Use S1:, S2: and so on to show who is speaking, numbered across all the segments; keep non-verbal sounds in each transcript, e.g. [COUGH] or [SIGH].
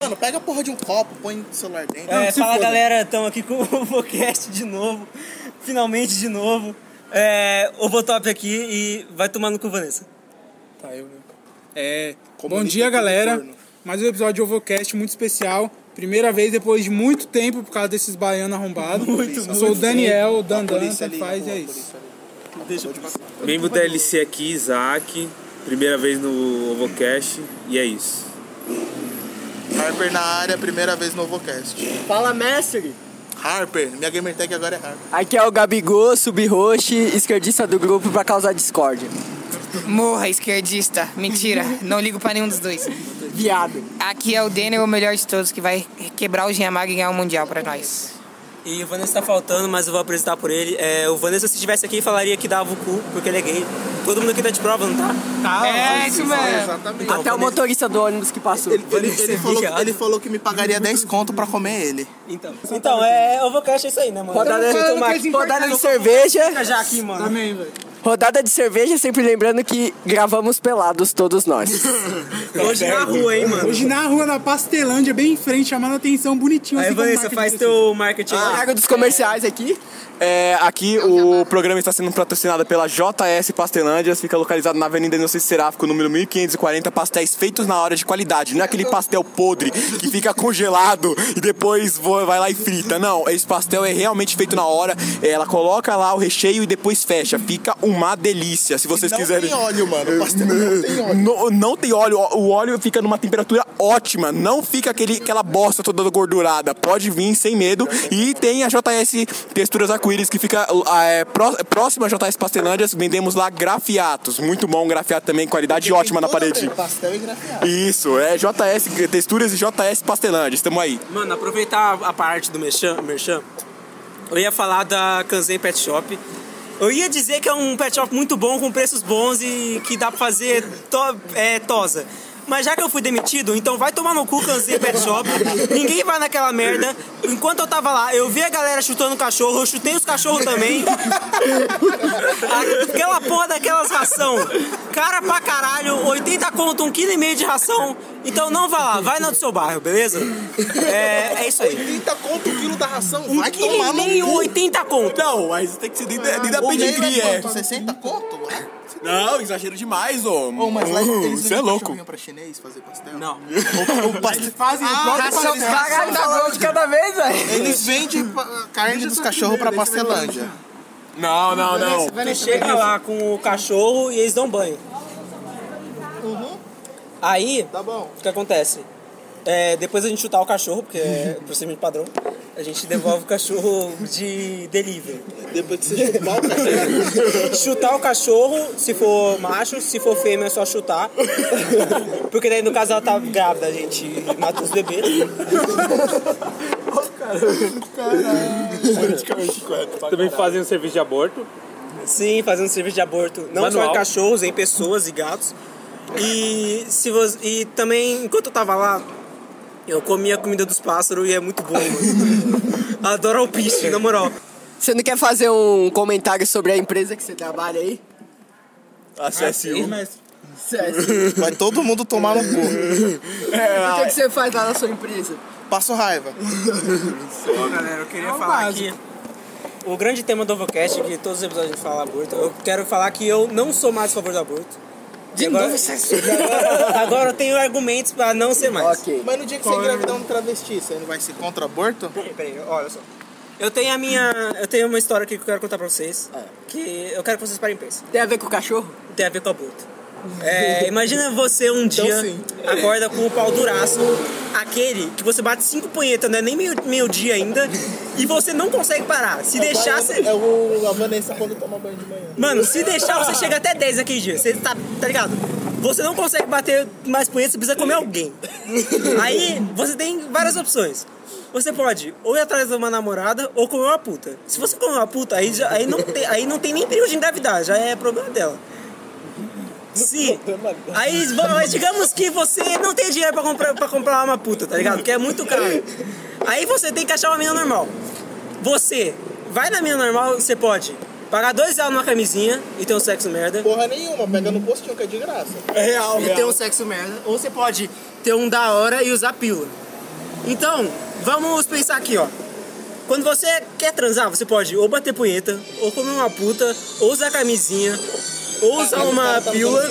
S1: Mano, pega a porra de um copo, põe o celular dentro.
S2: É,
S1: Não, se
S2: fala
S1: foda.
S2: galera, estamos aqui com [LAUGHS] o podcast de novo, finalmente de novo. É, o Botop aqui e vai tomando com Vanessa.
S3: Tá, eu mesmo. É,
S1: Comunica
S3: bom dia,
S1: aqui no
S3: galera.
S1: forno.
S3: Mais um episódio de Ovocast muito especial. Primeira vez depois de muito tempo por causa desses baianos arrombados.
S2: Muito,
S3: Sou
S2: muito
S3: o Daniel, o
S1: A
S3: Dan Dan,
S1: polícia
S3: tanto
S1: ali,
S3: faz,
S1: a
S3: é
S1: polícia
S3: isso.
S1: ali. Acabou de passar.
S4: Membro da LC aqui, Isaac. Primeira vez no Ovocast. E é isso.
S1: Harper na área, primeira vez no Ovocast.
S5: Fala, mestre!
S1: Harper, minha gamertag agora é Harper.
S5: Aqui é o Gabigol, sub-roxo, esquerdista do grupo pra causar discórdia.
S6: Morra, esquerdista. Mentira, não ligo pra nenhum dos dois.
S5: Viado.
S6: Aqui é o Denner, o melhor de todos, que vai quebrar o Giamar e ganhar o Mundial pra nós.
S2: E o Vanessa tá faltando, mas eu vou apresentar por ele. É, o Vanessa, se estivesse aqui, falaria que dava o cu, porque ele é gay. Todo mundo aqui tá de prova, não tá?
S6: É, isso mesmo.
S1: Exatamente.
S2: Então,
S5: Até o motorista do ônibus que passou.
S1: Ele, ele-
S2: Vanessa
S1: ele falou,
S2: é viado.
S1: ele falou que me pagaria 10 conto pra comer ele.
S2: Então, então é Ovocast é isso aí, né, mano?
S5: Rodada,
S2: Então,
S5: de,
S2: toma aqui.
S5: rodada de cerveja.
S2: já aqui, mano.
S3: Também, velho.
S5: Rodada de cerveja, sempre lembrando que gravamos pelados todos nós.
S2: Tá Hoje na rua, hein, mano.
S3: Hoje na rua da Pastelândia, bem em frente, chamando a atenção, bonitinho.
S2: Aí,
S3: assim, como
S2: Vanessa,
S3: marca de
S2: faz
S3: pessoa.
S2: teu um marketing Ah,
S1: Ah.
S2: aí.
S5: Cargo dos comerciais aqui.
S7: É, aqui o programa está sendo patrocinado pela JS Pastelândias, fica localizado na Avenida Inocente Seráfico, número 1540, pastéis feitos na hora de qualidade, não é aquele pastel podre que fica congelado e depois vo- vai lá e frita. Não, esse pastel é realmente feito na hora, ela coloca lá o recheio e depois fecha, fica uma delícia, se vocês
S1: não
S7: quiserem.
S1: tem óleo, mano. O pastel não tem óleo.
S7: Não, não tem óleo, o óleo fica numa temperatura ótima, não fica aquele, aquela bosta toda gordurada. Pode vir sem medo. E tem a JS Texturas Arco-Íris que fica ah, é, pró- próxima à JS Pastelândias. Vendemos lá grafiatos, muito bom grafiato também, qualidade ótima na
S1: Toda vez,
S7: parede.
S1: Pastel e grafiado.
S7: Isso, é JS Texturas e JS Pastelândias, estamos aí.
S2: Mano, aproveitar a parte do merchan, merchan, eu ia falar da Kanzen Pet Shop. Eu ia dizer que é um pet shop muito bom, com preços bons e que dá pra fazer to- é, tosa. Mas já que eu fui demitido, então vai tomar no cu Kanzen Pet Shop. Ninguém vai naquela merda. Enquanto eu tava lá, eu vi a galera chutando cachorro, eu chutei os cachorros também. Aquela porra daquelas ração. Cara pra caralho, 80 conto, um quilo e meio de ração. Então não vá lá, vai na do seu bairro, beleza? É, é isso aí.
S1: 30 conto o quilo da ração.
S2: Um
S1: vai
S2: quilo
S1: tomar
S2: e
S1: no
S2: meio,
S1: cu.
S2: 80 conto.
S7: Não, mas tem que ser dentro
S1: O
S7: da
S1: meio
S7: pedigree,
S1: é
S7: é.
S1: quanto? 60 conto? Vai.
S7: Não, exagero demais, ô.
S1: Pô, mas lá eles
S7: Você é
S1: vendem
S7: louco.
S1: cachorrinho pra chinês fazer pastel?
S2: Não.
S1: O, o pastel... fazem o próprio pastel.
S5: Caralho, tá falando de cada vez, velho.
S1: Eles vendem pa- carne dos cachorros pra pastelândia.
S7: Não, não, não.
S2: Tu chega lá com o cachorro e eles dão banho. Aí,
S1: Uhum. Tá bom.
S2: o que acontece? É, depois a gente chutar o cachorro,
S1: [LAUGHS]
S2: porque é procedimento padrão, a gente devolve o cachorro de delivery.
S1: Depois que você chutar o cachorro.
S2: Chutar o cachorro, se for macho, se for fêmea é só chutar. [LAUGHS] Porque daí no caso ela tá grávida, a gente mata os bebês.
S4: Também fazendo serviço de aborto.
S2: Sim, fazendo serviço de aborto. Não só
S4: Manual.
S2: em cachorros, em pessoas e gatos. E, se você, e também, enquanto eu tava lá, eu comia a comida dos pássaros e é muito bom, [LAUGHS] mano. Adoro alpiste, na moral.
S5: Você não quer fazer um comentário sobre a empresa que você trabalha aí? É,
S7: Acesse o.
S5: Sério.
S1: tá? Vai todo mundo tomar no cu.
S5: O
S7: é
S5: que, que você faz lá na sua empresa?
S1: Passo raiva.
S2: Bom, galera, eu queria falar aqui. O grande tema do Ovocast, que todos os episódios a gente fala aborto, eu quero falar que eu não sou mais a favor do aborto. De é agora, [LAUGHS] agora, agora eu tenho argumentos pra não ser mais.
S5: Ok.
S1: Mas no dia que
S7: é?
S1: você engravidar um travesti, você não vai ser contra aborto?
S2: Peraí, peraí, olha só. Eu tenho a minha. Eu tenho uma história aqui que eu quero contar pra vocês.
S1: É.
S2: Que eu quero que vocês parem e pensem.
S5: Tem a ver com o cachorro?
S2: Tem a ver com aborto. É, imagina você um dia
S1: Então, sim.
S2: acorda com o pau duraço, aquele que você bate cinco punhetas, não é nem meio, meio dia ainda, e você não consegue parar. Se deixar, você.
S1: É o, a Vanessa quando toma banho de manhã.
S2: Mano, se deixar, você chega até 10 naquele dia. Você tá, tá ligado? Você não consegue bater mais punheta, você precisa comer alguém. Aí, você tem várias opções. Você pode ou ir atrás de uma namorada ou comer uma puta. Se você comer uma puta, aí, já, aí, não, tem, aí não tem nem período de engravidar, já é problema dela. Se. Aí, bom, mas digamos que você não tem dinheiro pra comprar, pra comprar uma puta, tá ligado? Porque é muito caro. Aí você tem que achar uma mina normal. Você vai na mina normal, você pode pagar dois reais numa camisinha e ter um sexo merda.
S1: Porra nenhuma, pega no postinho que é de graça.
S2: É real, E ter um sexo merda. Ou você pode ter um da hora e usar pílula. Então, vamos pensar aqui, ó. Quando você quer transar, você pode ou bater punheta, ou comer uma puta, ou usar camisinha, ou usar uma pílula,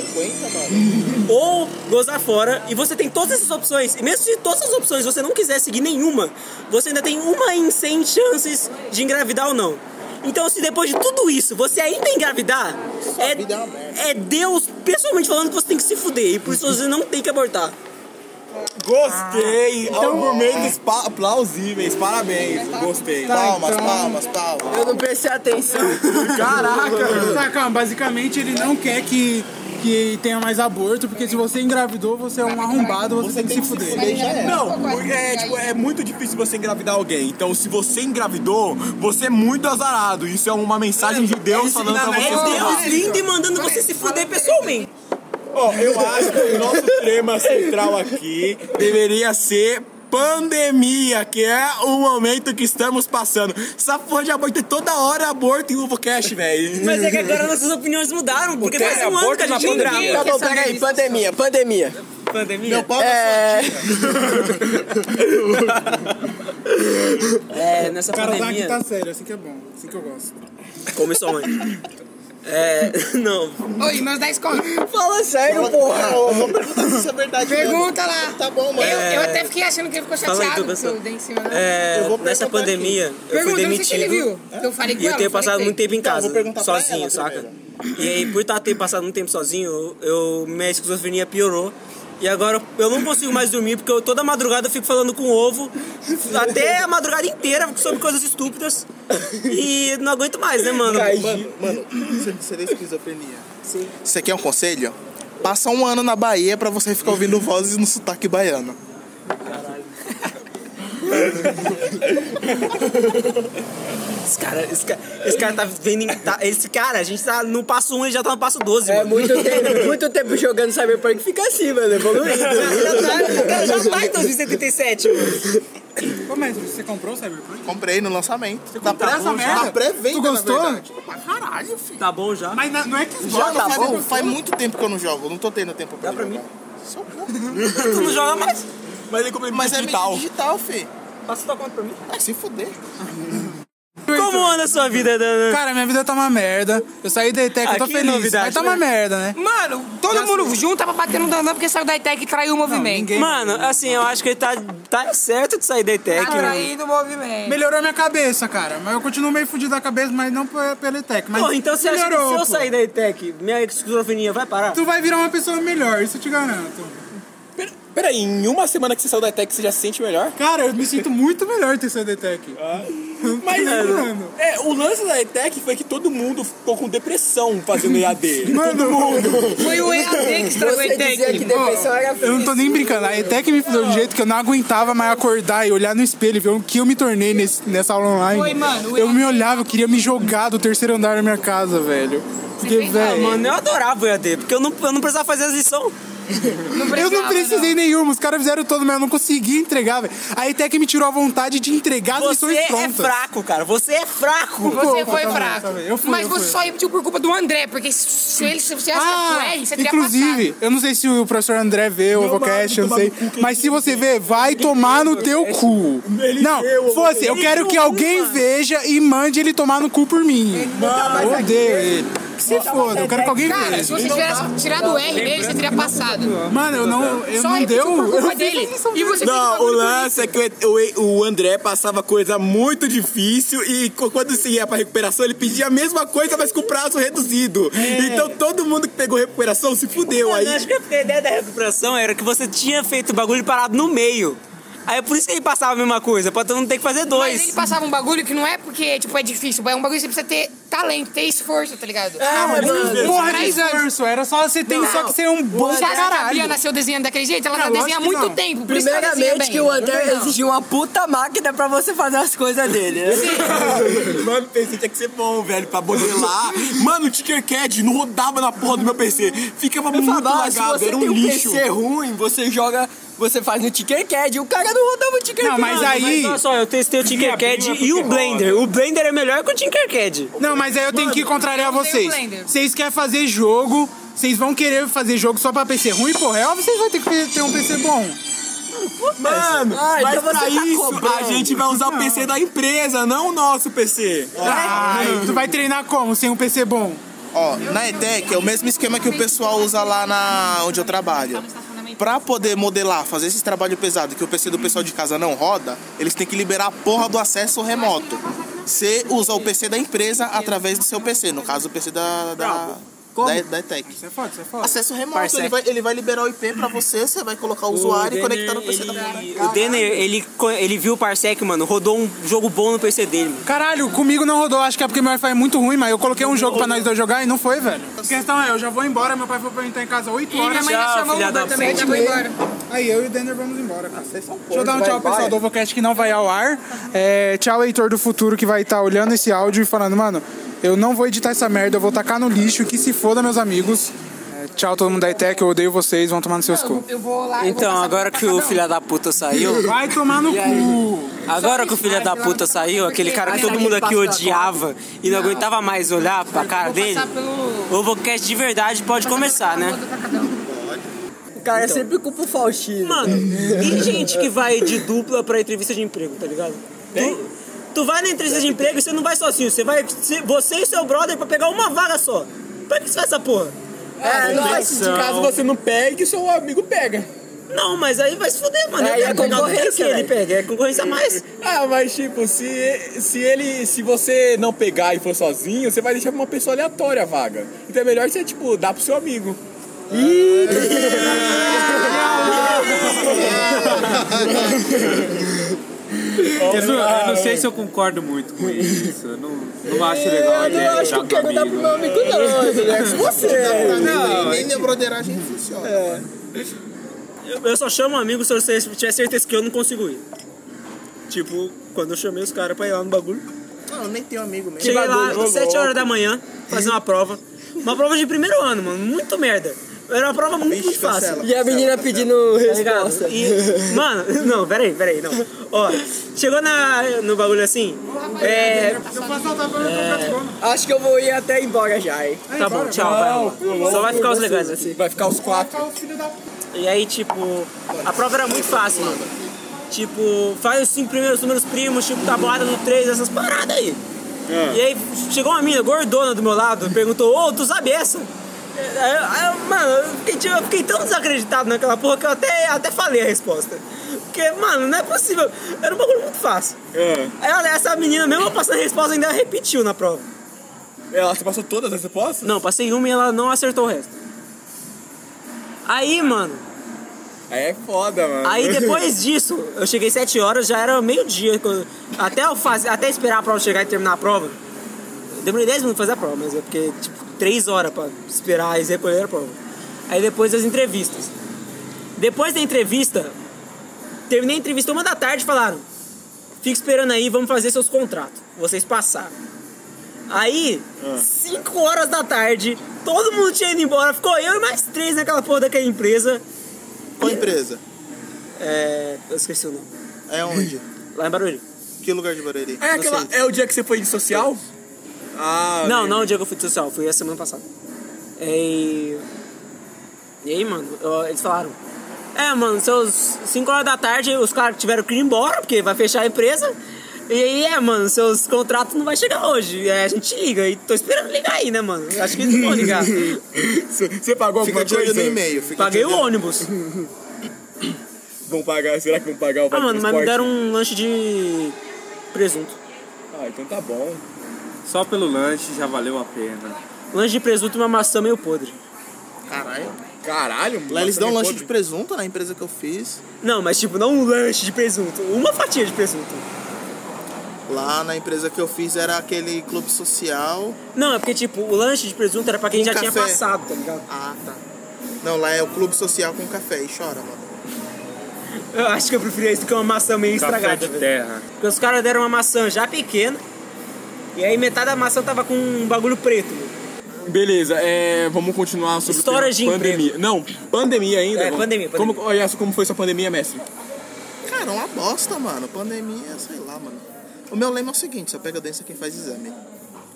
S2: ou gozar fora. E você tem todas essas opções. E mesmo se todas essas opções você não quiser seguir nenhuma, você ainda tem uma em 100 chances de engravidar ou não. Então, se depois de tudo isso você ainda engravidar,
S1: vida é uma merda.
S2: é, é Deus pessoalmente falando que você tem que se fuder. E por isso você não tem que abortar.
S4: Gostei! Argumentos pa- plausíveis, parabéns. Gostei.
S1: Palmas,
S3: então.
S1: palmas, palmas.
S7: Eu não prestei atenção.
S3: Caraca! Tá, calma. Basicamente, ele não quer que, que tenha mais aborto, porque se você engravidou, você é um arrombado, você, tem que se fuder.
S4: Não, porque é, tipo, é muito difícil você engravidar alguém. Então, se você engravidou, você é muito azarado. Isso é uma mensagem de Deus falando pra
S2: É
S4: você.
S2: Deus lindo e mandando você se fuder pessoalmente.
S4: Ó, eu acho que o nosso tema central aqui deveria ser pandemia, que é o momento que estamos passando. Essa porra de aborto, é toda hora aborto em UvoCast, velho.
S2: Mas é que agora nossas opiniões mudaram, porque
S4: Tem
S2: faz um ano que a
S4: aborto na
S2: gente não
S4: pandemia?
S7: Tá
S2: grava.
S7: bom, pega aí. Pandemia, pandemia.
S2: Pandemia?
S1: Meu pau tá
S7: É.
S2: É, nessa
S3: O cara tá aqui
S2: pandemia.
S3: tá sério, assim que é bom, assim que eu gosto.
S4: tá-
S2: Come sua [LAUGHS] mãe. É. Não.
S6: Oi, meus 10 contos.
S7: Fala sério, porra.
S1: Ô, vou perguntar se isso é verdade. mesmo.
S6: Pergunta lá.
S1: Tá bom, mano.
S6: Eu, eu até fiquei achando que ele ficou
S2: É. Fala aí,
S6: chateado
S2: Douglas.
S6: que eu dei em cima dela.
S2: É,
S1: Eu vou
S2: nessa
S1: perguntar
S2: pandemia, eu fui
S6: Pergunta, eu não sei se ele
S2: demitido.
S6: viu. Eu falei com
S2: E eu
S6: ela,
S2: tenho
S6: falei
S2: passado
S6: com
S2: muito
S6: ele.
S2: tempo em
S1: Então, eu
S2: casa,
S1: vou perguntar pra
S2: sozinho,
S1: ela
S2: saca? E aí, por tá- ter passado muito tempo sozinho, eu, eu- minha esquizofrenia piorou. E agora eu não consigo mais dormir, porque eu, toda madrugada eu fico falando com o ovo, até a madrugada inteira, sobre coisas estúpidas. E não aguento mais, né, mano?
S1: Mano, mano, você- você tem esquizofrenia. Sim. Você quer um conselho? Passa um ano na Bahia pra você ficar ouvindo vozes no sotaque baiano.
S2: Esse cara, esse cara, esse cara tá vendo. em- tá- esse cara, a gente tá no passo 1 e já tá no passo 12,
S7: É
S2: mano.
S7: muito tempo, muito tempo jogando Cyberpunk, fica assim, mano, evoluindo.
S2: Já tá- o cara já tá em 2077, mano.
S3: Ô, mas você comprou o Cyberpunk?
S1: Comprei no lançamento. Você
S3: comprou essa merda?
S1: Na pré-venda,
S3: Tu gostou?
S1: na verdade. Pra caralho, filho.
S2: Tá bom já?
S3: Mas na- não é que
S1: Já
S3: esgota,
S1: não
S3: tá
S1: faz,
S3: bom?
S1: faz muito tempo que eu não jogo. Não tô tendo tempo pra
S2: Dá pra
S1: jogar.
S2: mim? Tu não joga mais?
S4: Mas ele comprou
S1: Mas é
S4: digital.
S1: digital, digital fi.
S2: Passa tua conta pra mim.
S1: Ah, se fuder.
S2: Como anda a sua vida, Dana?
S3: Cara, minha vida tá uma merda. Eu saí da ETEC, eu tô
S2: Ah, que
S3: feliz.
S2: novidade,
S3: mas tá uma
S2: né?
S3: merda, né?
S6: Mano, todo mundo junto tava batendo no Dandan porque saiu da ITEC e traiu o movimento.
S2: Mano, assim, eu acho que ele tá, tá certo de sair da ETEC,
S6: tá
S2: mano.
S6: traindo o movimento.
S3: Melhorou minha cabeça, cara. Mas eu continuo meio fudido da cabeça, mas não pe- pela ETEC. Mas
S2: Porra, então você acha que
S3: melhorou,
S2: se eu
S3: pô.
S2: sair da ETEC, minha esquizofrenia vai parar?
S3: Tu vai virar uma pessoa melhor, isso eu te garanto.
S4: Peraí, em uma semana que você saiu da ETEC, você já se sente melhor?
S3: Cara, eu me sinto muito melhor ter saído da ETEC.
S2: Ah.
S4: Mas,
S3: mano.
S4: É, o lance da ETEC foi que todo mundo ficou com depressão fazendo [LAUGHS] EAD.
S3: Mano,
S6: Foi o EAD que estragou a
S7: Você dizia que
S6: ITEC.
S7: depressão era
S3: eu não tô nem brincando. A ETEC me fudeu de um jeito que eu não aguentava mais acordar e olhar no espelho e ver o que eu me tornei nesse- nessa aula online.
S6: Foi, mano, o
S3: eu me olhava, eu queria me jogar do terceiro andar da minha casa, velho. Porque,
S6: fez mal,
S2: Ah,
S3: velho.
S2: Mano, eu adorava o EAD, porque eu não, eu não precisava fazer as lições.
S3: Eu não precisei nenhuma, os caras fizeram todo, mas eu não consegui entregar, velho. A ETEC me tirou a vontade de entregar as
S2: Você
S3: lições
S2: é
S3: prontas.
S2: fraco, cara. Você é fraco.
S6: Você
S3: Pô,
S6: foi
S3: tá bom,
S6: fraco.
S3: tá bem. Eu fui,
S6: Mas
S3: eu
S6: você
S3: fui.
S6: só repetiu por culpa do André, porque se, se ele, se você acha que
S3: Ah,
S6: é ele, você teria
S3: inclusive, eu não sei se o professor André vê o Avocast, eu não sei. Mas se você vê, vai tomar no teu cu. Não, fosse, eu quero que alguém veja e mande ele tomar no cu por mim. Mano, odeio ele. Que se foda, eu quero que alguém
S6: passado. Cara, se
S3: veja.
S6: você tivesse tirado o R dele, você teria passado.
S3: Mano, eu não, tá. eu
S6: Só tipo,
S3: não deu.
S6: repetiu por
S3: Eu
S6: culpa
S3: não fiz
S6: dele.
S3: a lição
S6: E você fez
S4: Não,
S6: bagulho
S4: o
S6: por
S4: lance é que o, o- o André passava coisa muito difícil e co- quando se ia pra recuperação ele pedia a mesma coisa, mas com prazo reduzido. Então todo mundo que pegou recuperação se fudeu
S2: Mano,
S4: aí.
S2: eu acho que é porque a ideia da recuperação era que você tinha feito o bagulho parado no meio. Aí é por isso que ele passava a mesma coisa, pra tu não ter que fazer dois.
S3: tá
S6: Mas ele passava um bagulho que não é porque, tipo, é difícil. É um bagulho que você precisa ter talento, ter esforço, tá ligado?
S3: Ah, mas porra de
S6: Três anos.
S3: esforço, era só você tem só que ser um bom
S6: Você acha que a
S3: caralho.
S6: Bia nasceu desenhando daquele jeito? Ela
S3: Não,
S6: já
S3: lógico
S6: desenha há
S3: que
S6: muito
S3: não.
S6: tempo. por isso que ela desenha
S7: Primeiramente
S6: bem.
S7: que o André
S6: Não.
S7: exigiu uma puta máquina pra você fazer as coisas dele, né?
S4: Mano, o PC tinha que ser bom, velho, pra
S7: [LAUGHS]
S4: modelar. Mano, o TickerCAD não rodava na porra do meu PC. Ficava
S7: Eu
S4: muito
S7: falava, ah, se
S4: lagado,
S7: você
S4: era um
S7: tem um
S4: lixo.
S7: PC ruim, você joga, você faz no TickerCAD. O cara não rodava o TickerCAD.
S3: Não, mas aí.
S2: Mas olha só, eu testei o Tinkercad e o Blender. O Blender é melhor que o Tinkercad.
S3: Não, mas aí eu tenho que contrariar
S6: eu tenho
S3: vocês.
S6: Blender.
S3: Vocês querem fazer jogo, vocês vão querer fazer jogo só pra PC ruim, porra, é óbvio, vocês vão ter que ter um PC bom.
S7: Mano,
S5: Ah,
S7: mas
S5: então você
S7: pra
S5: tá
S7: isso a
S5: cobrando.
S7: gente vai usar o PC da empresa, não o nosso PC.
S6: É.
S3: Ai, Ah, tu vai treinar como sem um PC bom?
S1: Ó, na ETEC é o mesmo esquema que o pessoal usa lá na onde eu trabalho. Pra poder modelar, fazer esse trabalho pesado que o PC do pessoal de casa não roda, eles têm que liberar a porra do acesso remoto. Você usa o PC da empresa através do seu PC, no caso o PC da, da, da, da ETEC.
S3: Isso é foda, isso é foda.
S1: Acesso remoto, ele vai, ele vai liberar o IP pra você, você vai colocar o usuário e conectar no PC da
S2: ele,
S1: porra.
S2: O Denner, ele, co- ele viu o Parsec, mano, rodou um jogo bom no PC dele, mano.
S3: Caralho, comigo não rodou, acho que é porque meu Wi-Fi é muito ruim, mas eu coloquei um jogo pra nós dois jogar e não foi, velho. A questão é, eu já vou embora, meu pai foi pra mim estar em casa 8
S6: E minha
S3: horas.
S6: mãe já
S4: Tchau,
S6: chamou o
S4: filha
S6: Uber
S4: da
S6: também, já
S3: puta.
S6: foi embora.
S3: Aí eu e o Denner vamos embora, cara. Deixa eu dar um tchau pro pessoal do Ovocast que não vai ao ar. É, tchau, Heitor do Futuro, que vai estar olhando esse áudio e falando, mano, eu não vou editar essa merda, eu vou tacar no lixo, que se foda, meus amigos. É, tchau, todo mundo da ITEC, eu odeio vocês, vão tomar no seus cu.
S6: Eu vou lá. eu vou
S2: Então,
S6: passar
S2: agora
S6: pra
S2: que
S6: cada
S2: o
S6: um.
S2: filho da puta
S6: [LAUGHS]
S2: saiu,
S3: Vai tomar no cu.
S2: agora que o filho da puta saiu, aquele cara que todo mundo aqui odiava e não aguentava mais olhar pra cara dele,
S6: Passar pelo.
S2: o Ovocast de verdade pode começar, né?
S6: pra cada um.
S5: Cara, sempre culpa o Faustino.
S2: Mano, tem gente que vai de dupla pra entrevista de emprego, tá ligado? Tu, tu vai na entrevista de emprego e você não vai sozinho, você vai você- você e seu brother pra pegar uma vaga só. Pra que você faz essa porra?
S5: É, não faz
S4: Não.
S5: caso você não pegue, seu amigo pega.
S2: Não, mas aí vai se fuder, mano.
S5: Aí
S2: Eu
S5: é
S2: quero pegar alguém
S5: concorrência,
S2: que ele
S5: velho.
S2: pega, é concorrência a mais.
S5: Ah, mas tipo, se, se ele. Se você não pegar e for sozinho, você vai deixar pra uma pessoa aleatória a vaga. Então é melhor você, tipo, dar pro seu amigo.
S4: Eu não, eu não sei se eu concordo muito
S7: [LAUGHS]
S4: com isso. Eu não, não acho legal a ideia de dar pro amigo.
S5: amigo, [LAUGHS] não,
S7: né?
S5: Juliette. Você.
S7: tá
S1: Não, nem a broderagem funciona.
S2: Eu, eu só chamo um amigo se eu sei- se tiver certeza que eu não consigo ir. Tipo, quando eu chamei os caras pra ir lá no bagulho.
S1: Não, nem tenho amigo mesmo.
S2: Cheguei lá
S5: bagulho, ô,
S2: às 7 horas da manhã, fazer uma prova. Uma prova de primeiro ano, mano. Muito merda. Era uma prova muito, muito fácil.
S1: cancela.
S5: E a menina pedindo
S2: Tá ligado?
S5: resposta.
S2: E, mano, [LAUGHS] não, peraí, peraí, não. Ó, chegou na, no bagulho assim. É,
S5: Acho que eu vou ir até embora já, hein?
S2: tá bom, tchau, vai. lá. Só vai ficar os legais assim.
S5: Vai ficar os quatro.
S2: E aí, tipo, a prova era muito fácil, mano. Tipo, faz os cinco primeiros números primos, tipo, tabuada do 3, essas paradas aí.
S5: É.
S2: E aí, chegou uma mina gordona do meu lado, perguntou, ô, tu sabe essa? Aí eu- aí eu- mano, eu fiquei, tipo, eu fiquei tão desacreditado naquela porra que eu até, até falei a resposta. Porque, mano, não é possível. Era um bagulho muito fácil.
S5: É.
S2: Aí, olha, essa menina, mesmo eu passando a resposta, ainda repetiu na prova.
S5: Ela, você passou todas as respostas?
S2: Não, passei uma e ela não acertou o resto. Aí, mano,
S5: Aí é foda, mano. [LAUGHS]
S2: Aí depois disso, eu cheguei 7 horas, já era meio-dia. quando- Até, eu faz- até esperar a prova chegar e terminar a prova. Demorei 10 minutos pra fazer a prova, mas é porque, tipo, 3 horas pra esperar e recolher a prova. Aí depois as entrevistas. Depois da entrevista, terminei a entrevista uma da tarde falaram: fica esperando aí, vamos fazer seus contratos. Vocês passaram. Aí, 5 horas da tarde, todo mundo tinha ido embora, ficou eu e mais três naquela porra daquela empresa.
S1: Qual empresa?
S2: É. Eu esqueci o nome.
S1: É onde?
S2: Lá em Barulho.
S1: Que lugar de Barueri?
S5: É, aquela, é o dia que você foi de social? Ah,
S2: Não, não o dia que eu fui de social, fui a semana passada. É, E. E aí, mano, ó, eles falaram. É, mano, seus 5 horas da tarde os caras tiveram que ir embora, porque vai fechar a empresa. E aí, é, mano, seus contratos não vai chegar hoje. É, a gente liga. E tô esperando ligar aí, né, mano? Acho que eles não vão ligar.
S5: Você você pagou
S1: Fica
S5: alguma
S1: de olho
S5: coisa?
S1: no e-mail. fica
S2: Paguei
S1: de olho
S2: o ônibus.
S5: Vão pagar, será que vão pagar o
S2: Ah,
S5: vale
S2: mano, mas me
S5: transporte?
S2: deram um lanche de presunto.
S5: Ah, então tá bom.
S4: Só pelo lanche já valeu a pena.
S2: Lanche de presunto e uma maçã meio podre.
S1: no- Caralho.
S5: Caralho, mano.
S1: Lá eles dão um lanche de presunto na empresa que eu fiz.
S2: Não, mas tipo, não um lanche de presunto. Uma fatia de presunto.
S1: Lá na empresa que eu fiz era aquele clube social.
S2: Não, é porque, tipo, o lanche de presunto era pra quem
S1: Com
S2: já tinha
S1: café.
S2: passado, tá ligado?
S1: Ah, tá. Não, lá é o clube social com café. E chora, mano.
S2: Eu acho que eu preferia isso do que uma maçã meio
S4: Um Café
S2: estragada,
S7: né?
S4: de
S2: velho.
S4: terra.
S2: Porque os caras deram uma maçã já pequena, e aí metade da maçã tava com um bagulho preto. mano.
S7: Beleza, é, vamos continuar sobre
S2: História
S7: o
S2: de
S7: tema, pandemia. Não, pandemia ainda.
S2: É,
S7: vamos-
S2: pandemia, pandemia.
S7: Como, olha, só como foi sua pandemia, mestre?
S1: Cara, uma bosta, mano. Pandemia, sei lá, mano. O meu lema é o seguinte, só pega doença quem faz exame.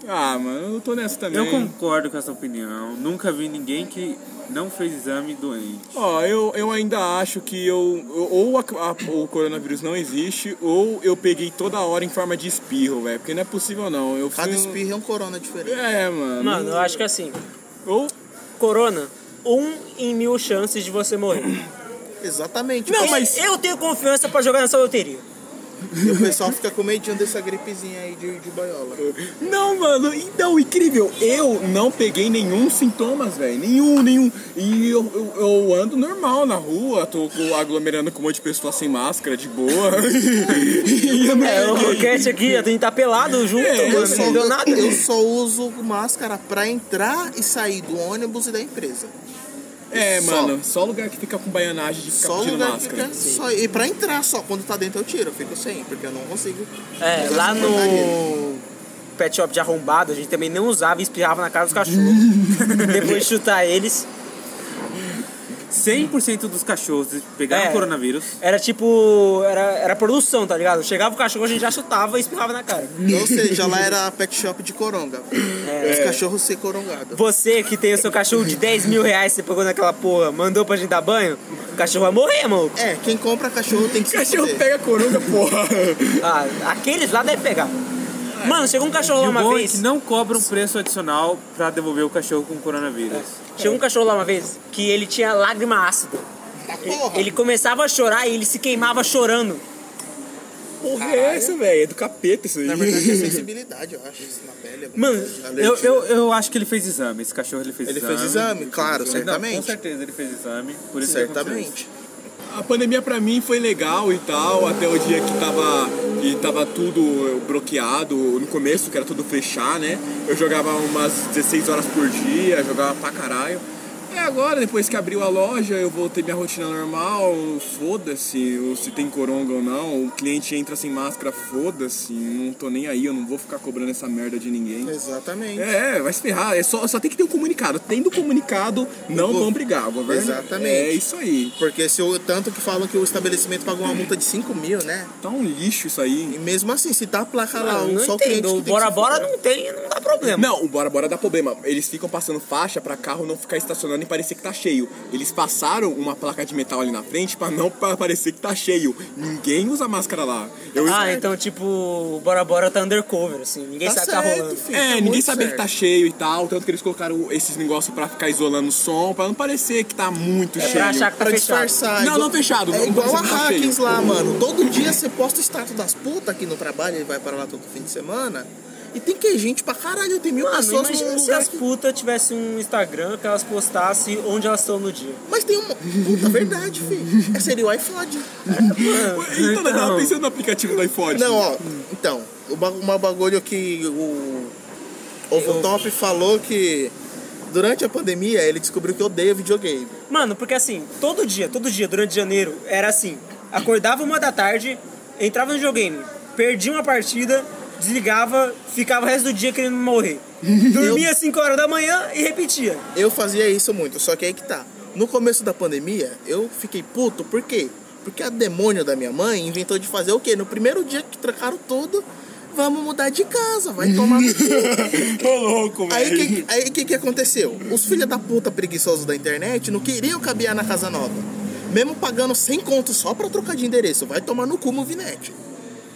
S7: Ah, mano, eu tô nessa também.
S4: Eu concordo com essa opinião. Nunca vi ninguém que não fez exame doente.
S5: Ó, eu, eu ainda acho que eu, eu- ou a- a- o coronavírus não existe, ou eu peguei toda hora em forma de espirro, velho. Porque não é possível, não. Eu fui
S1: Cada
S5: um-
S1: espirro é um corona diferente.
S5: É, mano.
S2: Mano, eu acho que assim,
S5: Ou
S2: corona, um em mil chances de você morrer.
S1: Exatamente.
S2: Não,
S1: Porque
S2: mas eu tenho confiança pra jogar nessa loteria.
S1: O pessoal fica com medinho dessa gripezinha aí de, de boiola.
S5: Não, mano, então, incrível. Eu não peguei nenhum sintomas, velho. Nenhum, nenhum. E eu, eu, eu ando normal na rua, tô co- aglomerando com um monte de pessoa sem máscara, de boa. [LAUGHS] e eu não
S2: É, o
S5: peguei.
S2: Roquete aqui, a gente tá pelado junto,
S5: É,
S1: Eu
S2: mano, não deu
S1: só,
S2: nada.
S1: eu só uso máscara pra entrar e sair do ônibus e da empresa.
S5: É,
S1: Só.
S5: mano, só lugar que fica com baianagem de ficar
S1: Só
S5: pedindo
S1: lugar que
S5: máscara.
S1: fica. Só, e pra entrar só, quando tá dentro eu tiro, eu fico sem, porque eu não
S2: [LAUGHS]
S1: consigo.
S2: É, lá no pet shop de arrombado, a gente também não usava e espirrava na cara dos cachorros. Depois de chutar eles,
S4: 100% dos cachorros pegaram
S2: É.
S4: coronavírus.
S2: era tipo, era, era produção, tá ligado? Chegava o cachorro, a gente já chutava e espirrava na cara.
S1: Ou seja, lá era pet shop de coronga.
S2: É.
S1: Os cachorros ser corongados.
S2: Você que tem o seu cachorro de 10 mil reais, você pegou naquela porra, mandou pra gente dar banho, o cachorro vai morrer, mano.
S1: É, quem compra cachorro tem que se
S5: Cachorro
S1: fuder.
S5: pega coruja, porra.
S2: Ah, aqueles lá devem pegar. Mano, chegou um cachorro
S4: E
S2: lá
S4: o
S2: uma
S4: bom é
S2: vez.
S4: que não cobra um preço adicional pra devolver o cachorro com coronavírus.
S1: É.
S2: Chegou um cachorro lá uma vez que ele tinha lágrima ácida.
S1: Tá Porra,
S2: Ele começava a chorar e ele se queimava chorando.
S5: Porra, é essa, velho? É do capeta isso aí.
S1: na verdade é sensibilidade, eu acho, isso na pele. alguma
S2: Mano,
S1: coisa.
S4: Eu, eu, eu acho que ele fez exame. Esse cachorro ele fez
S1: Ele
S4: exame.
S1: fez exame, claro,
S4: Não, com
S1: certamente.
S4: certeza ele fez exame. Por isso que aconteceu isso.
S1: Certamente.
S5: A pandemia pra mim foi legal e tal, até o dia que tava, que tá tava tudo bloqueado, no começo que era tudo fechar, né? Eu jogava umas 16 horas por dia, jogava pra caralho. E agora, depois que abriu a loja, eu voltei minha rotina normal, foda-se ou se tem coronga ou não, o cliente entra sem máscara, foda-se, não tô nem aí, eu não vou ficar cobrando essa merda de ninguém.
S1: Exatamente.
S5: É, é, vai se ferrar. É só, só tem que ter um comunicado. Tendo comunicado, não
S1: Go-
S5: vão brigar. O governo.
S1: Exatamente.
S5: É isso aí.
S1: Porque se eu, tanto que falam que o estabelecimento pagou uma multa de 5 mil, né?
S5: Tá um lixo isso aí.
S1: E mesmo assim, se tá a placa lá,
S2: Não, não
S1: só o cliente
S2: entendo.
S1: que tem
S2: O
S1: que
S2: Bora
S1: se
S2: Bora
S1: fuder.
S2: não tem, não dá problema.
S5: Não, o Bora Bora dá problema. Eles ficam passando faixa pra carro não ficar estacionando e parecer que tá cheio. Eles passaram uma placa de metal ali na frente pra não pa- parecer que tá cheio. Ninguém usa máscara lá. Eu-
S2: Ah, então tipo, o Bora Bora tá undercover, assim, ninguém
S1: Tá
S2: sabe o que tá
S1: certo,
S2: rolando.
S1: filho.
S5: É,
S1: tá
S5: ninguém
S1: muito
S5: sabia que
S1: certo.
S5: tá cheio e tal, tanto que eles colocaram esses negócios pra ficar isolando o som, pra não parecer que tá muito
S2: É
S5: cheio.
S2: pra achar que tá
S1: Pra
S2: fechado.
S1: disfarçar.
S5: Não, não fechado, tá
S1: É
S5: não
S1: igual a
S5: precisa ficar
S1: Hackings
S5: cheio.
S1: lá, mano. Todo dia você posta o status das putas aqui no trabalho, ele vai para lá todo fim de semana. E tem que gente pra caralho, tem
S5: Ah,
S1: mil
S2: Mano,
S1: pessoas num
S2: imagina se
S1: lugar
S2: as
S1: que...
S2: putas tivessem um Instagram que elas postassem onde elas estão no dia.
S1: Mas tem uma... Puta, verdade, filho. É, seria o iFod.
S5: Então, eu [LAUGHS] tava pensando no aplicativo do iPhone.
S1: Não, ó. Então, o ba- uma bagulho que o... O Top falou que... Durante a pandemia, ele descobriu que odeia videogame.
S2: Mano, porque assim, todo dia, todo dia, durante janeiro, era assim. Acordava uma da tarde, entrava no videogame, perdia uma partida, desligava, ficava o resto do dia
S1: [LAUGHS]
S2: querendo morrer. Dormia às 5 horas da manhã e repetia.
S1: Eu fazia isso muito, só que aí que tá. No começo da pandemia, eu fiquei puto, por quê? Porque a demônio da minha mãe inventou de fazer o quê? No primeiro dia que trancaram tudo, vamos mudar de casa, vai tomar no cu.
S5: Tô louco,
S1: Aí o que, aí que, que aconteceu? Os filhos da puta preguiçosos da internet não queriam cabear na casa nova. Mesmo pagando 100 conto só pra trocar de endereço. Vai tomar no cu, Movinete.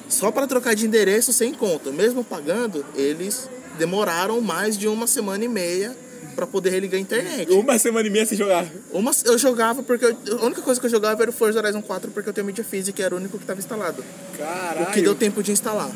S1: Só pra trocar de endereço, 100 conto. Mesmo pagando, eles demoraram mais de uma semana e meia pra poder religar a internet.
S5: Uma semana e meia sem jogar.
S1: Uma, eu jogava porque eu- a única coisa que eu jogava era o Forza Horizon 4 porque eu tenho mídia física e era o único que estava instalado.
S5: Caralho.
S1: O que deu tempo de instalar.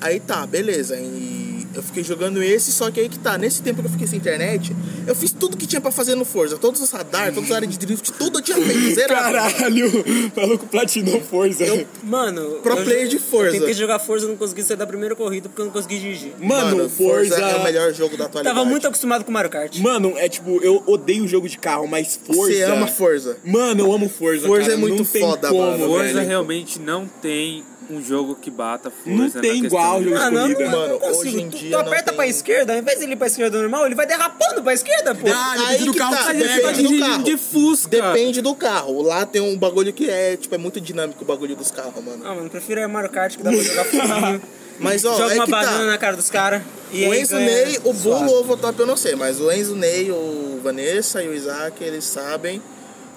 S1: Aí tá, beleza. E eu fiquei jogando esse, só que aí que tá. Nesse tempo que eu fiquei sem internet, eu fiz tudo que tinha pra fazer no Forza. Todos os radar, todas as áreas de drift, tudo eu tinha
S5: [LAUGHS]
S1: feito. Zerado.
S5: Caralho, maluco platinou força.
S2: Mano,
S1: Pro
S2: eu-
S1: player de Forza.
S2: Eu tentei jogar Forza, eu não consegui sair da primeira corrida porque eu não consegui dirigir.
S5: Mano, Forza,
S1: é o melhor jogo da atualidade.
S2: Tava muito acostumado com Mario Kart.
S5: Mano, é tipo, eu odeio jogo de carro, mas Forza.
S1: Você ama Forza.
S5: Mano, eu amo Forza.
S1: Forza
S5: cara,
S1: é muito
S5: não tem
S1: foda,
S5: como,
S1: mano.
S4: Forza
S5: velho.
S4: realmente não tem um jogo que bata Forza
S5: Não
S4: na
S5: tem
S4: questão
S5: igual,
S4: de- Ah,
S5: gente.
S2: Mano, eu Ah, não,
S5: corrida.
S2: eu não
S1: Mano,
S2: consigo.
S1: hoje em
S2: Tu- tu,
S1: dia não
S2: aperta
S1: tem-
S2: pra esquerda, ao invés de ele ir pra esquerda normal, ele vai derrapando pra esquerda, pô.
S5: Ah, depende
S1: Aí
S5: do
S1: que
S5: carro
S1: tá,
S5: que você
S1: depende
S5: pega.
S1: do
S4: é de,
S1: carro.
S4: de Fusca.
S1: Depende do carro. Lá tem um bagulho que é, tipo, é muito dinâmico o bagulho dos carros, mano.
S2: Ah, mano, prefiro é Mario Kart que dá pra jogar
S1: [LAUGHS]
S2: fuzinho.
S1: Mas ó,
S2: Joga
S1: é
S2: uma
S1: que tá.
S2: banana na cara dos caras. e
S1: o
S2: aí
S1: Enzo
S2: ganha
S1: Ney, o
S2: suave.
S1: Bolo ou o Top eu não sei, mas o Enzo Ney, o o Vanessa e o Isaac, eles sabem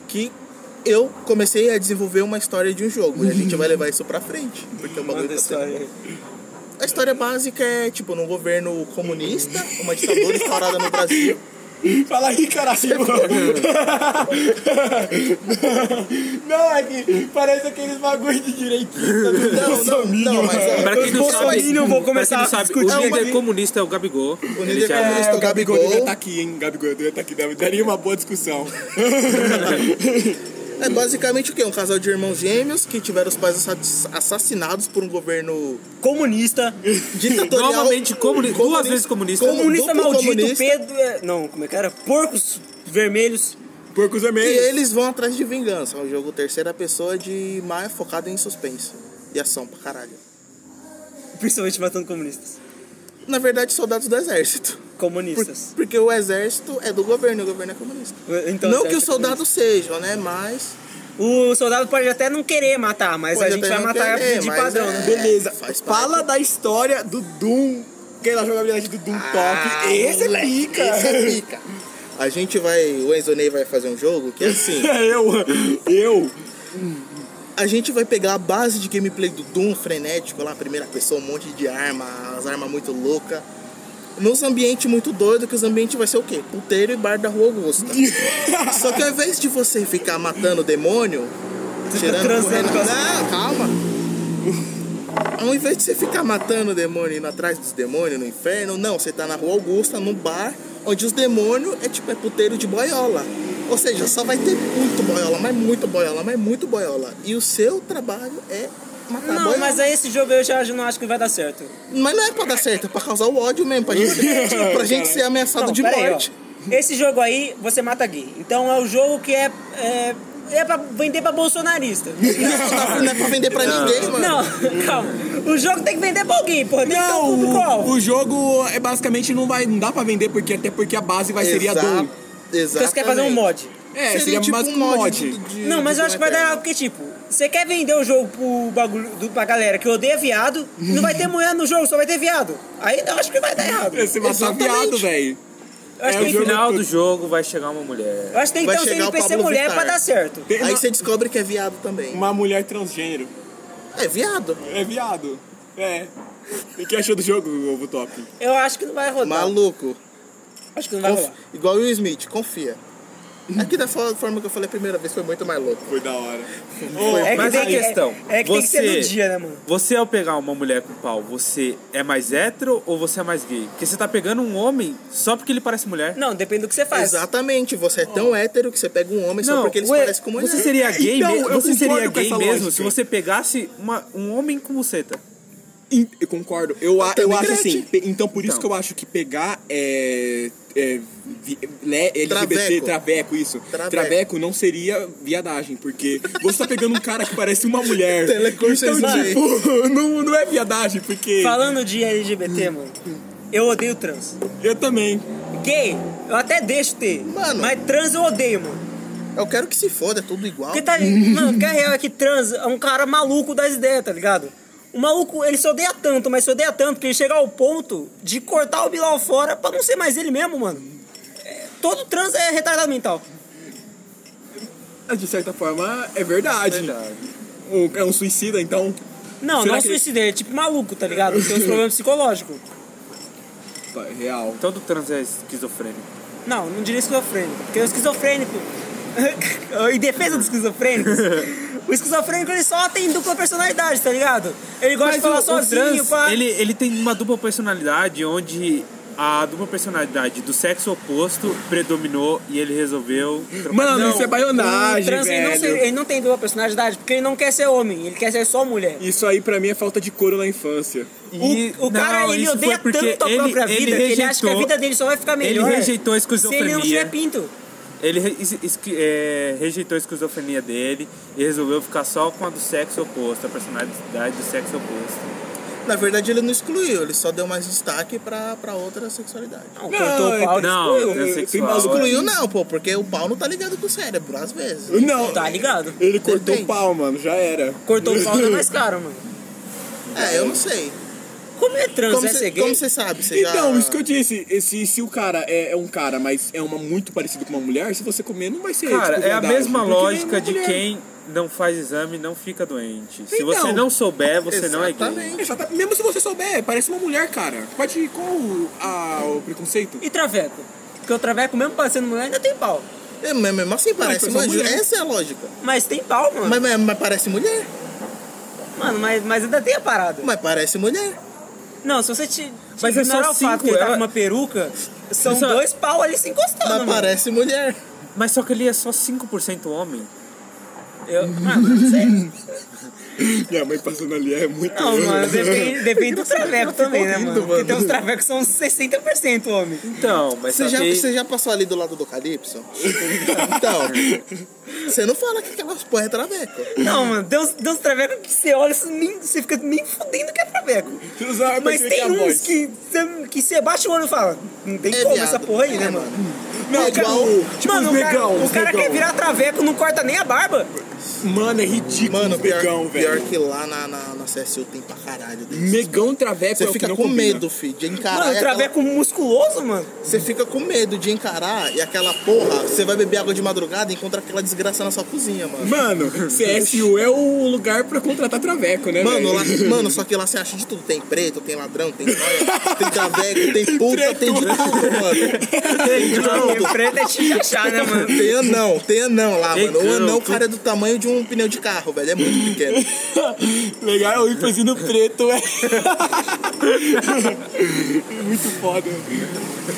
S1: que eu comecei a desenvolver uma história de um jogo. E a gente vai levar isso pra frente. Porque o bagulho tá sendo bom. A história básica é, tipo, num governo comunista, uma ditadura instaurada no Brasil.
S5: Fala aí, assim,
S1: [LAUGHS]
S5: caralho. não, é que parece aqueles bagulho de direitista. do
S1: Não, não, não, mas é.
S4: Pra quem não
S2: Os
S4: sabe,
S2: bolsominion vão começar
S4: pra quem não
S2: a
S4: sabe,
S2: discutir.
S4: o líder
S1: Não,
S4: comunista é o Gabigol.
S1: O
S4: Ele
S1: líder
S4: já- é tá-
S1: comunista
S5: o Gabigol
S1: Gabigol.
S5: devia estar aqui, hein? Gabigol devia estar tá aqui. Dava- Daria uma boa discussão.
S1: É basicamente o quê? Um casal de irmãos gêmeos que tiveram os pais assa- assassinados por um governo
S2: Comunista.
S1: ditatorial.
S4: Novamente, comuni- duas vezes comunista.
S2: Comunista
S1: duplo
S2: maldito.
S1: comunista.
S2: Pedro. é, Não, como é que era? Porcos vermelhos.
S5: Porcos
S1: E
S5: vermelhos.
S1: eles vão atrás de vingança. É um jogo terceira pessoa de mais focado em suspense e ação pra caralho.
S2: Principalmente matando comunistas.
S1: Na verdade, soldados do exército. Por-
S2: Comunistas.
S1: porque o exército é do governo e o governo é comunista.
S2: Então,
S1: não
S2: certo,
S1: que os soldados sejam, né? Mas.
S2: O soldado pode até não querer matar, mas
S1: Pode
S2: a gente
S1: até
S2: vai
S1: não
S2: matar
S1: querer,
S2: de
S1: mas
S2: padrão,
S1: é-
S2: né?
S5: Beleza.
S1: Faz parte.
S5: Fala da história do Doom. Aquela jogabilidade do Doom
S7: Ah,
S5: top. um Esse é pica.
S1: Ah, Esse é pica. A gente vai. O Enzo Ney vai fazer um jogo que é assim.
S5: [LAUGHS] eu, eu.
S1: A gente vai pegar a base de gameplay do Doom frenético lá, primeira pessoa, um monte de arma, as armas muito loucas. Nos ambientes muito doido, que os ambientes vai ser o quê? Puteiro e bar da Rua
S5: [LAUGHS]
S1: Augusta. Só que ao invés de você ficar matando o demônio,
S5: tá
S1: tirando
S2: transando
S1: correndo.
S2: com as-
S1: Não, calma! Ao invés de você ficar matando o demônio e indo atrás dos demônios no inferno, não, você tá na Rua Augusta, num bar, onde os demônios é tipo é puteiro de boiola. Ou seja, só vai ter muito boiola, mas muito boiola, mas muito boiola. E o seu trabalho é matar
S2: Não,
S1: boiola.
S2: mas é- aí esse jogo eu já não acho que vai dar certo.
S1: Mas não é pra dar certo, é pra causar o ódio mesmo, pra gente, tipo,
S5: [LAUGHS]
S1: pra gente ser ameaçado
S2: Não,
S1: Tá de
S2: pera aí, ó.
S1: morte.
S2: Esse jogo aí, você mata gay. Então é o jogo que é. É, é pra vender
S1: [LAUGHS]
S2: pra bolsonarista.
S1: Não, é pra vender pra ninguém, mano.
S2: Não, [LAUGHS] calma. O jogo tem que vender pra alguém, pô. Tem
S4: é
S2: que ter um público-alvo.
S5: o jogo é basicamente não vai, não dá pra vender porque até porque a base vai seria
S1: Exa-
S5: Doom.
S2: Então
S1: Exatamente. tipo
S2: você quer fazer um mod.
S5: É, seria,
S4: tipo
S5: mais que um mod.
S1: de- de-
S2: Não, mas
S1: de
S2: eu acho que vai
S1: Eterno.
S2: dar porque, tipo, você quer vender o jogo pro bagulho do, pra galera que odeia viado, não vai ter mulher no jogo, só vai ter viado. Aí eu acho que vai dar errado.
S5: Você matar um
S1: Exatamente.
S5: viado, velho.
S2: Eu acho,
S5: é
S2: que
S5: o
S2: tem,
S4: No
S5: jogo-
S4: final do jogo vai chegar uma mulher.
S2: eu acho que tem que
S1: Vai
S2: ter um
S1: chegar o
S2: CNPC
S1: Pablo
S2: mulher
S1: Vittar.
S2: pra dar certo.
S5: Tem
S1: Aí
S5: uma-
S1: você descobre que é viado também.
S5: Uma mulher transgênero.
S1: É viado.
S5: É viado. É. O que achou do jogo, Ovo Top?
S2: Eu acho que não vai rodar.
S1: Maluco.
S2: Acho que não vai
S1: Conf-
S2: rolar.
S1: Igual o Will Smith, confia. Aqui da fo- forma que eu falei a primeira vez foi muito mais louco.
S5: Foi da hora.
S2: É
S4: Mas a
S2: tem
S4: questão,
S2: É, é que tem que ser
S4: você-
S2: no dia, né, mano?
S4: Você ao pegar uma mulher com pau, você é mais hétero ou você é mais gay? Porque você tá pegando um homem só porque ele parece mulher.
S2: Não, depende do que você faz.
S1: Exatamente, você é tão hétero que você pega um homem só porque eles
S4: ué,
S1: parecem com mulher.
S4: Você seria gay,
S5: Então,
S4: mesmo?
S5: eu
S4: você seria
S5: concordo com
S4: gay
S5: essa
S4: mesmo
S5: lógica.
S4: se você pegasse uma- um homem com buceta.
S5: In- Eu concordo. Eu, a- eu,
S1: também
S5: acho
S1: crente.
S5: assim. pe- Então, por isso
S4: Então.
S5: que eu acho que pegar é. é vi- le- LGBT, traveco,
S1: Traveco.
S5: isso. Traveco.
S1: Traveco.
S5: não seria viadagem, porque você tá pegando um cara que parece uma mulher.
S1: Telecurso
S5: então,
S1: existe.
S5: tipo, [LAUGHS] não, não é viadagem, porque.
S2: Falando de LGBT, mano, eu odeio trans.
S5: Eu também.
S2: Gay, eu até deixo ter.
S1: Mano.
S2: Mas trans eu odeio, mano.
S1: Eu quero que se foda, é tudo igual.
S2: Porque tá. Mano, que a real é que trans é um cara maluco das ideias, tá ligado? O maluco, ele se odeia tanto, mas se odeia tanto que ele chega ao ponto de cortar o Bilal fora pra não ser mais ele mesmo, mano. É, todo trans é retardado mental.
S5: De certa forma, é verdade.
S4: Verdade.
S5: Um- é um suicida, então.
S2: Não,
S5: Será
S2: não
S5: que-
S2: suicida, ele é tipo maluco, tá ligado? Tem uns problemas psicológicos.
S5: Tá, Real.
S4: Todo trans é esquizofrênico.
S2: Não, não diria esquizofrênico, porque o esquizofrênico. [LAUGHS] em defesa dos
S4: [LAUGHS]
S2: esquizofrênicos, o esquizofrênico ele só tem dupla personalidade, tá ligado? Ele gosta de falar sozinho,
S4: trans,
S2: pá.
S4: ele, é ele tem uma dupla personalidade onde a dupla personalidade do sexo oposto predominou e ele resolveu... trocar.
S5: Mano,
S4: Não,
S5: isso é
S2: O
S5: baionagem,
S2: trans, ele, não,
S5: velho.
S2: se- ele não tem dupla personalidade porque ele não quer ser homem, ele quer ser só mulher.
S5: Isso aí pra mim é falta de couro na infância.
S4: e-
S2: o, o cara
S4: não,
S2: ele
S4: isso foi
S2: odeia
S4: porque
S2: tanto a
S4: ele-
S2: própria
S4: ele
S2: vida que ele acha que a
S4: rejeitou-
S2: vida dele só vai ficar melhor.
S4: Ele rejeitou a
S2: se ele
S4: esquizofrenia.
S2: não tiver pinto.
S4: Ele re- is- isqui- é, rejeitou a esquizofrenia dele e resolveu ficar só com a do sexo oposto, a personalidade do sexo oposto.
S1: Na verdade, ele não excluiu, ele só deu mais destaque pra, pra outra sexualidade.
S2: Não, cortou o
S4: então-
S5: é-
S2: pau.
S4: Não,
S5: eu-
S4: transexual.
S5: eu- eu-
S1: Excluiu não, pô, porque o pau não tá ligado com o cérebro, às vezes.
S5: Não.
S2: Tá ligado?
S5: Ele cortou o
S1: Depende.
S5: pau, mano, já era.
S2: Cortou o pau, tá mais caro, mano.
S1: É, eu não sei.
S2: Comer trans,
S1: Como
S2: é ser gay?
S1: você sabe? Você
S5: Então,
S1: já...
S5: isso que eu disse, se, se o cara é, é um cara, mas é uma muito parecida com uma mulher, se você comer, não vai ser
S4: Cara,
S5: tipo,
S4: é a
S5: verdade,
S4: mesma
S5: porque nem
S4: lógica
S5: uma
S4: de
S5: mulher.
S4: quem não faz exame não fica doente. Se
S5: Então,
S4: você não souber, você não é gay.
S1: Exatamente.
S5: Exata- Mesmo se você souber, parece uma mulher, cara. Pode qual o- a- o preconceito?
S2: E traveco? Porque o traveco, mesmo parecendo mulher, ainda tem pau.
S1: É, mas mesmo assim parece
S5: mas é
S1: mulher.
S5: mulher.
S1: Essa é a lógica.
S2: Mas tem pau, mano.
S1: Mas, mas- mas parece mulher.
S2: Mano, mas, mas ainda tem a parada.
S1: Mas parece mulher.
S2: Não, se você te, te
S4: Mas é só
S2: ignorar o fato
S4: cinco,
S2: que ele tá
S4: ela-
S2: com uma peruca, são
S4: Só-
S2: dois pau ali se
S1: Mas
S2: encostando, mano.
S1: parece mulher.
S4: Mas só que ele é só 5% homem.
S2: Eu, Ah, mano, não sei.
S5: Minha mãe passando ali é muito.
S2: Não, mano, depende, depende do traveco também, né, mano? Porque tem uns travecos que são 60% homem.
S4: Então, mas
S1: Você
S4: só
S1: já,
S4: que-
S1: você já passou ali do lado do Calypso? então, você não fala que aquelas porra é traveco.
S2: Não, mano, tem uns, tem uns travecos que você olha, você, nem, você fica nem fudendo que é traveco.
S5: Você não sabe
S2: Mas
S5: pra
S2: tem
S5: que é a
S2: uns
S5: voz.
S2: que, cê- que você bate o olho e fala, não tem
S1: É
S2: como
S1: viado.
S2: essa porra aí, né,
S1: É,
S2: mano?
S5: Não,
S1: é igual-
S5: tipo
S2: mano,
S5: os
S2: o cara,
S5: negão,
S2: o
S5: os
S2: cara
S5: negão.
S2: quer virar traveco, não corta nem a barba.
S5: Mano, é ridículo
S1: Mano,
S5: os
S1: pior,
S5: negão,
S1: pior
S5: velho.
S1: que lá na, na, na CSU tem pra caralho. desse.
S5: Negão traveco é
S1: Você
S5: o que
S1: fica
S5: não
S1: com
S5: combina.
S1: medo, filho, de
S4: Ah,
S1: encarar.
S4: é
S2: Mano,
S1: e
S2: o
S1: aquela-
S2: traveco musculoso, mano.
S4: [LAUGHS]
S1: Você fica com medo de encarar e aquela porra, você vai beber água de madrugada e encontra aquela desgraça na sua cozinha, mano.
S5: Mano, CSU é o lugar pra contratar traveco, né?
S1: Mano,
S5: velho?
S1: lá, mano, só que lá você acha de tudo. Tem preto, tem ladrão, tem nóia, tem traveco, tem puta,
S5: Preto.
S1: tem de tudo, mano. Tem de
S2: Mano,
S1: tudo.
S2: preto é chichachá, né, mano?
S1: Tem anão, tem anão lá,
S4: Ei,
S1: mano. O
S5: Então,
S4: não,
S1: anão,
S4: tu-
S1: cara, é do tamanho de um pneu de carro, velho. É muito pequeno.
S5: Legal, o ímpezinho preto é. [LAUGHS] muito foda.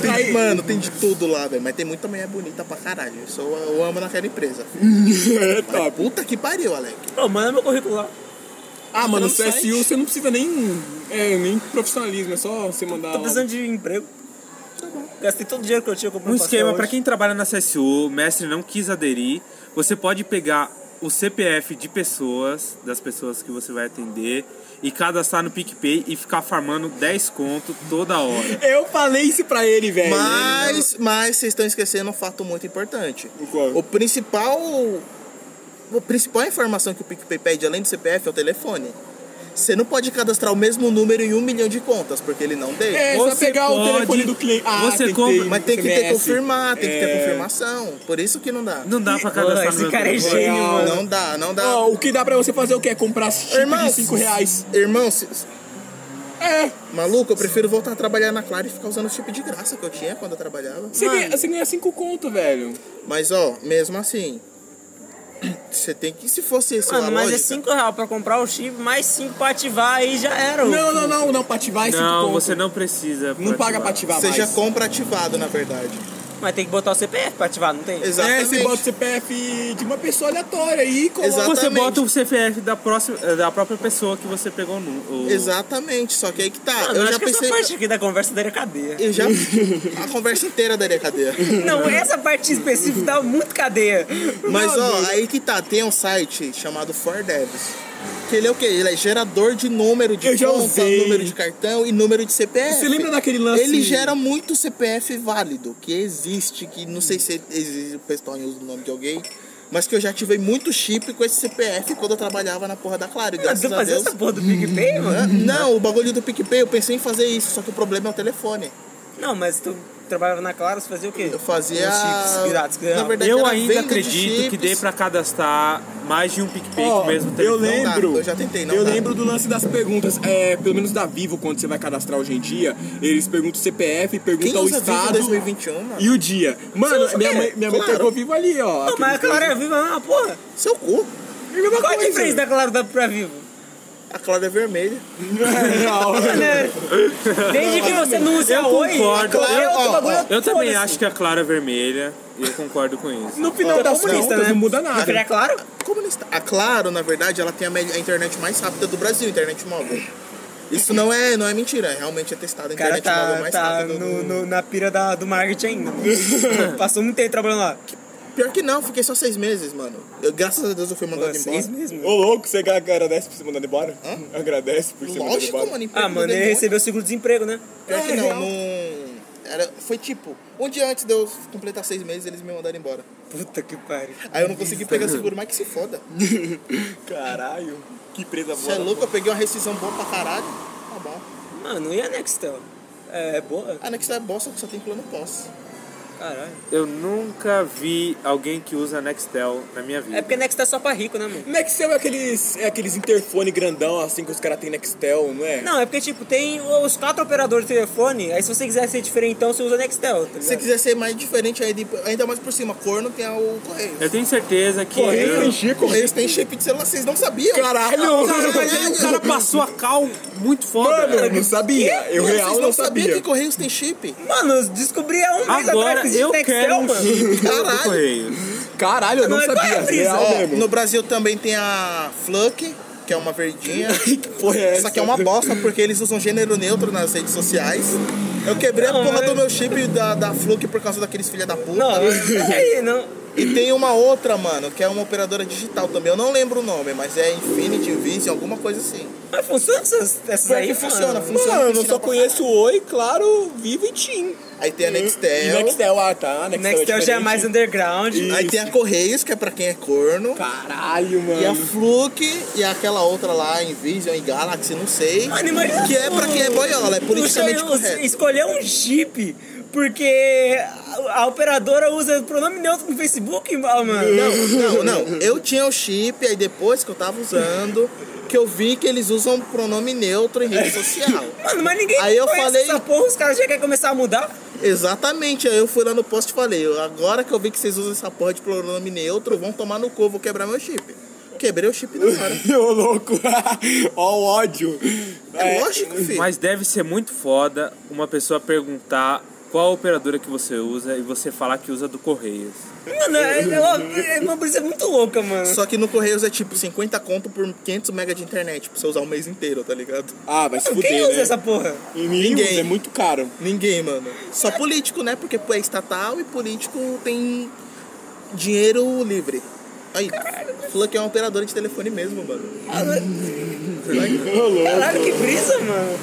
S1: Tem-
S5: Aí-
S1: mano, tem de tudo lá, velho. Mas tem muita mulher bonita pra caralho. Isso eu, eu amo naquela empresa.
S5: é top.
S1: Puta que pariu, Alec.
S2: Pô, manda meu currículo lá.
S5: Ah, mano,
S1: Não
S5: no CSU
S1: sai.
S5: você não precisa nem, é, nem profissionalismo, é só você mandar.
S2: Tô precisando de emprego. Gastei todo o dinheiro que eu tinha comprando
S4: Um esquema
S2: pastel
S4: pra
S2: hoje.
S4: quem trabalha na CSU, o mestre não quis aderir, você pode pegar o CPF de pessoas, das pessoas que você vai atender, e cadastrar no PicPay e ficar farmando 10 conto toda hora.
S5: Eu falei isso pra ele, velho.
S1: Mas, mas vocês estão esquecendo um fato muito importante.
S5: é. O qual?
S1: O principal. A principal informação que o PicPay pede, além do CPF, é o telefone. Você não pode cadastrar o mesmo número em um milhão de contas, porque ele não deixa.
S5: É, só
S4: Você
S5: pegar o
S4: pode-
S5: telefone do cliente. Ah,
S4: você
S5: tem que
S4: compra-
S5: ter
S1: Mas tem que ter
S5: SMS.
S1: confirmar, tem que ter
S5: É.
S1: confirmação. Por isso que não dá.
S4: Não dá pra
S2: Pô,
S4: cadastrar no
S2: esse
S4: tá meu
S2: cara é
S4: telefone.
S2: gênio, mano.
S1: Não dá, não dá.
S5: Ó, o que dá pra você fazer o quê? É comprar chip de 5 reais.
S1: Irmão, se-
S5: É,
S1: maluco, eu prefiro voltar a trabalhar na Clara e ficar usando o chip de graça que eu tinha quando eu trabalhava.
S5: você ganha, você ganha 5 conto, velho.
S1: Mas ó, mesmo assim, [CLEARS THROAT] você tem que. Se fosse esse
S2: Mano,
S1: a
S2: mas é
S1: lógica,
S2: 5 reais pra comprar o chip, mais 5 pra ativar, aí já era. ô.
S5: Não, não, não, não, pra ativar é 5
S4: Não,
S5: conto.
S4: você não precisa.
S5: Não paga pra ativar
S1: você
S5: mais. É,
S1: já compra ativado, na verdade.
S2: Mas tem que botar o CPF pra ativar, não tem?
S5: É,
S1: Exatamente.
S5: você bota o CPF de uma pessoa aleatória e coloca.
S1: Exato.
S4: Você
S1: Exatamente.
S4: bota o CPF da, próxima, eh, da própria pessoa que você pegou no. O...
S1: Exatamente, só que aí que tá.
S2: Mano,
S1: eu
S2: acho
S1: já
S2: que
S1: pensei.
S2: essa parte aqui da conversa daria cadeia.
S1: Eu já. A conversa inteira daria cadeia.
S2: Não, essa parte específica dá muito cadeia.
S1: Mas
S2: Meu
S1: ó,
S2: Deus.
S1: aí que tá. Tem um site chamado For Devs. Que ele é o quê? Ele é gerador de número de
S5: Eu já
S1: conta,
S5: usei.
S1: número de cartão e número de CPF.
S5: Você lembra daquele lance?
S1: Ele gera muito CPF válido, que existe, que não sei se existe, o pessoal usa o nome de alguém, mas que eu já ativei muito chip com esse CPF quando eu trabalhava na porra da Claro, e
S2: Mano,
S1: graças
S2: tu
S1: a
S2: fazer
S1: Deus.
S2: essa porra do PicPay,
S1: Hã?
S2: mano?
S1: Não, o bagulho do PicPay, eu pensei em fazer isso, só que o problema é o telefone.
S2: Não, mas tu trabalhava na Clara, você fazia o quê?
S1: Eu fazia.
S2: Os chips piratas que
S1: Na
S2: ganhava.
S1: verdade,
S4: Eu
S1: era
S4: ainda
S1: venda de
S4: acredito que
S1: chips.
S4: dê pra cadastrar mais de um PicPay com
S5: Ó,
S4: o mesmo
S5: eu
S4: telefone.
S5: lembro.
S1: dá, eu já tentei, não
S5: Eu
S1: dá.
S5: lembro do lance das perguntas. É, pelo menos da Vivo, quando você vai cadastrar hoje em dia, eles perguntam o CPF,
S1: Quem
S5: perguntam o
S1: usa Vivo
S5: estado
S1: 2021, mano?
S5: e o dia. Mano,
S2: usa o
S5: minha
S2: quê?
S5: mãe, minha mãe
S1: Claro.
S5: pegou Vivo ali, ó.
S2: Não, mas a
S5: aqueles
S2: Clara é viva, não, porra.
S1: Seu cu.
S5: dois. É a mesma
S2: Qual a
S5: coisa.
S2: diferença da Clara da pra vivo?
S1: A Clara é vermelha.
S2: [LAUGHS]
S5: Não,
S2: Né? Desde que você não use a
S4: Eu
S2: Oi,
S4: concordo.
S2: a Clara é
S1: Eu-
S2: outro
S1: ó,
S2: bagulho,
S1: ó,
S4: Eu também
S2: foda-se.
S4: acho que a Clara é vermelha, e eu concordo com isso.
S5: no final das
S2: comunista,
S5: contas
S2: né?
S5: não muda
S2: Meu filho
S5: nada.
S2: é claro?
S1: Comunista. A Claro, na verdade, ela tem a, me- a internet mais rápida do Brasil, internet móvel. Isso não é, não é mentira, é realmente é testado a
S2: O cara
S1: internet móvel
S2: tá,
S1: mais
S2: tá
S1: rápida. do-
S2: no, no- na pira da, do marketing ainda. mano. Passou muito tempo trabalhando lá.
S1: Pior que não, fiquei só seis meses, mano. Eu, graças a Deus eu fui mandado
S2: Vocês
S1: embora.
S2: mesmo.
S5: Ô louco, você agradece por ser mandado embora? Agradece por ser mandado
S1: Lógico,
S5: embora.
S1: mano. emprego
S2: Ah,
S1: do
S2: mano, ele
S1: demônio.
S2: recebeu seguro-desemprego, né?
S1: Pior que
S5: É,
S1: não,
S5: real.
S1: não. Era, foi tipo, um dia antes de eu completar seis meses, eles me mandaram embora.
S2: Puta que pariu.
S1: Aí eu não consegui pegar seguro, mas que se foda. é
S5: Caralho, que presa
S1: Você é
S5: boa.
S1: louco, eu peguei uma rescisão boa pra caralho. Tá bom.
S2: Mano, e a Nextel? É boa?
S1: A Nextel é bom, só que só tem plano pós.
S2: Caralho.
S4: Eu nunca vi alguém que usa Nextel na minha vida.
S2: É porque Nextel é só pra rico, né, mano?
S5: Nextel é aqueles, é aqueles interfone grandão, assim, que os caras têm Nextel, não é?
S2: Não, é porque, tipo, tem os quatro operadores de telefone, aí se você quiser ser diferentão, você usa Nextel, tá
S1: Se você
S2: ligado?
S1: quiser ser mais diferente, aí de- ainda mais por cima, corno tem o correio.
S4: Eu tenho certeza que.
S5: É, Correio tem
S1: O
S5: Chico?
S1: É correio tem chip de celular, vocês não sabiam?
S5: [LAUGHS] Caralho!
S4: Caralho, o cara passou a cal muito foda.
S5: Mano, eu não sabia. Eu
S1: Mano,
S5: real
S1: vocês
S5: não
S1: não sabiam
S5: sabia.
S1: que correios tem
S5: [LAUGHS]
S1: chip?
S2: Mano, descobri há um mês atrás
S4: Agora
S2: que existe
S4: eu
S2: Nextel,
S4: quero um
S2: mano.
S4: chip do
S1: Caralho.
S4: correio.
S5: Caralho, eu não
S2: Não, é
S5: sabia.
S2: quase isso,
S5: Real
S1: Ó,
S5: mesmo.
S1: no Brasil também tem a Fluck, que é uma verdinha.
S5: [LAUGHS] Que porra é
S1: Essa aqui é uma bosta, porque eles usam gênero neutro nas redes sociais. Eu quebrei a
S2: Não,
S1: porra
S2: é-
S1: do meu chip da, da Fluck por causa daqueles filha da puta.
S2: Não, é aí, não.
S1: E tem uma outra, mano, que é uma operadora digital também. Eu não lembro o nome, mas é Infinity, Vision, alguma coisa assim.
S2: Mas funciona essas, essas
S1: Pior que
S2: aí?
S1: funciona,
S2: mano?
S1: funciona.
S5: Mano, eu só conheço Oi, claro, Vivo e Tim.
S1: Aí tem a
S5: E
S1: Nextel.
S5: Nextel, ah tá. Nextel, é
S2: Nextel já é
S5: diferente.
S2: mais underground.
S1: Aí tem a Correios, que é pra quem é corno.
S5: Caralho,
S1: E a
S5: mano. [LAUGHS]
S1: Fluke e aquela outra lá, Invision e Galaxy, não sei.
S2: Mano, imagina
S1: Que é pra quem é boiola, é politicamente
S2: Puxa, eu-
S1: correto.
S2: Então, Escolher um Jeep porque a, a operadora usa pronome neutro no Facebook, mano.
S1: Não, não, não. Eu tinha o chip, aí depois que eu tava usando, que eu vi que eles usam pronome neutro em rede social.
S2: Mano, mas ninguém
S1: Aí eu
S2: conhece
S1: falei-
S2: essa porra, os caras já querem começar a mudar.
S1: Exatamente, aí eu fui lá no post e falei, agora que eu vi que vocês usam essa porra de pronome neutro, vão tomar no cu, eu vou quebrar meu chip. Quebrei o chip na
S2: [LAUGHS]
S1: hora.
S5: Ô, louco. [LAUGHS] Ó o ódio.
S1: É lógico, filho.
S4: Mas deve ser muito foda uma pessoa perguntar qual operadora que você usa e você falar que usa do Correios.
S2: Mano, é, é, é uma brisa muito louca, mano.
S1: Só que no Correios é tipo 50 conto por 500 mega de internet, pra você usar o mês inteiro, tá ligado?
S5: Ah, vai se
S2: Quem
S5: fuder,
S2: usa
S5: né?
S2: essa porra?
S5: E Ninguém
S1: Ninguém.
S5: usa, é muito caro.
S1: Ninguém, mano. Só político, né? Porque é estatal e político tem dinheiro livre. Aí, falou que é uma operadora de telefone mesmo, mano.
S2: Caralho, que brisa, mano.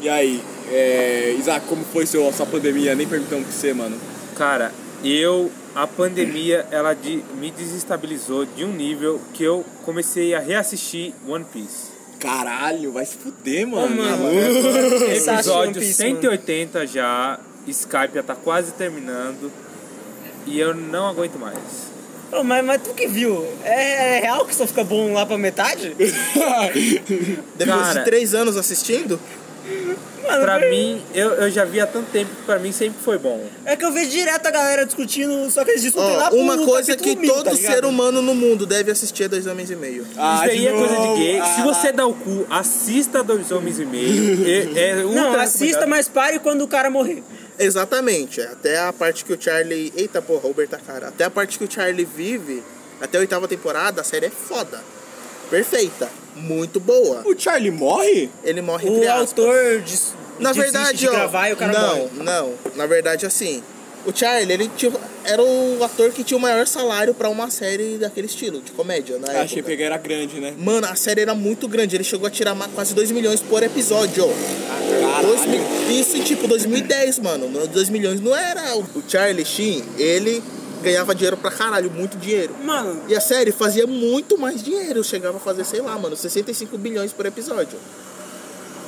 S5: E aí, é, Isaac, como foi seu, sua pandemia? Nem perguntamos pra você, mano.
S4: Cara, eu a pandemia ela de- me desestabilizou de um nível que eu comecei a reassistir One Piece.
S5: Caralho, vai se fuder, mano.
S2: mano. Essa One
S4: Episódio
S5: né?
S2: Piece,
S4: 180 já, Skype já tá quase terminando e eu não aguento mais.
S2: Pô, mas, mas tu que viu? É, é real que só fica bom lá pra metade?
S1: Depois
S4: Cara.
S1: de três anos assistindo,
S2: Mano,
S4: Pra
S2: foi-
S4: mim, eu, eu já vi há tanto tempo que pra mim sempre foi bom.
S2: é que eu vejo direto a galera discutindo, só que eles discutem lá
S1: ó,
S2: pro
S1: uma coisa que
S2: capítulo mil,
S1: todo
S2: tá ligado?
S1: ser humano no mundo deve assistir é dois homens e meio.
S5: Ah,
S4: Isso daí
S5: de
S4: é coisa de
S5: novo.
S4: gay. Se
S5: Ah.
S4: você dá o cu, assista Dois Homens e Meio. É, é
S5: [LAUGHS]
S4: ultra
S2: Não, assista,
S4: recomendado.
S2: mas pare quando o cara morrer.
S1: Exatamente. é. Até a parte que o Charlie. Eita porra, Roberta cara. Até a parte que o Charlie vive, até a oitava temporada, a série é foda. Perfeita. Muito boa.
S5: O Charlie morre?
S1: Ele morre
S2: O
S1: entre aspas.
S2: autor des-
S1: Na
S2: desiste
S1: verdade,
S2: de
S1: ó,
S2: gravar e o cara
S1: não,
S2: morre.
S1: não. Na verdade, assim, o Charlie, ele tinha- era o ator que tinha o maior salário pra uma série daquele estilo de comédia né? na
S5: Eu achei
S1: época.
S5: que ele era grande, né?
S1: Mano, a série era muito grande. Ele chegou a tirar ma- quase 2 milhões por episódio. Dois
S5: Caralho.
S1: mi- isso em tipo 2010, mano. 2 milhões não era. O o Charlie Sheen, ele ganhava dinheiro pra caralho, muito dinheiro.
S2: Mano,
S1: E a série fazia muito mais dinheiro. Chegava a fazer, sei lá, mano, 65 bilhões por episódio.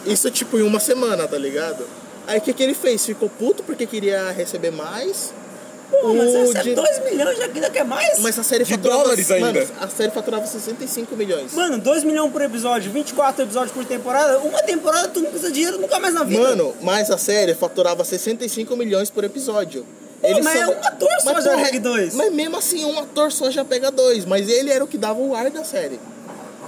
S1: Isso, tipo, em uma semana, tá ligado? Aí o que, que ele fez? Ficou puto porque queria receber mais.
S2: pô, mas
S1: O
S2: você
S1: de-
S2: é 2 milhões, já ainda quer mais?
S1: Mas a série
S5: De dólares ainda.
S1: Mano, a série faturava 65 milhões.
S2: Mano, 2 milhões por episódio, 24 episódios por temporada, uma temporada tu não precisa de dinheiro nunca mais na vida.
S1: Mano, mas a série faturava 65 milhões por episódio.
S2: mas é um ator só já
S1: porra,
S2: pega dois.
S1: Mas mesmo assim, um ator só já pega dois. Mas ele era o que dava o ar da série.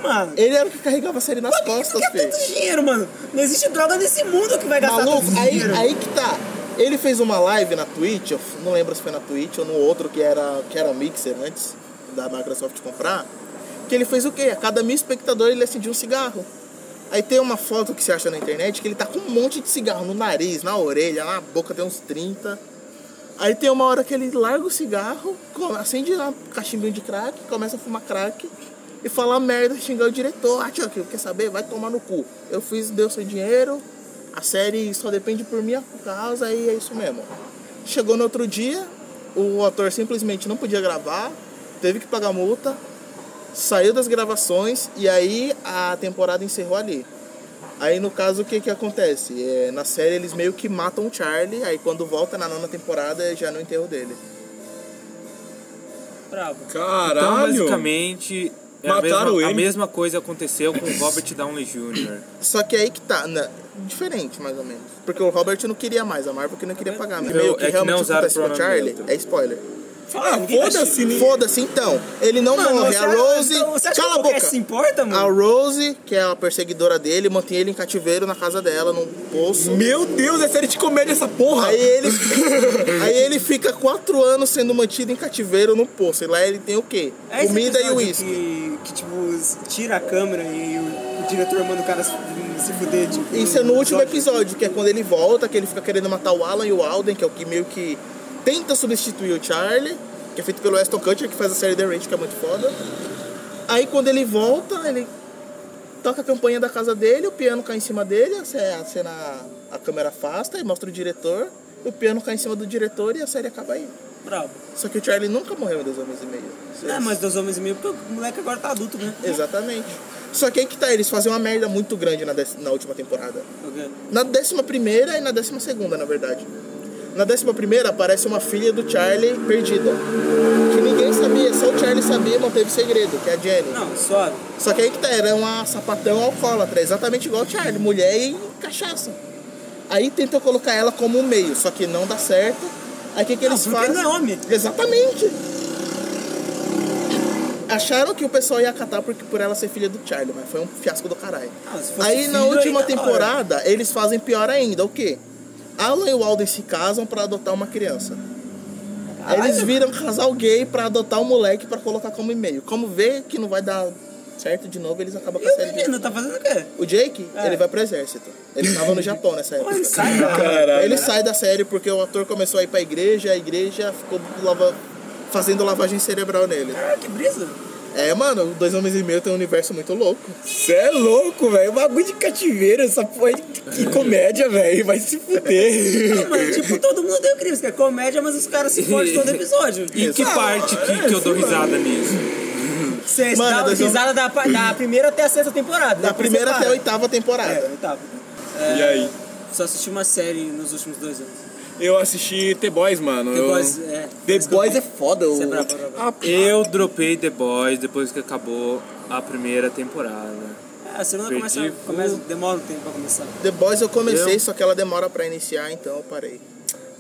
S2: mano.
S1: Ele era o que carregava a série nas
S2: Por que tu
S1: costas,
S2: quer
S1: filho.
S2: tanto dinheiro, mano? Não existe droga nesse mundo que vai gastar
S1: Maluco,
S2: tanto
S1: aí,
S2: dinheiro.
S1: aí que tá. Ele fez uma live na Twitch, eu f- não lembro se foi na Twitch ou no outro que era, que era um Mixer antes da Microsoft comprar. Que ele fez o quê? A cada mil espectador ele acendia um cigarro. Aí tem uma foto que você acha na internet que ele tá com um monte de cigarro no nariz, na orelha, na boca tem uns 30. Aí tem uma hora que ele larga o cigarro, come- acende lá um cachimbinho de crack, começa a fumar crack e fala merda, xingar o diretor. Ah, tio, quer saber? Vai tomar no cu. Eu fiz, deu seu dinheiro, a série só depende por minha causa e é isso mesmo. Chegou no outro dia, o ator simplesmente não podia gravar, teve que pagar multa, saiu das gravações e aí a temporada encerrou ali. Aí no caso o que que acontece? É, na série eles meio que matam o Charlie, aí quando volta na nona temporada é já no enterro dele.
S2: Bravo.
S4: Então,
S5: Caralho!
S4: basicamente, é a,
S5: Mataram
S4: mesma, a
S5: ele.
S4: mesma coisa aconteceu com o Robert Downey Jr.
S1: Só que aí que tá, na- diferente mais ou menos. Porque o Robert não queria mais, a Marvel que não queria pagar. Mas
S4: Meu,
S1: meio que
S4: é que não
S1: realmente o que
S4: usaram
S1: acontece com o
S4: pronome
S1: Charlie
S4: neutro.
S1: é spoiler.
S2: Fala, ninguém tá
S5: Foda-se,
S2: chique.
S5: ninguém-
S1: Ah, Foda-se então, ele não
S2: Mano,
S1: morre.
S2: você
S1: A
S2: acha-
S1: Rose.
S2: então, você acha
S1: Cala
S2: que
S1: a boca!
S2: se importa,
S1: A
S2: mano?
S1: Rose, que é a perseguidora dele, mantém ele em cativeiro na casa dela, num poço.
S5: Meu Deus, é série de comédia essa porra!
S1: Aí ele, [LAUGHS] aí ele fica quatro anos sendo mantido em cativeiro no poço. E lá ele tem o quê?
S2: É esse
S1: Comida e
S2: episódio
S1: uísque.
S2: Que, que, tipo, tira a câmera e o, o diretor manda o cara se, se fuder, tipo...
S1: Isso é no último episódio, que é quando ele volta, que ele fica querendo matar o Alan e o Alden, que é o que meio que tenta substituir o Charlie, que é feito pelo Aston Kutcher, que faz a série The Range, que é muito foda. Aí quando ele volta, ele toca a campanha da casa dele, o piano cai em cima dele, a ce- a cena, a câmera afasta e mostra o diretor, o piano cai em cima do diretor e a série acaba aí.
S2: Bravo.
S1: Só que o Charlie nunca morreu em dois homens e meio. Vocês-
S2: É, mas dois homens e meio, porque o moleque agora tá adulto, né?
S1: É. Exatamente. Só que aí que tá, eles fazem uma merda muito grande na, dec- na última temporada. Na décima primeira e na décima segunda, na verdade. Na décima primeira aparece uma filha do Charlie perdida. Que ninguém sabia, só o Charlie sabia e manteve segredo, que é a Jenny.
S2: Não, suave.
S1: Só que aí que tá, era uma sapatão alcoólatra, é exatamente igual o Charlie, mulher e cachaça. Aí tentou colocar ela como um meio, só que não dá certo. Aí o que, que
S2: Não,
S1: eles
S2: porque
S1: fazem?
S2: não é homem.
S1: Exatamente. Acharam que o pessoal ia catar por, por ela ser filha do Charlie, mas foi um fiasco do caralho.
S2: Ah, se fosse
S1: aí na
S2: filho,
S1: última
S2: aí tá, é. da hora.
S1: temporada, eles fazem pior ainda, o quê? Alan e o Alden se casam pra adotar uma criança. Aí eles viram casal gay pra adotar um moleque pra colocar como e-mail. Como vê que não vai dar certo de novo, eles acabam com
S2: E
S1: a
S2: o
S1: série. de-
S2: menino tá fazendo o quê?
S1: O Jake,
S2: É.
S1: ele vai pro exército. Ele tava no Japão nessa época.
S2: Ele sai,
S1: [LAUGHS]
S2: cara.
S1: Ele sai da série porque o ator começou a ir pra igreja, a igreja ficou lava- fazendo lavagem cerebral nele.
S2: Ah, que brisa.
S1: É, mano, Dois Homens e Meio tem um universo muito louco.
S5: Você é louco, velho. O bagulho de cativeiro, essa porra de que comédia, velho. Vai se fuder.
S2: Não, mas, tipo, todo mundo tem o Cris, que é comédia, mas os caras se fodem todo episódio.
S4: E que parte que, que eu dou risada nisso?
S2: Vocês
S1: Mano,
S2: dão
S1: dois homens-
S2: risada da, pa- da primeira até a sexta temporada. né?
S1: Da
S2: depois
S1: primeira até a
S2: separa.
S1: oitava temporada.
S2: É, oitava. É,
S5: E aí?
S2: Só assisti uma série nos últimos dois anos.
S5: Eu assisti The Boys, mano.
S2: The
S5: Eu-
S2: Boys, é.
S5: The Boys é foda.
S2: Você é
S5: o-
S2: brabo, brabo.
S5: Ah,
S4: Eu dropei The Boys depois que acabou a primeira temporada.
S1: Ah,
S2: É, a segunda começa,
S4: Perdi o-
S2: começa, demora um tempo pra começar.
S1: The Boys eu comecei,
S4: Eu-
S1: só que ela demora pra iniciar, então eu parei.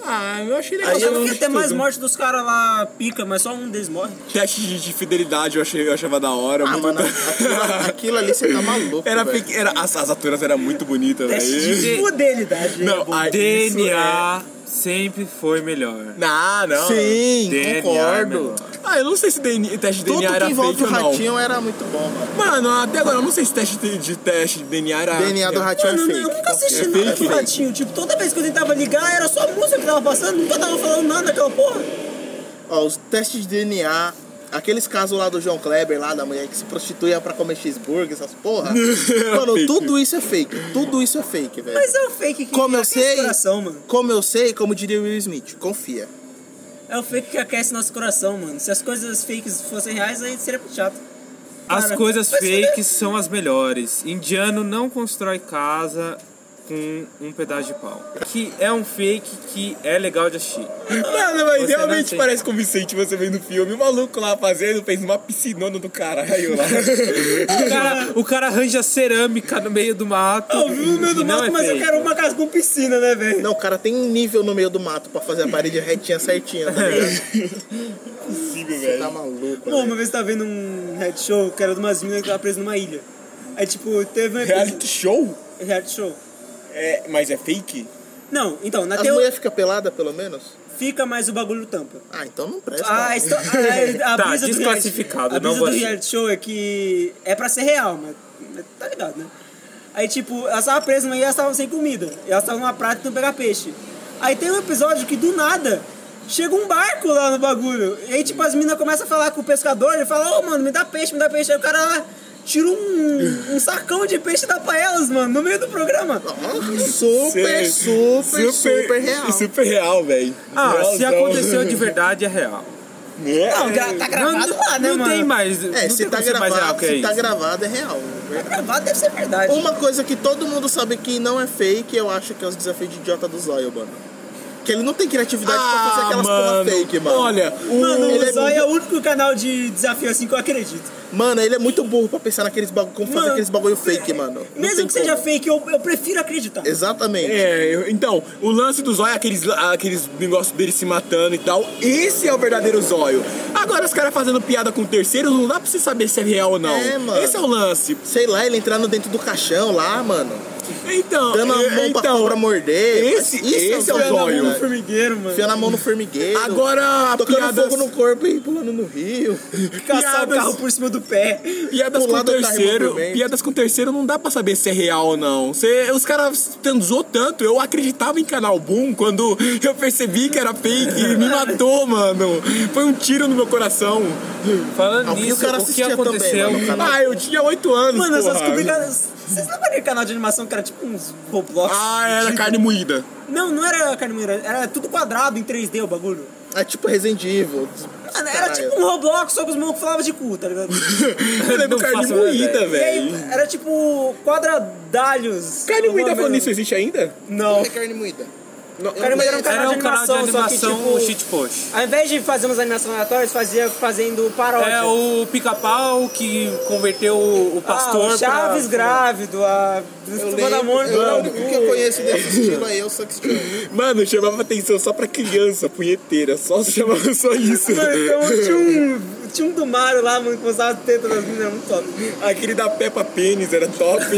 S5: Ah, eu achei legal.
S2: Eu
S5: Eu
S2: achava que
S5: não
S2: ia ter
S5: de
S2: mais
S5: tudo.
S2: morte dos caras lá, pica, mas só um deles morre.
S5: Teste de, de fidelidade eu, achei, eu achava da hora.
S1: Ah,
S5: muito [LAUGHS]
S1: mano,
S5: da-
S1: aquilo, aquilo ali você tá maluco.
S5: Era
S1: velho.
S5: pequ- era, as, as aturas eram muito bonitas,
S2: Teste de
S5: velho.
S2: fidelidade. né?
S5: é Não, a- isso
S4: DNA sempre foi melhor.
S5: é- Não, não.
S1: Sim,
S4: DNA
S1: concordo.
S4: melhor.
S5: Ah, eu não sei se DNA, teste de
S1: Tudo
S5: DNA
S1: que
S5: era
S1: envolve
S5: fake
S1: o
S5: ou não.
S1: ratinho era muito bom, mano.
S5: Mano, até agora eu não sei se teste de, de teste de DNA era.
S1: DNA do ratinho
S2: Mano,
S1: é
S2: eu
S1: fake.
S2: nunca assisti nada do Ratinho. Tipo, toda vez que eu tentava ligar, era só a música que tava passando, nunca tava falando nada daquela porra.
S1: Ó, os testes de DNA, aqueles casos lá do João Kleber, lá da mulher que se prostituía pra comer cheeseburger, essas porra.
S4: [LAUGHS]
S1: mano,
S5: Fake.
S1: tudo isso é fake. Tudo isso é fake, velho.
S2: Mas é o fake que
S1: Como eu
S2: aquece
S1: sei-
S2: coração, mano.
S1: Como eu sei, como diria o Will Smith, confia.
S2: É o fake que aquece nosso coração, mano. Se as coisas fakes fossem reais, aí seria muito chato.
S4: As
S2: Cara,
S4: coisas
S2: mas
S4: fakes são as melhores. Indiano não constrói casa com um pedaço de pau. Que é um fake que é legal de assistir.
S5: Mano, mas
S4: Você não
S5: realmente
S4: tem.
S5: parece convincente você vendo o filme. O maluco lá fazendo, fez uma piscinona do
S1: [LAUGHS]
S5: caralho lá.
S4: O cara, o cara arranja cerâmica no meio do mato.
S2: Eu vi o meu do
S4: Não
S2: mato,
S4: é
S2: mas eu
S4: fake.
S2: quero uma casa com piscina, né, velho?
S1: Não, o cara tem um nível no meio do mato pra fazer a parede retinha certinha, tá ligado?
S4: É.
S5: Possível,
S1: Você
S5: velho.
S1: tá maluco,
S2: Pô,
S1: velho.
S2: uma vez eu tava vendo um reality show que era de umas minas que tava presas numa ilha. Aí, tipo, teve um episódio-
S5: Reality show?
S2: reality show.
S5: É, mas é fake?
S2: Não, então, na
S1: As
S4: um-
S2: teoria
S1: mulheres ficam peladas, pelo menos?
S2: fica mais o bagulho tampa.
S1: Ah, então não presta.
S2: A, esto- a, ah, é, a brisa
S4: [LAUGHS] Tá,
S2: do reality-
S4: desclassificado,
S2: a brisa
S4: não vou
S2: do
S4: assistir.
S2: reality show é que é pra ser real, mas mas tá ligado, né? Aí, tipo, elas estavam presas, mas elas estavam sem comida. E elas estavam numa praia tentando pegar peixe. Aí tem um episódio que, do nada, chega um barco lá no bagulho. E aí, tipo, as meninas começam a falar com o pescador. Ele fala, ô, mano, me dá peixe, me dá peixe. Aí o cara lá tira um, um sacão de peixe e dá pra elas, mano, no meio do programa.
S1: Ah, super, super, super, real.
S5: Super real, velho.
S4: Ah, se
S5: Realzão.
S4: aconteceu de verdade é real.
S2: Não, gra- tá gravado
S4: não,
S2: lá, né,
S4: não
S2: mano?
S4: tem mais.
S1: É,
S4: não
S1: se
S4: tem
S1: tá,
S4: como ser mais real
S1: gravado,
S4: que
S1: se tá
S4: isso.
S1: gravado é real.
S2: Tá Gravado deve ser verdade.
S1: Uma coisa que todo mundo sabe que não é fake, eu acho que é os desafios de idiota do Zóio, mano. Que ele não tem criatividade pra fazer aquelas porra fake, mano.
S5: Ah, Olha,
S1: o,
S2: Mano,
S1: ele
S2: o
S1: é
S2: Zóio é
S1: muito-
S2: o único canal de desafio assim que eu acredito.
S1: Mano, ele é muito burro pra pensar naqueles bagulho, como fazer
S2: Mano,
S1: aqueles bagulho fake, mano. Não tem
S2: Mesmo que seja
S1: como.
S2: fake, eu, eu prefiro acreditar.
S1: Exatamente.
S5: É, eu- então, o lance do zóio é aqueles, aqueles negócios dele se matando e tal. Esse é o verdadeiro zóio. Agora os caras fazendo piada com terceiros, não dá pra você saber se é real ou não.
S1: É, mano.
S5: Esse é o lance.
S1: Sei lá, ele entrando dentro do caixão lá, mano.
S5: Então,
S1: Dando a mão pra
S5: então
S1: cobra morder.
S5: esse- esse é o
S1: Zóio,
S5: zóio.
S1: velho.
S2: Formigueiro, mano.
S1: Enfiando a mão no formigueiro.
S5: agora a
S1: Tocando
S5: piadas,
S1: fogo no corpo e pulando no rio.
S2: Caçar o
S5: piadas-
S2: carro por cima do pé.
S5: piadas com
S1: pular do carro
S5: terceiro,
S1: movimento.
S5: piadas com terceiro não dá pra saber se é real ou não. Você- os caras transou tanto, eu acreditava em canal Boom quando eu percebi que era fake e me matou, mano. Foi um tiro no meu coração.
S4: Falando
S1: Ah, o que
S4: nisso,
S1: o cara
S4: o que
S1: assistia
S4: aconteceu?
S1: também, mano.
S5: Ah, eu tinha 8 anos,
S2: Mano, essas
S5: porra.
S2: publicadas. Vocês lembram daquele canal de animação que era tipo uns Roblox? Tipo,
S5: Ah, era carne moída.
S2: Não, não era carne moída, era tudo quadrado em 3D o bagulho.
S1: É tipo Resident Evil.
S2: Mano, era
S1: Caralho.
S2: tipo um Roblox, só que os malucos falavam de cu, tá ligado?
S5: Eu
S4: Não
S5: lembro carne
S4: faço ideia.
S2: E
S5: moída,
S2: aí,
S5: velho.
S2: era tipo quadradalhos.
S5: Carne moída
S2: Não,
S5: tá falando
S2: não.
S5: isso existe ainda?
S2: Não.
S1: É carne moída.
S2: Carne moída era um canal
S4: Era
S2: de
S4: um canal de
S2: animação, só que
S4: animação
S2: tipo...
S4: cheat post.
S2: Ao invés de fazer umas animações aleatórias, fazia fazendo paródia.
S4: É o pica-pau que converteu o o
S2: Ah,
S4: pastor
S2: o Chaves grávido, a
S1: né? Eu
S2: Dona
S1: lembro,
S2: Mônica.
S1: eu lembro que eu conheço desse estilo aí, eu sou que estilo.
S5: Mano, chamava atenção só pra criança, punheteira. Só [LAUGHS] chamava só isso.
S2: Mano, então tinha um, tinha um do Mario lá, mano, que usava as tetas das meninas, era muito top.
S5: [LAUGHS] Aquele da Peppa Pênis era top. [LAUGHS]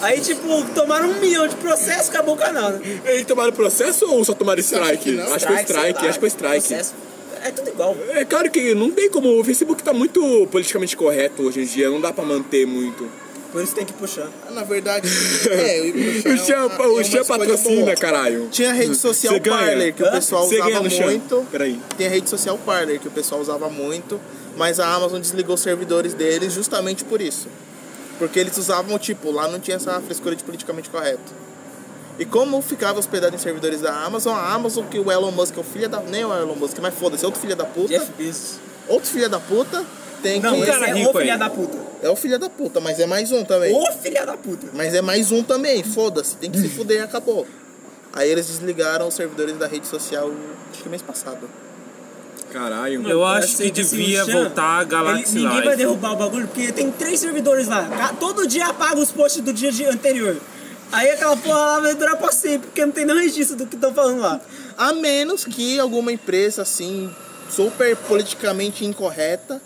S2: Aí, tipo, tomaram um milhão de processo, acabou o canal, né?
S5: Eles tomaram processo ou só tomaram
S1: que
S5: strike?
S1: não.
S5: Acho que foi
S2: sei
S5: strike,
S2: lá,
S5: acho que foi strike.
S2: processo. É tudo igual.
S5: É claro que não tem como, o Facebook tá muito politicamente correto hoje em dia, não dá pra manter muito.
S2: Por isso tem que puxar.
S1: Ah, Na verdade, é,
S5: O Xan
S1: é uma
S5: o Xan
S1: escolha
S5: patrocina,
S1: boa.
S5: caralho.
S1: Tinha rede social
S5: Você ganha?
S1: Parler, que o
S5: Hã?
S1: pessoal
S5: Você ganha
S1: usava
S5: no Xan?
S1: muito.
S5: Peraí.
S1: Tem a rede social Parler, que o pessoal usava muito, mas a Amazon desligou os servidores deles justamente por isso. Porque eles usavam, tipo, lá não tinha essa frescura de politicamente correto. E como ficava hospedado em servidores da Amazon, a Amazon, que o Elon Musk é o filho da. Nem o Elon Musk, mas foda-se, é outro filho da puta.
S2: Jeff Bezos.
S1: Outro filho da puta tem
S2: Não,
S1: que.
S2: esse
S4: cara
S2: é
S4: rico
S2: o filha
S4: aí.
S2: da puta.
S1: É o filho da puta, mas é mais um também.
S2: O filha da puta.
S1: Mas é mais um também, foda-se, tem que se fuder e acabou. Aí eles desligaram os servidores da rede social, acho que mês passado.
S5: Caralho.
S4: Eu acho
S2: Assim,
S4: que
S2: assim,
S4: devia
S2: o Xan,
S4: voltar a Galaxy
S2: ele- Ninguém vai
S4: Live.
S2: derrubar o bagulho, porque tem três servidores lá. Ca- Todo dia apaga os posts do dia de- anterior. Aí aquela porra lá vai durar pra sempre, porque não tem nenhum registro do que estão falando lá.
S1: A menos que alguma empresa, assim, super politicamente incorreta,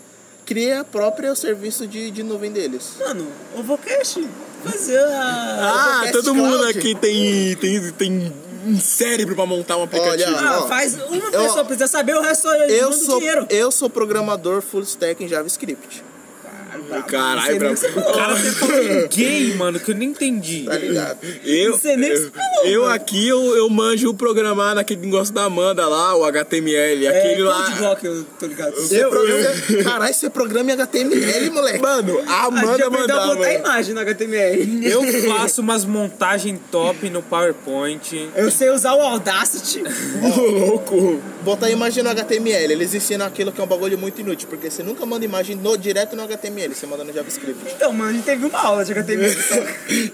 S1: crie a própria serviço de, de nuvem deles.
S2: Mano, o Vocast fazer a...
S5: Ah,
S1: Overcast
S5: todo mundo
S1: Cloud.
S5: aqui tem, tem, tem um cérebro pra montar um aplicativo.
S1: Olha,
S2: Ah,
S1: ó,
S2: faz uma pessoa precisa saber, o resto é
S1: Eu
S2: manda o
S1: sou,
S2: dinheiro.
S1: eu sou programador full stack em JavaScript,
S2: Ah,
S5: Caralho, bravo.
S4: O cara tem falando gay, mano, que eu nem entendi.
S1: tá ligado?
S5: Eu,
S2: Você nem
S5: eu,
S2: falou,
S5: eu
S2: mano.
S5: aqui eu, eu manjo programar naquele negócio da Amanda lá, o HTML,
S2: É,
S5: aquele
S2: Code
S5: lá.
S2: Block, eu tô ligado.
S1: Você programa- [LAUGHS] Caralho, você programa em HTML, moleque.
S5: Mano,
S2: a
S5: a
S2: gente
S5: Amanda
S2: aprendeu a
S5: mandava.
S2: botar imagem no HTML.
S4: Eu faço umas montagens top no PowerPoint.
S2: Eu sei usar o Audacity.
S5: Ô, louco.
S1: Botar imagem no HTML, eles ensinam aquilo que é um bagulho muito inútil, porque você nunca manda imagem no- direto no HTML, você manda no JavaScript.
S2: Então, mano, a gente teve uma aula de HTML. só.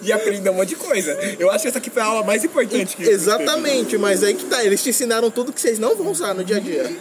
S5: E aprendeu um monte de coisa. Eu acho que essa aqui foi a aula mais importante que
S1: Exatamente, mas aí que tá, eles te ensinaram tudo que vocês não vão usar no dia a dia.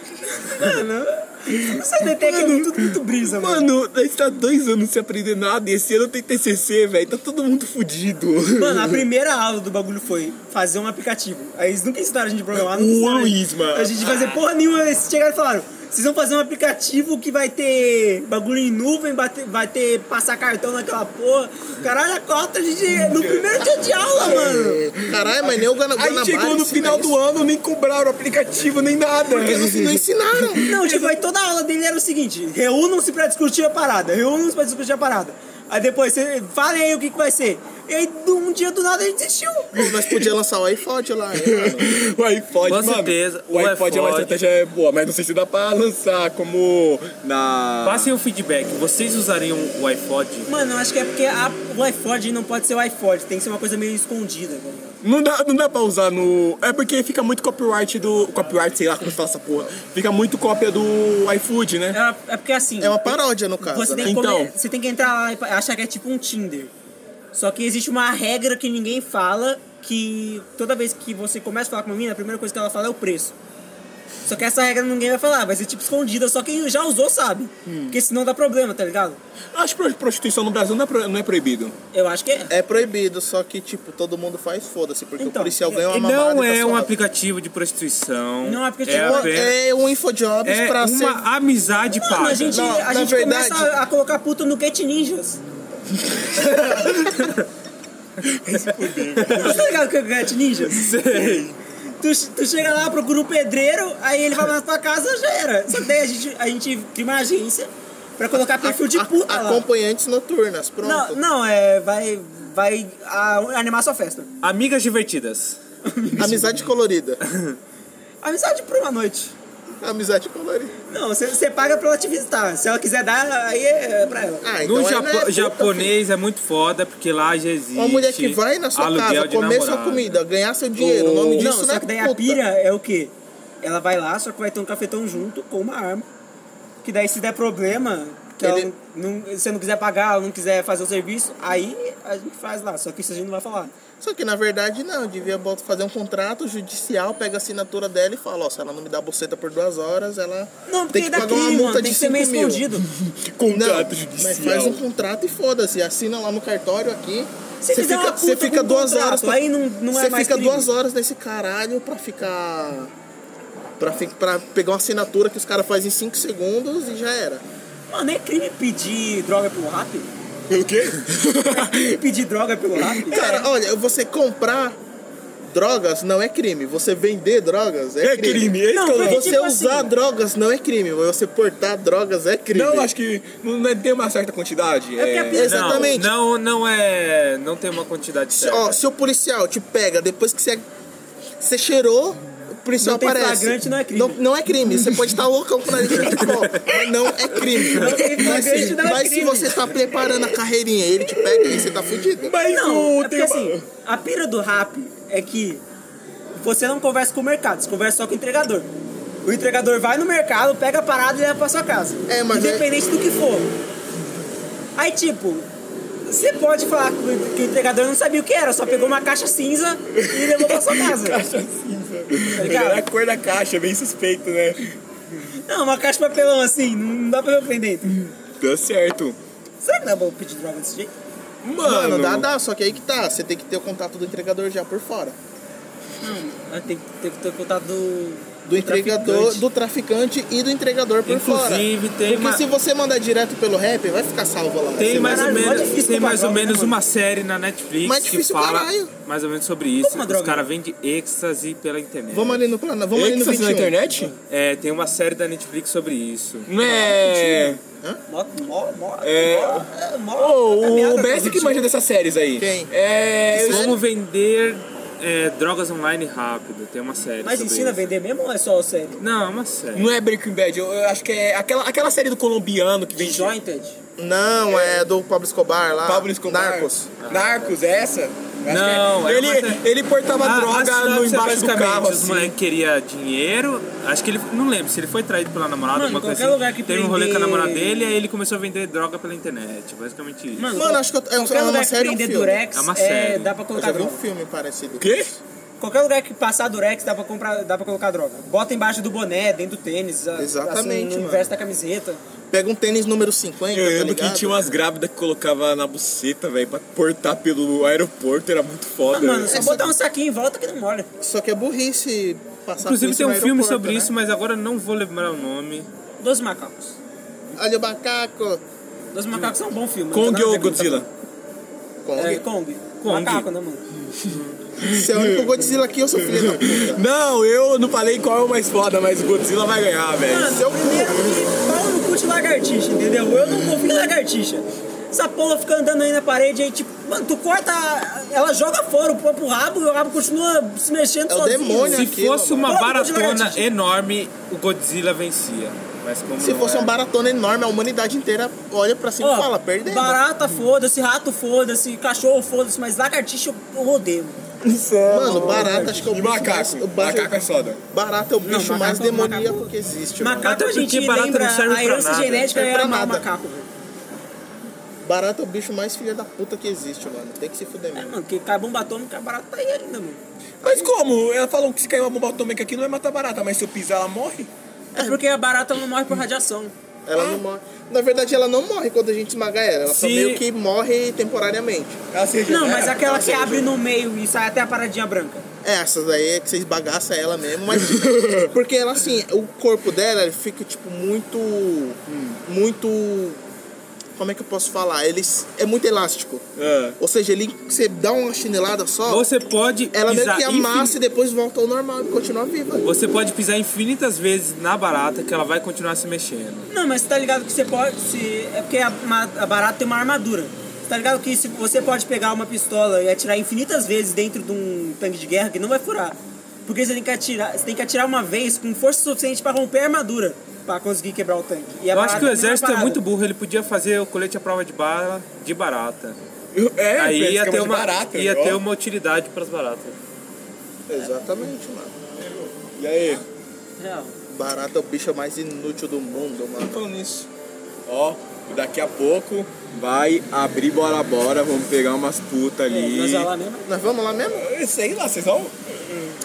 S2: Essa DT aqui é tudo muito brisa, mano.
S5: Mano, a gente tá dois anos sem aprender nada e esse ano tem TCC, velho. Tá todo mundo fudido.
S2: Mano, a primeira aula do bagulho foi fazer um aplicativo. Aí eles nunca ensinaram a gente a programar. nunca
S5: O
S2: ensinaram
S5: Luiz, mano.
S2: A gente fazer porra nenhuma. Eles chegaram e falaram: vocês vão fazer um aplicativo que vai ter bagulho em nuvem, vai ter, vai ter passar cartão naquela porra. Caralho, a cota a gente. No primeiro dia de aula, mano.
S1: Caralho, mas nem o Gana-
S5: Aí
S1: Guanabara
S5: chegou no
S1: ensina
S5: final
S1: isso.
S5: do ano, nem cobraram aplicativo, nem nada.
S1: Eles não ensinaram.
S2: Não, tipo, aí toda aula dele era o seguinte: reúnam-se pra discutir a parada, reúnam-se pra discutir a parada. Aí depois, você, falem aí o que, que vai ser. E aí, de um dia do nada, a gente desistiu.
S1: Nós podíamos lançar o iPod lá. hein, mano?
S5: O iPod,
S4: Com
S5: mano.
S4: certeza,
S5: O
S4: o
S5: iPod é uma
S4: iPod.
S5: estratégia boa, mas não sei se dá pra lançar como na.
S4: Passem o feedback. Vocês usariam o iPod?
S2: Mano, eu acho que é porque a- o iPod não pode ser o iPod, tem que ser uma coisa meio escondida. tá ligado?
S5: Não dá, não dá pra usar no. É porque fica muito copyright do. Copyright, sei lá como se fala essa porra. Fica muito cópia do iFood, né?
S2: É, é porque assim.
S1: É uma paródia, no caso.
S2: Você
S1: né?
S2: tem, que
S5: Então.
S2: come- você tem que entrar lá e pa- achar que é tipo um Tinder. Só que existe uma regra que ninguém fala, que toda vez que você começa a falar com uma menina, a primeira coisa que ela fala é o preço. Só que essa regra ninguém vai falar, vai ser tipo escondida, só quem já usou sabe. Porque senão dá problema, tá ligado?
S5: Acho que prostituição no Brasil não é, pro- não é proibido.
S2: Eu acho que é.
S1: É proibido, só que, tipo, todo mundo faz foda-se, porque
S2: Então,
S1: o policial ganha uma mamada
S4: Não
S1: e tá
S4: é um
S1: suave.
S4: aplicativo de prostituição.
S2: Não é um aplicativo-
S4: É, apenas,
S1: É um infojobs
S4: é
S1: pra
S4: uma
S1: ser...
S4: amizade
S2: Mano,
S4: paga.
S2: a gente,
S1: Não,
S2: a
S1: na
S2: gente
S1: verdade-
S2: começa a, a colocar puto no
S1: [LAUGHS]
S2: Cat Ninjas. [LAUGHS] Não tá ligado com o Cat Ninjas?
S4: Sei.
S2: Tu, tu chega lá, procura um pedreiro, aí ele vai lá na tua casa, já era. Só que daí a gente, a gente cria uma agência pra colocar perfil de
S1: a-
S2: puta lá.
S1: Acompanhantes noturnas, pronto.
S2: Não, não, é. Vai. Vai a- animar sua festa.
S4: Amigas divertidas.
S1: Amizade colorida. [LAUGHS]
S2: Amizade por uma noite.
S1: Amizade colorida.
S2: Não, você- você paga pra ela te visitar. Se ela quiser dar, aí é pra ela.
S1: Ah, então
S4: No
S1: ela
S4: Japo-
S1: é puta,
S4: japonês é muito foda, porque lá já existe.
S1: filho. Uma mulher que vai na sua
S4: aluguel
S1: casa
S4: de
S1: comer sua
S4: namorado.
S1: comida, ganhar seu dinheiro. O nome
S2: Não,
S1: disso não,
S2: só
S1: é
S2: que daí
S1: puta.
S2: a pira é o quê? Ela vai lá, só que vai ter um cafetão junto com uma arma. Que daí se der problema, que ela
S1: Ele-
S2: não, não- se você não quiser pagar, ela não quiser fazer o serviço, aí a gente faz lá. Só que isso a gente não vai falar.
S1: Só que na verdade não, devia bot- fazer um contrato judicial, pega a assinatura dela e fala, ó, se ela não me dá a buceta por duas horas, ela
S2: Não, porque
S1: tem que
S2: aí dá
S1: pagar
S2: crime,
S1: uma multa
S2: mano.
S1: de
S2: Tem que ser meio
S1: 5 mil.
S2: escondido.
S1: Não,
S5: Contrato
S1: mas
S5: judicial.
S1: faz um contrato e foda-se, assina lá no cartório aqui.
S2: Se fizer é uma puta
S1: você fica
S2: com
S1: duas
S2: contrato,
S1: horas. pra-
S2: aí não- não é
S1: você
S2: mais
S1: fica
S2: crime.
S1: duas horas nesse caralho pra ficar. Pra, fi- pra pegar uma assinatura que os caras fazem em 5 segundos e já era.
S2: Mano, é crime pedir droga pelo rap? É [LAUGHS]
S5: Pelo quê?
S2: pedir droga pelo
S5: É.
S2: rap?
S1: Cara, olha, você comprar drogas não é crime. Você vender drogas é,
S5: É crime, é isso
S2: Não,
S5: que eu-
S2: porque-
S1: Você
S2: tipo
S1: usar
S2: assim-
S1: drogas não é crime. Você portar drogas é crime.
S5: Não, acho que não não é- tem uma certa quantidade.
S2: porque a
S5: É,
S2: pira-
S1: Exatamente.
S4: Não, não, não é. Não tem uma quantidade
S1: Se,
S4: certa.
S1: ó, se o policial te pega depois que você, é, você cheirou, o policial
S2: Não tem
S1: aparece.
S2: flagrante, não é crime.
S1: Não, não é crime. Você pode estar loucão com o nariz de copo, mas não é crime.
S2: Não tem
S1: mas
S2: flagrante,
S1: se,
S2: não é
S1: mas se
S2: crime.
S1: você tá preparando a carreirinha e ele te pega, aí você tá fudido.
S5: Mas
S2: Não,
S5: o-
S2: é porque
S5: tem uma-
S2: assim, a pira do rap é que você não conversa com o mercado, você conversa só com o entregador. O entregador vai no mercado, pega a parada e leva pra sua casa.
S1: É, mas é-
S2: Independente do que for. Aí, tipo, você pode falar que o que o entregador não sabia o que era, só pegou uma caixa cinza e levou pra
S5: [LAUGHS]
S2: sua casa. Tá
S5: Caixa cinza. É
S2: ligado?
S5: a cor da caixa, é bem suspeito, né?
S2: Não, uma caixa de papelão assim, não dá pra ver o que tem dentro.
S5: Dá Tá certo.
S2: Será que dá pra pedir droga desse jeito?
S5: Mano,
S1: Mano, dá, dá, só que aí que tá. Você tem que ter o contato do entregador já por fora.
S2: Não, tem, tem que ter contato do.
S1: Do entregador, do traficante e do entregador por fora.
S4: Inclusive, tem
S1: Porque
S4: uma-
S1: se você mandar direto pelo rap, vai ficar salvo lá. é
S4: Tem
S1: Você
S4: mais ou
S2: Caralho, mó
S4: menos,
S2: difícil
S4: tem
S2: comprar
S4: mais ou
S2: droga,
S4: menos
S2: né, mano?
S4: uma série na Netflix
S1: Mais
S4: que
S1: difícil,
S4: fala
S1: caralho.
S4: mais ou menos sobre isso.
S2: Como uma
S4: Os
S2: droga?
S4: caras vendem êxtase pela internet.
S1: Vamos ali no plano, vamos ali no
S5: Exas
S1: 21.
S5: É na internet?
S4: É, tem uma série da Netflix sobre isso.
S5: Não é.
S2: Mó, mó, mó,
S5: É.
S2: mó- é, mó-
S5: Ô,
S2: tá
S5: o
S2: merda,
S5: Messi que
S2: positivo.
S5: manja dessas séries aí.
S1: Quem?
S5: É. eu-
S4: Como vender é, drogas online rápido. Tem uma série.
S2: Mas
S4: sobre
S2: ensina a
S4: isso.
S2: vender mesmo ou é só o sério?
S4: Não, é uma série.
S5: Não é Breaking Bad, eu, eu acho que é aquela, aquela série do colombiano que vem.
S2: Disjointed?
S1: Não, é do Pablo Escobar lá.
S5: Pablo Escobar.
S1: Narcos.
S5: Narcos, é essa? Eu acho
S4: Não,
S5: que
S4: é
S5: é. ele,
S4: uma série-
S5: ele portava
S4: A- a
S5: droga
S4: sinopse
S5: no
S4: é
S5: embaixo do
S4: basicamente,
S5: carro.
S4: Os
S5: assim.
S4: moleques queriam dinheiro. Acho que ele. Não lembro se ele foi traído pela namorada,
S2: Mano,
S4: alguma coisa
S2: qualquer
S4: assim.
S2: lugar que
S4: Teve um rolê com a
S2: prender-
S4: namorada dele, aí ele começou a vender droga pela internet. Basicamente isso.
S1: Mano, acho que eu- é uma-
S2: qualquer
S1: é uma
S2: lugar
S1: série
S2: que
S1: ou um
S2: prender
S1: filme?
S2: Durex,
S4: É uma
S2: é,
S4: série.
S2: dá pra
S1: Eu
S2: colocar
S1: já vi um
S2: droga.
S1: filme parecido.
S5: Quê?
S2: Qualquer lugar que passar Durex, dá pra, comprar, dá pra colocar droga. Bota embaixo do boné, dentro do tênis, a-
S1: Exatamente,
S2: assim, no
S1: mano.
S2: inverso da camiseta.
S1: Pega um tênis número 50,
S5: Eu
S1: tá
S5: lembro
S1: ligado?
S5: que tinha umas grávidas que colocava na buceta, velho, pra portar pelo aeroporto, era muito
S2: Ah,
S5: foda.
S2: mano,
S5: né?
S2: só botar um saquinho em volta que não molha.
S1: Só que é burrice passar
S4: Inclusive
S1: por isso
S4: tem
S1: no
S4: um filme
S1: aeroporto,
S4: sobre
S1: né?
S4: isso, mas agora não vou lembrar o nome.
S2: Doze Macacos.
S1: Olha o macaco.
S2: Doze Macacos é um bom filme. não
S5: Kong
S2: tem nada a
S5: ou
S2: ver com
S5: Godzilla?
S2: muita coisa. É,
S1: Kong.
S2: Kong.
S4: Kong.
S2: Macaco, né, mano?
S1: Você é o único Godzilla aqui, eu sou filho da puta.
S5: Não, eu não falei qual é o mais foda, mas o Godzilla vai ganhar, velho.
S2: Mano, primeiro que pau no cu de lagartixa, entendeu? Eu não confio em lagartixa. Essa porra fica andando aí na parede, aí tipo, mano, tu corta, ela joga fora o próprio rabo e o rabo continua se mexendo
S1: É o
S2: sozinho.
S4: Se
S1: demônio. Olha aquilo,
S4: fosse uma
S2: mano.
S4: baratona enorme, o Godzilla vencia. Mas como
S1: Se
S4: não
S1: fosse um
S4: é-
S1: uma baratona enorme, a humanidade inteira olha pra cima
S2: Ó,
S1: e fala, perdeu.
S2: Barata, foda-se, rato, foda-se, cachorro, foda-se, mas lagartixa eu- eu odeio.
S1: Mano, barata acho que é o
S5: E
S1: bicho mais...
S5: macaco?
S1: o bar-
S5: Macaco é soda.
S1: Barata é o bicho
S2: macaco-
S1: mais demoníaco
S2: macaco-
S1: que existe. mano.
S2: Macaco
S4: Até
S2: a gente
S4: porque barata
S2: lembra,
S4: não serve
S2: a
S4: pra
S2: herança
S4: nada.
S2: genética
S1: Serve
S2: é
S1: pra
S2: amar o
S1: nada.
S2: macaco, velho.
S1: Barata é o bicho mais filha da puta que existe, mano. Tem que se fuder
S2: É,
S1: mesmo.
S2: mano, que cai bomba atômica, barato tá aí ainda, mano.
S5: Mas como? Ela falou que se cair uma bomba atômica aqui não vai matar barata, mas se eu pisar ela morre?
S2: É porque a barata não morre por radiação.
S1: Ela não morre. Na verdade, ela não morre quando a gente esmaga ela. Ela só
S4: Se-
S1: meio que morre temporariamente.
S5: Ela se regenera.
S2: Não,
S1: É.
S2: mas aquela que
S1: seja,
S2: abre no meio e sai até a paradinha branca.
S1: É, essas daí é que vocês bagaçam ela mesmo, mas. porque ela assim, o corpo dela ele fica, tipo, muito. Muito. Como é que eu posso falar? Ele s- é muito elástico.
S5: É.
S1: Ou seja, ele, você dá uma chinelada só,
S4: Você pode
S1: ela meio
S4: pisar
S1: que
S4: infin-
S1: amassa e depois volta ao normal e continua viva.
S4: Você pode pisar infinitas vezes na barata que ela vai continuar se mexendo.
S2: Não, mas você tá ligado que você pode. Se, é porque a, ma- a barata tem uma armadura. Você tá ligado que se você pode pegar uma pistola e atirar infinitas vezes dentro de um tanque de guerra que não vai furar. Porque você tem que atirar, você tem que atirar uma vez com força suficiente pra romper a armadura pra conseguir quebrar o tanque. E a
S4: Eu acho
S2: barata
S4: que
S2: é
S4: o
S2: a mesma
S4: exército é
S2: parada.
S4: muito burro, ele podia fazer o colete à prova de bala de barata.
S5: É,
S4: Aí ia
S5: esquema
S4: ter
S5: de
S4: uma,
S5: barata,
S4: ia
S5: ó.
S4: ter uma utilidade pras baratas.
S1: Exatamente, mano.
S4: um-
S5: E aí?
S2: Real.
S1: Barata é o bicho mais inútil do mundo, mano.
S5: Falando nisso. Ó, daqui a pouco vai abrir Bora Bora, vamos pegar umas putas
S2: É,
S5: ali.
S2: Nós vai lá mesmo. Ah,
S1: Nós vamos lá mesmo?
S5: Sei lá, vocês vão?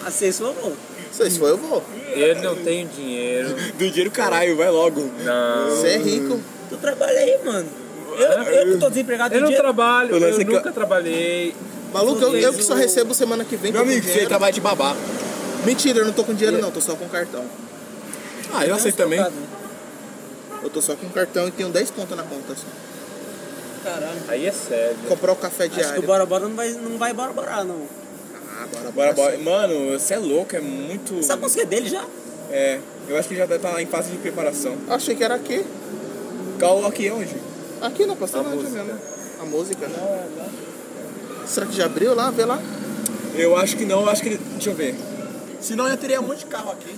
S2: Acessou, amor.
S1: Vocês foi, eu vou.
S4: Eu não tenho dinheiro.
S5: Do dinheiro caralho, vai logo.
S4: Não.
S1: Você é rico.
S2: Tu trabalha aí, mano. Eu, eu que tô desempregado
S4: É, Eu não
S2: dia-
S4: trabalho,
S5: Eu não
S4: eu
S5: sei é que-
S4: nunca trabalhei.
S1: Maluco, eu, eu que só
S2: Talvez o-
S1: recebo semana que vem.
S5: Meu
S1: tô com
S5: amigo, você tá- É.
S1: dinheiro.
S5: trabalha de babá.
S1: Mentira, eu não tô com dinheiro não, tô só com cartão.
S5: Ah,
S4: assim
S5: eu aceito
S2: tá
S4: tá.
S5: também.
S1: Eu tô só com cartão e tenho 10 conto na conta. só.
S2: Caralho.
S4: Aí é sério.
S1: Comprar o café
S2: Acho que o
S1: diário.
S2: Bora Bora não vai, não vai Bora Bora, não.
S1: Ah, bora,
S5: Bora, bora.
S1: sim.
S5: Mano, você é louco, é muito.
S2: Sabe a música dele já?
S5: É, eu acho que já deve estar lá em fase de preparação.
S1: Achei que era aqui.
S5: Qual aqui é onde?
S1: Aqui na Pastelândia
S4: música.
S1: mesmo. A música, né? Será que já abriu lá? Vê lá.
S5: Eu acho que não, eu acho que ele. Deixa eu ver. Senão eu teria um monte de carro aqui.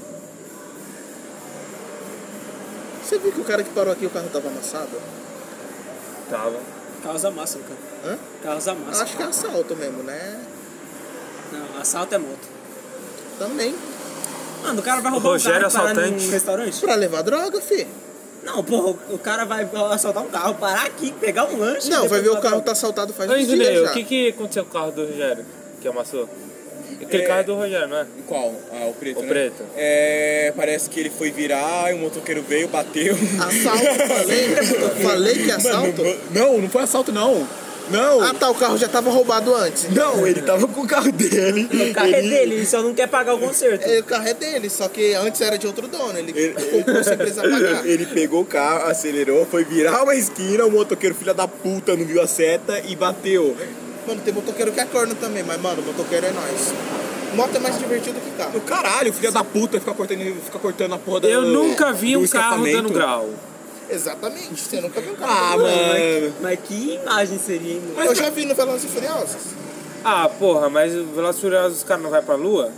S1: Você viu que o cara que parou aqui, o carro tava amassado?
S4: Tava.
S2: Carros amassam, cara.
S1: Hã?
S2: Carros amassam.
S1: Acho que é assalto mesmo, né?
S2: Não, assalto é moto.
S1: Também.
S2: Mano, o cara vai roubar
S4: Rogério
S2: um carro e parar
S4: assaltante.
S2: num restaurante?
S1: Pra levar droga, fi.
S2: Não, porra, o cara vai assaltar um carro, parar aqui, pegar um lanche...
S1: Não,
S2: e
S1: vai
S2: depois
S1: ver o
S2: parar
S1: carro
S2: um-
S1: tá assaltado faz
S4: Ô,
S1: uns
S4: Izinei,
S1: dias já.
S4: o que, que aconteceu com o carro do Rogério que amassou? Aquele
S5: É.
S4: carro é do Rogério, não é?
S5: Qual? Ah, o preto.
S4: O
S5: né?
S4: preto.
S5: É, parece que ele foi virar e o motoqueiro veio, bateu. [LAUGHS]
S1: Assalto, falei. falei que é assalto.
S5: Não, não foi assalto, não. Não,
S1: Ah tá, o carro já tava roubado antes.
S5: não, ele tava com o carro dele.
S2: [LAUGHS] O carro é dele, ele só não quer pagar o conserto.
S1: É, o carro é dele, só que antes era de outro dono. Ele
S5: Ele-
S1: comprou sem
S5: [LAUGHS]
S1: precisar pagar.
S5: Ele pegou o carro, acelerou, foi virar uma esquina, o motoqueiro filha da puta não viu a seta e bateu.
S1: Mano, tem motoqueiro que é corno também, mas mano, motoqueiro é nós. Moto é mais divertido que
S5: O
S1: carro.
S5: caralho, filha da puta, fica cortando, fica cortando a porra da-
S4: Eu nunca vi
S5: do
S4: um carro
S5: escapamento.
S4: dando grau.
S1: Exatamente, você nunca viu um carro.
S5: Ah,
S1: corno.
S5: mano.
S2: Mas que imagem seria, hein, mano?
S1: Eu já vi no Velozes e Furiosos.
S4: Ah, porra, mas o Velozes e Furiosos, os caras não vai pra lua?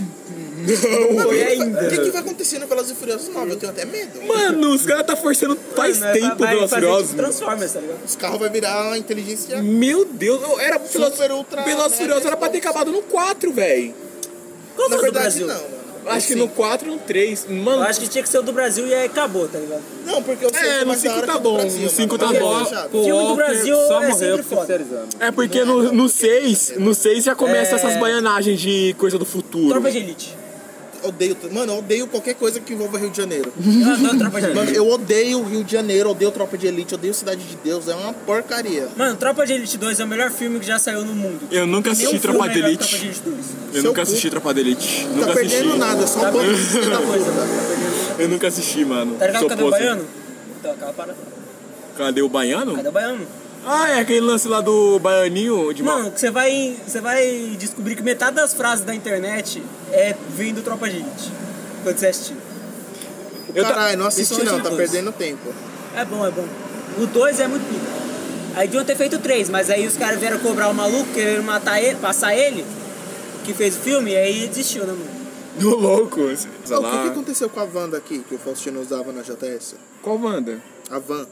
S1: Não, o que, que
S2: ainda.
S1: vai- o que, que vai acontecer no Velozes e Furiosos 9? Eu tenho até medo.
S5: Mano, os caras tá forçando faz
S2: Mano, é pra-
S5: tempo
S2: vai
S5: Velozes e
S2: fazer
S5: Furiosos,
S2: tipo
S5: mano.
S2: Transformers, tá ligado?
S1: Os carros vai virar uma inteligência.
S5: Meu Deus, eu era
S1: Super, ultra,
S5: Velozes e
S1: mega
S2: né?
S5: Furiosos era pra ter
S1: Xbox.
S5: acabado no 4, velho.
S2: Qual
S1: Na
S2: foi o do
S1: verdade,
S2: Brasil?
S1: não, mano.
S5: Acho que no 4 e no 3.
S2: Eu
S5: Mano,
S2: acho que tinha que ser o do Brasil e aí acabou, tá ligado?
S1: Não, porque eu sei
S5: É,
S1: que
S5: no
S1: mais da
S5: cinco
S1: hora
S5: tá
S1: que
S5: bom,
S1: Brasil,
S5: no cinco
S1: mano.
S5: tá
S1: Mas
S5: bom.
S1: é fechado.
S4: O
S2: Filme do
S4: Walker
S2: Brasil
S4: só
S2: é
S4: morreu
S2: sempre foda.
S4: terceirizando.
S5: é porque no, no 6, no 6 já começa
S2: É.
S5: essas baianagens de coisa do futuro.
S2: Tropa de Elite.
S1: Odeio, mano, eu odeio qualquer coisa que envolva Rio de Janeiro.
S2: Eu adoro Tropa de Elite.
S1: Mano, eu odeio Rio de Janeiro, odeio Tropa de Elite, odeio Cidade de Deus, é uma porcaria. Tá
S2: Mano, Tropa de Elite 2 é o melhor filme que já saiu no mundo.
S5: Eu nunca
S2: Nenhum
S5: assisti
S2: filme
S5: Tropa
S2: é
S5: de
S2: melhor que Tropa
S5: Elite.
S2: de Elite 2.
S5: Eu
S1: Seu
S5: nunca
S1: cu.
S5: assisti Tropa de Elite.
S1: Tá
S5: Nunca assisti.
S1: perdendo nada, só
S2: Tá
S1: um bando de filho da né?
S2: perdendo
S1: puta.
S2: coisa, tá? Tá perdendo-
S5: Eu nunca assisti, mano.
S2: Tá ligado
S5: Sou
S2: o Cadê o
S5: poser.
S2: Baiano? Então, aquela parada.
S5: Cadê o Baiano?
S2: Cadê o Baiano?
S5: Ah, é aquele lance lá do Baianinho de
S2: Mano, que você vai, você vai descobrir que metade das frases da internet é vindo Tropa de Elite. Quando você assistir.
S5: Eu tá- ta-
S1: Caralho, não assisti
S2: Isso é
S1: não,
S2: um
S1: tá
S2: dos.
S1: perdendo tempo.
S2: É bom, é bom. O 2 é muito pica. Aí deviam ter feito três, mas aí os caras vieram cobrar o maluco, querendo matar ele, passar ele, que fez o filme, e aí desistiu, né, mano?
S5: [LAUGHS] Do louco. assim.
S1: Ah, o que, que aconteceu com a van daqui que o Faustino usava na JS?
S5: Qual Wanda?
S1: A van.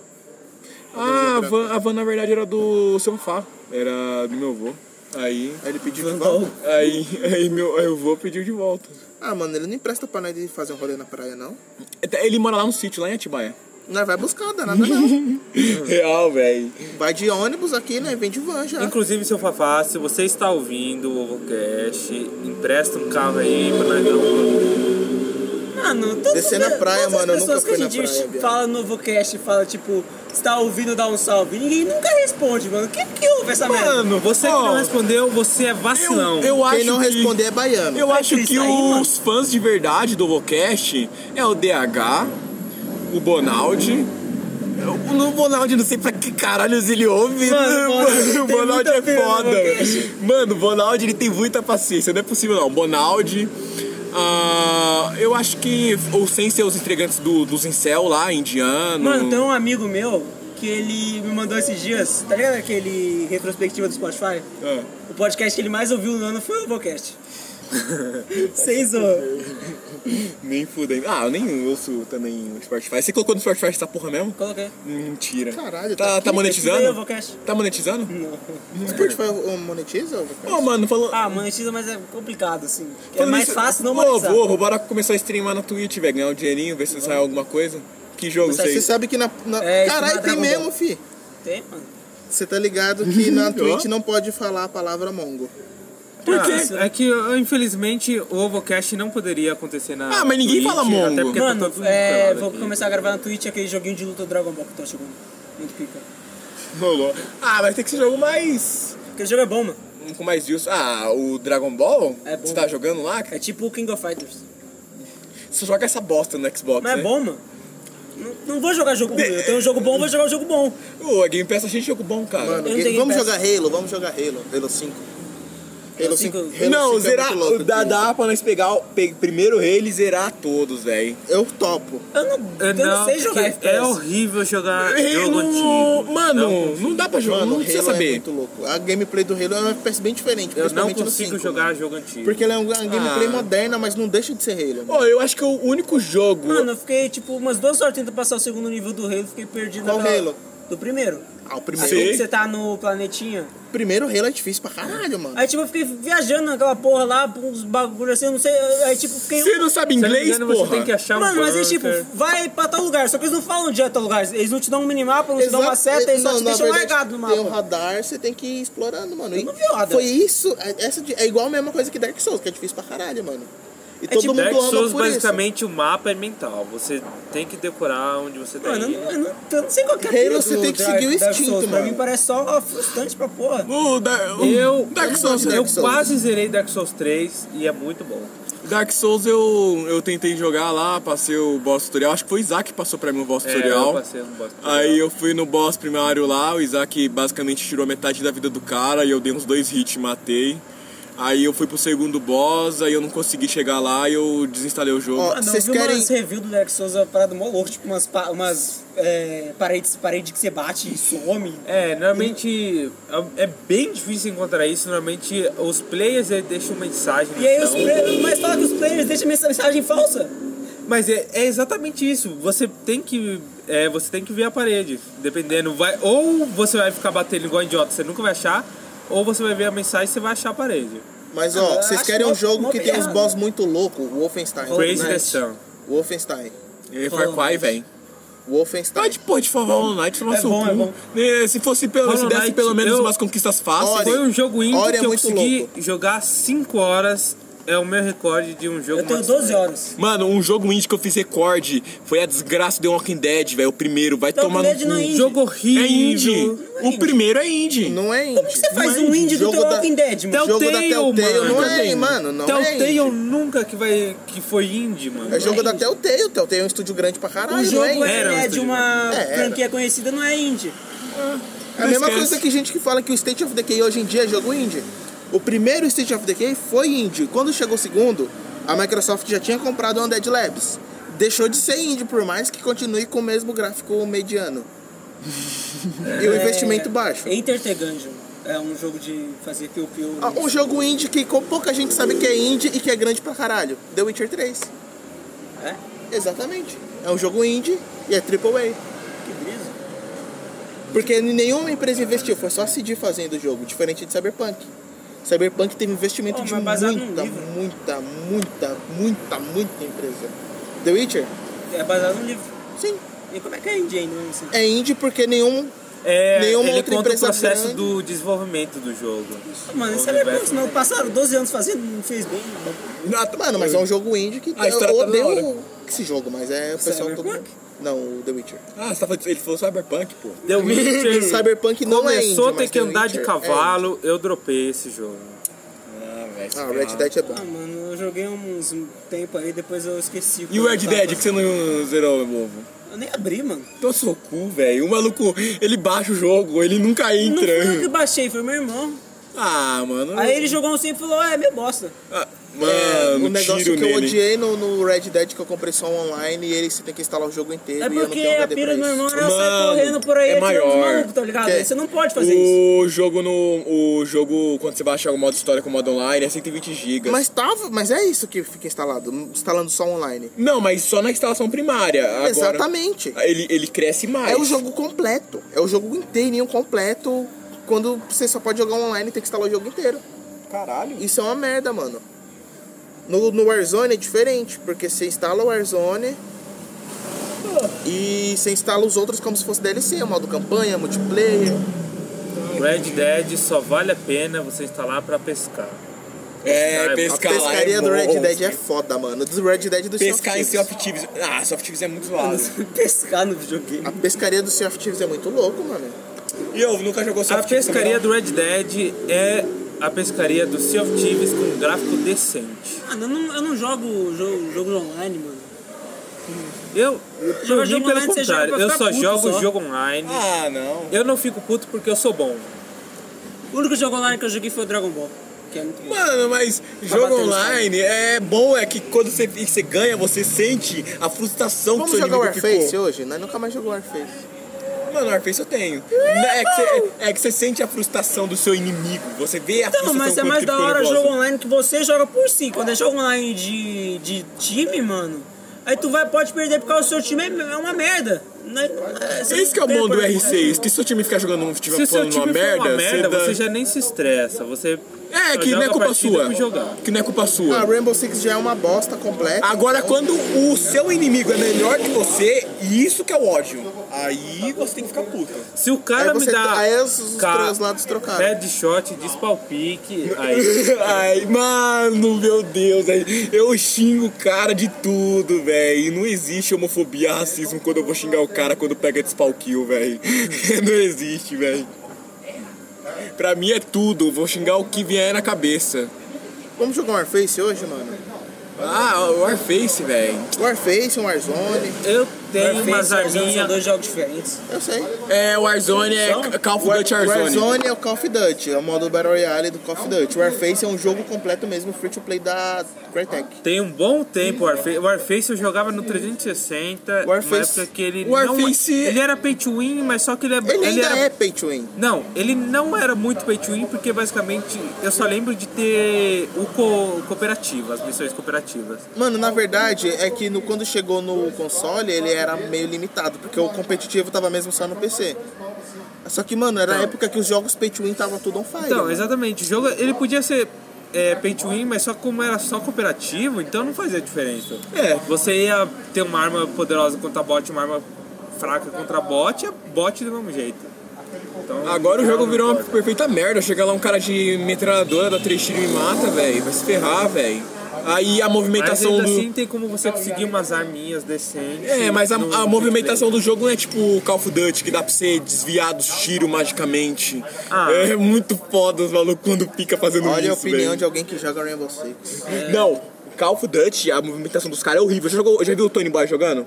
S5: Ah, a van, a van na verdade era do seu Fá. Era do meu avô. Aí.
S1: Aí ele pediu
S5: [LAUGHS]
S1: de volta.
S5: Aí, aí meu aí o avô pediu de volta.
S1: Ah, mano, ele não empresta pra nós de fazer um rolê na praia, não.
S5: Ele mora lá no sítio, lá em Atibaia.
S1: Não vai buscar, danada
S5: [LAUGHS]
S1: não.
S5: Real, velho.
S1: Vai de ônibus aqui, né? Vem de van já.
S4: Inclusive, seu Fafá, se você está ouvindo o Ovocast, empresta um carro aí pra nós um- gravar.
S2: Mano, todas
S1: Descer na
S2: as-
S1: praia,
S2: todas as
S1: mano, eu nunca
S2: pessoas
S1: fui
S2: que
S1: na
S2: a gente
S1: praia, viado.
S2: fala no Vocast, fala tipo, você tá ouvindo, dá um salve. Ninguém nunca responde, mano. Quem que ouve essa merda?
S4: Mano, você que não respondeu, você é vacilão.
S5: Eu acho
S1: Quem não
S5: que-
S1: responder é baiano.
S5: Eu acho
S2: triste
S5: que
S2: aí, mano.
S5: os fãs de verdade do Ovocast é o DH, o Bonaldi. Eu- No Bonaldi, não sei pra que caralhos ele ouve. né,
S2: Mano, o Bonaldi tem
S5: o Bonaldi
S2: muita
S5: é
S2: pena no
S5: foda.
S2: Ovocast.
S5: Mano, o Bonaldi ele tem muita paciência, não é possível não. Bonaldi. ah, eu acho que, ou sem ser os entregantes do, dos Incel lá, indiano.
S2: Mano, tem um amigo meu que ele me mandou esses dias, tá ligado aquele retrospectiva do Spotify?
S5: Ah.
S2: O podcast que ele mais ouviu no ano foi o Vocast. [LAUGHS] Sem zoa.
S5: Nem fudei. Ah, eu nem ouço também o Spotify. Você colocou no Spotify essa porra mesmo?
S2: Coloquei.
S5: Mentira.
S1: Caralho, tá aqui,
S5: tá, tá
S2: Escutei o
S5: monetizando?
S2: Vocast.
S5: Tá monetizando?
S1: O Spotify eh, monetiza? ou-
S5: Ô, mano, falou.
S2: Ah, monetiza, mas é complicado, assim. É
S5: Falando
S2: mais
S5: nisso-
S2: fácil não
S5: Ô,
S2: monetizar.
S5: Bobo, bora começar a streamar na Twitch, velho. Ganhar um dinheirinho, ver se sai alguma coisa. Que jogo
S2: Você-
S5: sei.
S1: Você sabe que na. na...
S2: É, isso não
S1: Caralho,
S2: é
S1: tem
S2: Dragon
S1: mesmo,
S2: Ball.
S1: fi.
S2: Tem, mano.
S1: Você tá ligado que
S5: [LAUGHS]
S1: na Twitch não pode falar a palavra mongo.
S5: Por quê?
S4: Ah, é que, infelizmente, o Ovocast não poderia acontecer na.
S5: Ah, mas ninguém
S4: Twitch,
S5: fala mongo.
S4: Até porque tá
S2: Mano,
S4: todo mundo
S2: é,
S4: pelado
S2: vou
S4: aqui.
S2: começar a gravar na Twitch aquele joguinho de luta do Dragon Ball que tá chegando. Muito pica.
S5: Rolou. Ah, mas tem que ser jogo mais. um
S2: Aquele jogo é bom, mano.
S5: Com mais views. Ah, o Dragon Ball?
S2: É bom.
S5: Você tá jogando lá?
S2: É tipo o King of Fighters.
S5: Você joga essa bosta no Xbox.
S2: Mas
S5: né?
S2: é bom, mano. Não, não vou jogar jogo ruim. Eu tenho um jogo bom, vou jogar um jogo bom.
S5: Ô, a Game Pass tá cheio de jogo bom, cara.
S1: Mano,
S2: Eu
S1: que-
S2: tenho
S1: vamos
S2: peça.
S1: jogar Halo, vamos jogar Halo. Halo 5. Halo 5.
S2: cinco-
S1: Halo
S5: não,
S1: 5 é
S5: zerar.
S1: muito louco,
S5: dá,
S1: tio.
S5: dá pra nós pegar o pe- primeiro ele e zerar todos, velho.
S1: Eu topo.
S2: Eu não,
S4: É,
S2: eu não, sei
S4: porque
S2: jogar
S4: É
S2: FPS.
S4: horrível jogar jogo
S5: Halo-
S4: antigo. Não,
S5: Mano, Ah, não dá pra jogar,
S1: Mano,
S5: não
S1: Halo
S5: precisa
S1: é
S5: saber.
S1: muito louco. A gameplay do Halo é um FPS bem diferente,
S4: eu não
S1: principalmente no
S4: consigo
S1: 5.
S4: jogar
S1: mano.
S4: jogo antigo.
S1: Porque ele é um- uma gameplay
S5: Ah.
S1: moderna, mas não deixa de ser Halo.
S5: Ó, eu acho que o único jogo.
S2: Mano, eu fiquei tipo umas duas horas tentando passar o segundo nível do Halo, fiquei perdido.
S1: Qual
S2: naquela-
S1: Halo?
S2: Do primeiro.
S1: Ah, o
S2: Aí
S1: primeiro,
S5: Sim.
S2: Você tá no planetinha.
S1: primeiro Halo é difícil pra caralho, mano.
S2: Aí tipo, eu fiquei viajando naquela porra lá, por uns bagulho assim, eu não sei. Aí tipo, fiquei.
S5: Você não sabe
S4: Se eu não me
S5: inglês,
S4: engano,
S5: porra?
S4: Você tem que achar
S2: Mano,
S4: um
S2: mas eles tipo,
S4: bunker.
S2: vai pra tal lugar, só que eles não falam de tal lugar, eles não te dão um minimapa, não te dão uma
S1: Exato.
S2: seta, eles só
S1: Não,
S2: te
S1: na
S2: deixam
S1: verdade,
S2: largado no
S1: Tem um
S2: mapa.
S1: radar, você tem que ir explorando, mano. E
S2: não vi o radar.
S1: Foi isso. é- Essa de- é igual a mesma coisa que Dark Souls, que é difícil pra caralho, mano. E todo
S2: tipo
S1: mundo
S4: Dark
S1: ama
S4: Souls,
S1: por
S4: basicamente, o mapa é mental. Você tem que decorar onde você tá
S2: Mano, eu
S4: indo.
S2: não, eu, não, eu não sei qual que é a
S1: Halo,
S2: pira
S1: você
S2: do
S1: tem que
S2: Dark-
S1: seguir o
S2: Dark
S1: instinto,
S2: Souls. Pra
S1: mano.
S2: mim parece só ó, frustrante pra porra.
S5: O Dark, o
S4: Eu,
S5: Dark Souls,
S1: Hum, Dark
S4: eu
S1: Souls.
S4: quase zerei Dark Souls 3 e é muito bom.
S5: Dark Souls eu, eu tentei jogar lá, passei o boss tutorial. Acho que foi o Isaac que passou pra mim o boss
S4: É, eu
S5: tutorial.
S4: passei um boss tutorial.
S5: Aí eu fui no boss primário lá, o Isaac basicamente tirou metade da vida do cara e eu dei uns dois hits e matei. Aí eu fui pro segundo boss, aí eu não consegui chegar lá e eu desinstalei o jogo.
S1: Ó,
S2: Ah, não,
S1: Vocês
S2: eu vi
S1: querem-
S2: umas reviews do Dark Souls, uma parada mó louca, tipo umas, pa- umas é, paredes, parede que você bate e some.
S4: É, normalmente é- é bem difícil encontrar isso. Normalmente os players eh, deixam mensagem. no
S2: E aí os
S4: chão.
S2: players, mas fala que os players deixam essa mensagem falsa.
S4: Mas é, é exatamente isso. Você tem que. é, você tem que ver a parede. Dependendo, vai. Ou você vai ficar batendo igual idiota, você nunca vai achar. Ou você vai ver a mensagem e você vai achar a parede.
S1: Mas ó,
S2: Ah,
S1: vocês
S2: acho
S1: querem
S2: mó-
S1: um jogo
S2: mó
S1: que tem uns
S2: piada.
S1: boss muito loucos? Wolfenstein.
S4: Crazy
S1: Knight.
S4: the Sun.
S1: Wolfenstein.
S5: E Far Cry, velho.
S1: Wolfenstein.
S5: Tá de porra de favor Hollow Knight, tomar
S2: É
S5: seu
S2: bom,
S5: cu.
S2: é bom.
S5: Né, Se fosse pelo, se
S4: Hollow
S5: desse
S4: Knight,
S5: pelo menos
S4: eu-
S5: umas conquistas
S1: Olha,
S5: fáceis.
S4: Foi um jogo indie
S1: Ori é
S4: que eu
S1: muito
S4: consegui
S1: louco.
S4: jogar 5 horas. É o meu recorde de um jogo.
S2: Eu tenho
S4: master.
S2: 12 horas.
S5: Mano, um jogo indie que eu fiz recorde foi a desgraça do The Walking Dead, velho. O primeiro, vai
S2: Então,
S5: tomar no
S2: Dead
S5: cu.
S2: não é indie.
S4: Jogo horrível.
S5: É indie. O primeiro é indie.
S1: Não é indie. Como
S2: Você faz um indie do
S1: jogo
S2: The
S1: da-
S2: Walking Dead, mano.
S4: Então,
S1: um Jogo da
S4: Telltale,
S1: Telltale
S4: mano.
S1: não é, mano. Não é
S4: Telltale
S1: indie.
S4: nunca que vai que foi indie, mano.
S1: É jogo da Telltale. Telltale é um estúdio grande pra caralho.
S2: O
S1: não
S2: jogo
S1: é indie.
S2: é,
S4: Era um
S2: de
S4: estúdio.
S2: uma
S1: É, era.
S2: franquia conhecida, não é indie.
S1: É a mesma
S5: Esquece.
S1: coisa que gente que fala que o State of Decay hoje em dia é jogo indie. O primeiro State of Decay foi indie. Quando chegou o segundo, a Microsoft já tinha comprado o Undead Labs. Deixou de ser indie, por mais que continue com o mesmo gráfico mediano. [LAUGHS] E o investimento baixo.
S2: Enter the Gungeon. É um jogo de fazer piu-piu.
S1: Ah, Um jogo indie que com pouca gente sabe que é indie e que é grande pra caralho. The Witcher 3. É? Exatamente. É um jogo indie e é AAA.
S2: Que brisa.
S1: Porque nenhuma empresa investiu, foi só a CD fazendo o jogo, diferente de Cyberpunk. Cyberpunk teve investimento
S2: Oh,
S1: de
S2: mas
S1: muita,
S2: baseado num
S1: muita,
S2: livro.
S1: muita, muita, muita, empresa. The Witcher?
S2: É baseado no livro.
S1: Sim.
S2: E como é que é indie ainda? né? Assim?
S1: É indie porque nenhum.
S4: É,
S1: Nenhuma
S4: ele
S1: outra
S4: conta o
S1: empresa
S4: processo
S1: grande.
S4: do desenvolvimento do jogo.
S2: Mano, isso
S4: O
S2: é legal,
S4: universo-
S2: senão passaram 12 anos fazendo, não fez bem.
S1: Mano, mas é um jogo indie que
S5: A história
S1: eu
S5: tá da
S1: odeio
S5: hora.
S1: esse jogo, mas é o pessoal todo.
S2: Cyberpunk?
S1: Não, o The Witcher.
S5: Ah, você tava, ele falou Cyberpunk, pô.
S1: [LAUGHS]
S4: The Witcher
S1: Cyberpunk não é indie.
S4: começou a ter
S1: mas
S4: que
S1: The
S4: andar de
S1: Witcher é
S4: cavalo, eu dropei esse jogo.
S5: Ah,
S1: indie. Ah, Red Dead é bom.
S2: Ah, mano, eu joguei uns tempo aí, depois eu esqueci.
S5: E o
S2: como
S5: Red
S2: tava.
S5: Dead que você não zerou, meu povo?
S2: Eu nem abri, mano.
S5: Tô seu cu, velho. O maluco, ele baixa o jogo, ele nunca
S2: Não
S5: entra.
S2: foi eu que baixei, foi meu irmão.
S5: [LAUGHS] Ah, mano.
S2: Aí ele jogou um sim e falou, ah, é minha bosta.
S5: Ah,
S1: É,
S5: mano,
S1: o negócio
S5: tiro
S1: que eu
S5: nele.
S1: odiei no, no Red Dead que eu comprei só online e ele você tem que instalar o jogo inteiro e
S2: É
S1: eu não
S2: porque
S1: tenho
S2: a
S1: HD pra
S2: pira do meu
S1: isso.
S2: irmão era eu sair
S5: Mano,
S2: correndo por aí
S5: é
S2: atirando os
S5: maior.
S2: malucos, tá ligado?
S1: Que-
S2: Aí você não pode fazer isso.
S5: O jogo no. O jogo, quando você baixa o modo história com o modo online, é 120 GB.
S1: Mas tava, mas é isso que fica instalado, instalando só online.
S5: Não, mas só na instalação primária. Agora,
S1: Exatamente.
S5: Ele, ele cresce mais.
S1: É o jogo completo, é o jogo inteirinho completo. Quando você só pode jogar online, tem que instalar o jogo inteiro.
S5: Caralho.
S1: Isso é uma merda, mano. No, no Warzone é diferente, porque você instala o Warzone e você instala os outros como se fosse DLC, é modo campanha, multiplayer.
S4: Red Dead só vale a pena você instalar pra pescar.
S5: É,
S4: A
S5: pescar
S1: a
S5: lá
S1: pescaria
S5: é
S1: do Red
S5: bom.
S1: Dead é foda, mano. Do Red Dead e do
S5: Pescar em
S1: Sea
S5: Sea
S1: of Thieves.
S5: of Thieves. Ah, Sea of Thieves é muito [LAUGHS] zoado.
S2: Pescar no videogame.
S1: A pescaria do Sea of Thieves é muito louco, mano.
S5: E eu, nunca jogou Sea
S4: A
S5: of Thieves?
S4: pescaria
S5: também,
S4: do Red Dead é a pescaria do Sea of Thieves com um gráfico decente.
S2: Mano, eu não, eu não jogo jogo, jogo online, mano.
S4: Eu,
S2: jogo
S4: por mim, pelo
S2: online, você joga
S4: contrário,
S2: pra
S4: eu
S2: ficar
S4: só
S2: puto
S4: jogo
S2: só.
S4: jogo online.
S5: não? Ah, não.
S4: Eu não fico puto porque eu sou bom.
S2: O único jogo online que eu joguei foi o Dragon Ball, que é muito bom.
S5: Mano, mas
S2: bater
S5: jogo
S2: no
S5: online é bom, é que quando você, e você ganha, você sente a frustração
S1: Vamos
S5: que seu
S1: jogar
S5: inimigo
S1: Warface
S5: ficou.
S1: hoje? Nós nunca mais jogamos Warface.
S5: Mano, Warface eu tenho. É que, você, é que você sente a frustração do seu inimigo, você vê a
S2: Então,
S5: frustração
S2: mas é
S5: quando
S2: mais
S5: ele
S2: da
S5: ficou
S2: hora
S5: nervoso.
S2: jogo online que você joga por si. Quando é jogo online de, de time, mano, aí tu vai, pode perder porque o seu time é, é uma merda. Não é- é- você
S5: Esse que é o
S2: perde
S5: bom do
S2: por-
S5: R6, que se o time ficar jogando um
S4: Se
S5: time
S4: o seu
S5: falando
S4: time
S5: uma merda,
S4: for uma merda,
S5: dá-
S4: você já nem se estressa. Você
S5: É,
S4: só
S5: que não
S4: joga
S5: é
S4: a
S5: culpa
S4: partida
S5: sua.
S4: pra jogar.
S5: Que não é culpa sua.
S1: Ah, Rainbow Six já é uma bosta completa.
S5: Agora, quando o seu inimigo é melhor que você, isso que é o ódio. Aí você tem que ficar puto.
S4: Se o
S1: Aí
S5: Ah,
S4: cara me
S1: você- tá-
S4: dá
S1: aí os- os
S4: ca-
S1: três lados trocaram.
S5: É.
S4: headshot, despalpique, aí...
S5: [LAUGHS] Ai, mano, meu Deus, aí eu xingo o cara de tudo, velho. E Não existe homofobia, racismo quando eu vou xingar o cara quando pega despawn kill, velho. [LAUGHS] Não existe, velho. Pra mim é tudo, vou xingar o que vier na cabeça.
S1: Vamos jogar um Warface hoje, mano?
S5: Ah, o Warface, velho.
S1: Warface, um Warzone.
S4: Eu tenho
S2: Perfeito,
S4: umas
S2: são- São
S4: arminhas.
S2: dois jogos diferentes.
S1: Eu sei.
S5: É, o Warzone é Ca- Call of Duty Warzone.
S1: Warzone é o Call of Duty, é o modo Battle Royale do Call of Duty. Warface é um jogo completo mesmo, free to play da Crytek.
S4: Tem um bom tempo o Warface. O Warface eu jogava no 360. Uma
S1: Warface-
S4: época que ele
S5: Warface-
S4: não. Ele era pay to win, mas só que ele, é-
S1: Ele ainda
S4: era.
S1: é pay to win.
S4: Não, ele não era muito pay to win porque basicamente eu só lembro de ter o co cooperativo, as missões cooperativas.
S1: Mano, na verdade é que no- quando chegou no console ele era meio limitado, porque o competitivo tava mesmo só no PC. Só que, mano, era a época que os jogos pay to win tava tudo on fire.
S5: né?
S4: Então,
S1: mano.
S4: exatamente. O jogo ele podia ser é, pay to win, mas só como era só cooperativo, então não fazia diferença.
S5: É.
S4: Você ia ter uma arma poderosa contra bot, uma arma fraca contra bot, e a bot do mesmo jeito. Então,
S5: Agora o
S4: não
S5: jogo virou uma
S4: importa.
S5: perfeita merda. Chega lá um cara de metralhadora, dá três tiros e me mata, velho. Vai se ferrar, velho. Aí a
S4: Mas
S5: movimentação
S4: ainda
S5: do.
S4: assim tem como você conseguir umas arminhas decentes.
S5: É, mas a,
S4: no-
S5: a
S4: no
S5: movimentação do jogo não é tipo o Call of Duty, que dá pra você desviar dos tiros magicamente.
S4: Ah.
S5: É muito foda os malucos quando pica fazendo
S1: Olha
S5: isso,
S1: a opinião
S5: velho.
S1: de alguém que joga Rainbow Six.
S5: Não, Call of Duty, a movimentação dos caras é horrível. Já, jogou, já viu o Tony Boy jogando?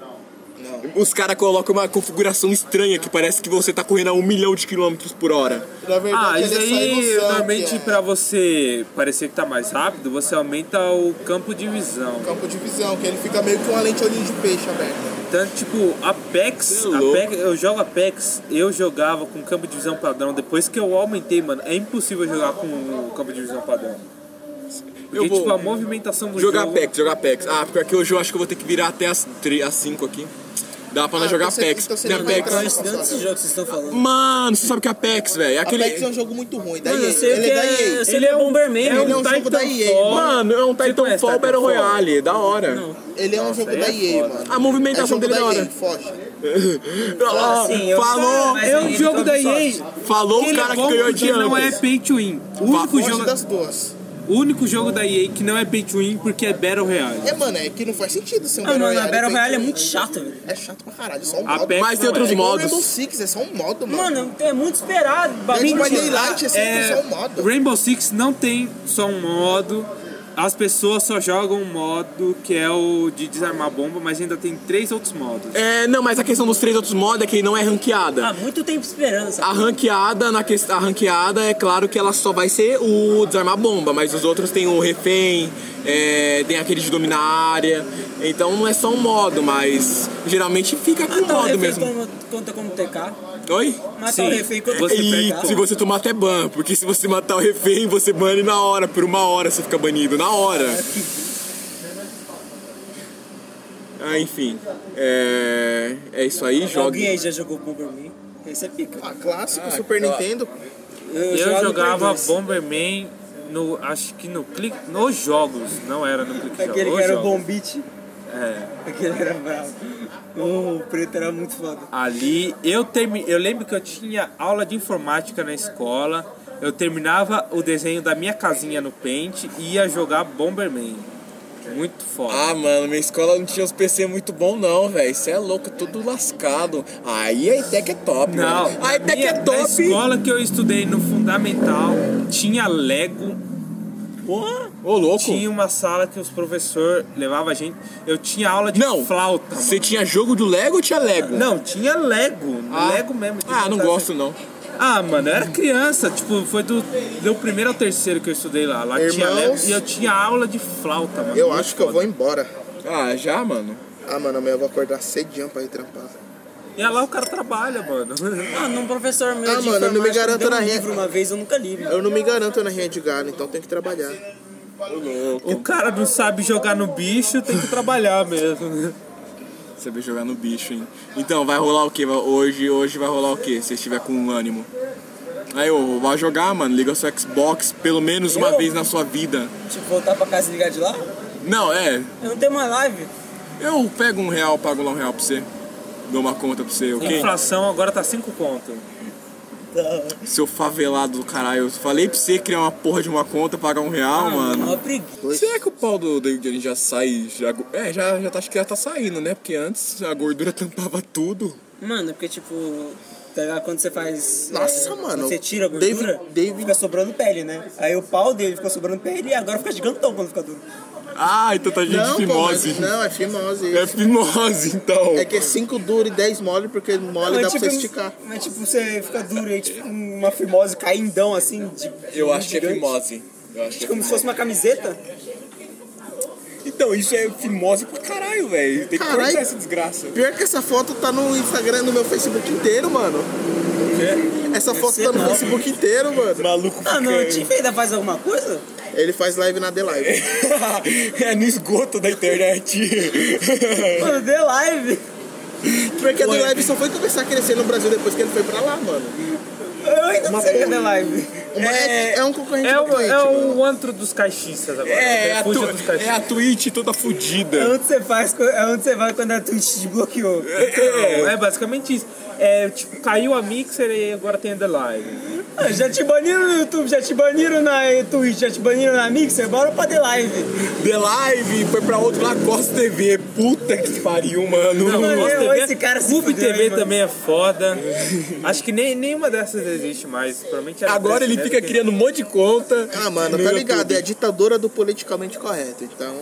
S5: Os caras colocam uma configuração estranha que parece que você tá correndo a um milhão de quilômetros por hora.
S1: Na
S4: Ah,
S1: verdade,
S4: isso
S1: ele é só
S4: aí
S1: ilusão, que
S4: normalmente
S1: é
S4: pra você parecer que tá mais rápido, você aumenta o campo de visão.
S1: campo de visão, que ele fica meio que uma lente olhinho de peixe aberta.
S4: Tanto, tipo, Apex,
S5: Você é louco.
S4: Apex- eu jogo Apex, eu jogava com campo de visão padrão, depois que eu aumentei, mano, é impossível jogar com o campo de visão padrão. Porque,
S5: Eu vou
S4: tipo, a movimentação do
S5: Jogar
S4: jogo...
S5: PEX, jogar PEX. Ah, porque aqui hoje eu acho que eu vou ter que virar até as 5 aqui. Dá pra nós
S8: Ah,
S5: jogar
S8: então você-
S5: PEX.
S8: então você
S5: Tem
S8: não
S5: a
S8: vai
S5: PEX.
S8: entrar
S2: Tô estudando esse jogo que vocês estão falando.
S5: Mano, você sabe o que é a PEX, velho? É
S1: Aquele...
S5: Aquele...
S1: Apex é um jogo muito ruim, da
S2: Mano, eu
S1: EA.
S2: sei o
S1: Ele
S2: que
S1: é da
S2: é-
S1: EA.
S2: eu sei Ele é um Bomberman,
S1: ele é um jogo da EA.
S5: Mano, é um
S4: Você conhece
S5: Titanfall Battle
S4: Titanfall?
S5: Royale, da hora.
S1: Ele é um jogo
S4: aí
S1: da
S4: é
S1: EA,
S4: foda.
S1: mano.
S5: A
S1: É
S5: movimentação
S1: jogo
S5: dele é
S1: da
S5: da hora.
S1: EA, foge.
S5: Ah,
S2: Sim, eu-
S5: falou,
S2: Mas
S4: É
S2: ele
S4: um jogo da EA,
S5: falou tá assim. o
S4: ele
S5: cara
S4: é
S5: que
S4: bom
S5: ganhou de
S4: porque não é
S5: ambos.
S4: pay to win. O único,
S1: Foge
S4: jogo,
S1: das duas.
S4: o único jogo da EA que não é pay to win porque é Battle Royale.
S1: É, mano, é que não faz sentido ser um
S2: Ah,
S1: Battle
S2: mano, a
S1: Royale.
S2: Battle
S1: Tem que-
S2: Royale é muito chata, velho.
S1: É chato pra caralho, é só um
S4: A
S1: modo.
S4: PEX
S5: Mas tem
S4: não é.
S5: outros
S1: É igual Rainbow
S5: modos.
S1: Six, é só um modo, mano.
S2: Mano, é muito esperado.
S1: Dead by
S2: bagulho.
S1: Daylight é sempre
S4: É,
S1: só um modo.
S4: Rainbow Six não tem só um modo. As pessoas só jogam um modo que é o de desarmar bomba, mas ainda tem três outros modos.
S5: É, não, mas a questão dos três outros modos é que ele não é ranqueada.
S2: Há muito tempo esperando, sabe?
S5: A ranqueada, na quest... a ranqueada, é claro que ela só vai ser o desarmar bomba, mas os outros tem o refém, é, tem aquele de dominar a área. Então não é só um modo, mas geralmente fica com um
S2: Matar o
S4: Então,
S5: modo
S2: é refém
S5: mesmo.
S2: como- conta como TK.
S5: Oi?
S2: Matar
S4: Sim.
S2: o é refém conta
S4: Você
S2: como
S5: E
S4: pega-
S2: TK.
S5: se você tomar até ban, porque se você matar o refém, você bane na hora, por uma hora você fica banido, na hora.
S4: É
S5: Ah, enfim. É, é isso aí, joga.
S2: Alguém aí já jogou Bomberman? Esse é pica.
S1: Ah, clássico, Super Nintendo.
S2: Eu,
S4: Eu
S2: Play
S4: jogava
S2: dois.
S4: Bomberman no. acho que no click. nos jogos, não era no click Jogo,
S2: Aquele
S4: nos
S2: que era o
S4: jogos.
S2: Bombit.
S4: É.
S2: Aquele que era bravo. O preto era muito foda.
S4: Ali eu termi... eu lembro que eu tinha aula de informática na escola. Eu terminava o desenho da minha casinha no Paint e ia jogar Bomberman. Muito foda.
S5: Ah, mano, minha escola não tinha os PC muito bom não, velho. Você é louco, tudo lascado. Aí a ITEC é top,
S4: Não.
S5: mano. A
S4: na
S5: ITEC
S4: minha-
S5: é
S4: Na
S5: top.
S4: escola que eu estudei no fundamental, tinha Lego,
S5: Porra. Ô, louco.
S4: tinha uma sala que os professores levavam a gente. Eu tinha aula de
S5: Não,
S4: flauta. mano.
S5: Você tinha jogo do Lego ou tinha Lego?
S4: Não, tinha Lego.
S5: Ah.
S4: Lego mesmo. de
S5: Ah, não
S4: montar
S5: gosto
S4: assim.
S5: não.
S4: Ah, mano, eu era criança. Tipo, foi do, do primeiro ao terceiro que eu estudei lá. Lá tinha
S1: Irmãos.
S4: Lego e eu tinha aula de flauta, mano.
S1: Eu
S4: Muito
S1: acho que eu
S4: foda.
S1: vou embora.
S5: Ah, já, mano?
S1: Ah, mano, amanhã eu vou acordar cedinho pra ir trampar.
S4: E é lá o cara trabalha,
S1: [LAUGHS]
S4: mano.
S2: Mano, um professor meu
S1: Ah,
S2: de
S1: mano, eu não me
S2: informática
S1: garanto
S2: deu
S1: na
S2: um
S1: reta.
S2: livro uma vez, eu nunca li, velho.
S1: Eu não me garanto na renda de galo, então tenho que trabalhar.
S4: O cara não sabe jogar no bicho, tem que trabalhar mesmo.
S5: Saber jogar no bicho, hein? Então, vai rolar o que hoje? Hoje vai rolar o que? Se estiver com ânimo. Aí, ô, vai jogar, mano. Liga sua Xbox pelo menos uma
S2: Eu?
S5: vez na sua vida.
S2: Tipo, voltar pra casa e ligar de lá?
S5: Não, é.
S2: Eu não tenho uma live.
S5: Eu pego um real, pago lá um real pra você. Dou uma conta pra você, ok?
S4: Inflação agora tá 5 conto.
S5: Seu favelado do caralho. Eu falei pra você criar uma porra de uma conta, pagar um real, mano.
S2: Uma Ah, preguiça.
S5: Será que o pau do David Jones já sai? Já, go- é, já, já tá, acho que já tá saindo, né? Porque antes a gordura [LAUGHS] tampava tudo.
S2: Mano, porque tipo, tá ligado? Quando você faz.
S1: Nossa,
S2: quando
S1: mano.
S2: Você tira a gordura,
S1: David- David-
S2: fica sobrando pele, né? Aí o pau dele fica sobrando pele e agora fica gigantão quando fica duro.
S5: Ah, então tá gente
S1: pô, mas-
S5: fimose.
S1: não, é fimose.
S5: É fimose, então.
S1: É que é 5 duro e 10 mole, porque mole dá pra você esticar.
S2: mas é tipo, você fica duro aí, tipo, uma fimose caindão assim. De,
S5: Eu acho que é
S2: gigante.
S5: fimose. Eu acho que é
S2: Como se fosse uma camiseta.
S5: Então, isso é fimose pra caralho, velho. Tem que
S1: Caralho.
S5: cortar essa desgraça.
S1: Pior que essa foto tá no Instagram do meu Facebook inteiro, mano. Essa foto tá no Facebook inteiro, mano.
S5: Maluco
S2: Ah, não, o
S5: fica-
S2: Tiff ainda faz alguma coisa?
S1: Ele faz live na The Live.
S5: [LAUGHS] É no esgoto da [LAUGHS] internet.
S2: Mano, dê live.
S1: Pior que a The Live só foi começar a crescer no Brasil depois que ele foi pra lá, mano.
S2: Eu ainda não sei que é dê live.
S1: Uma- é, é um concorrente
S4: É
S1: do
S4: o,
S1: Twitch,
S4: é
S1: mano.
S4: o antro dos caixistas agora.
S5: é, a
S4: Refúgio
S5: tu-
S4: dos
S5: é
S4: caixistas.
S5: a Twitch toda
S2: É
S5: fudida.
S2: onde você faz, co- é onde você vai quando a Twitch te bloqueou.
S4: É, basicamente isso. É, tipo, caiu a mixer e agora tem a The Live.
S2: Ah, Já te baniram no YouTube, já te baniram na Twitch, já te baniram na Mixer, bora pra The Live.
S5: The Live foi pra outro lá, Costa TV. Puta que pariu, mano.
S2: Não,
S4: Nossa,
S2: eu-
S4: TV
S2: esse cara se
S4: Clube
S2: fudeu,
S4: TV
S2: hein, mano?
S4: também é foda. Acho que nem, nenhuma dessas existe mais. Provavelmente era
S5: Agora
S4: dessa,
S5: ele
S4: né?
S5: fica
S4: Porque-
S5: criando um monte de conta.
S1: Ah, mano,
S5: no
S1: tá
S5: YouTube.
S1: ligado? É a ditadura do politicamente correto,
S2: [LAUGHS]
S1: então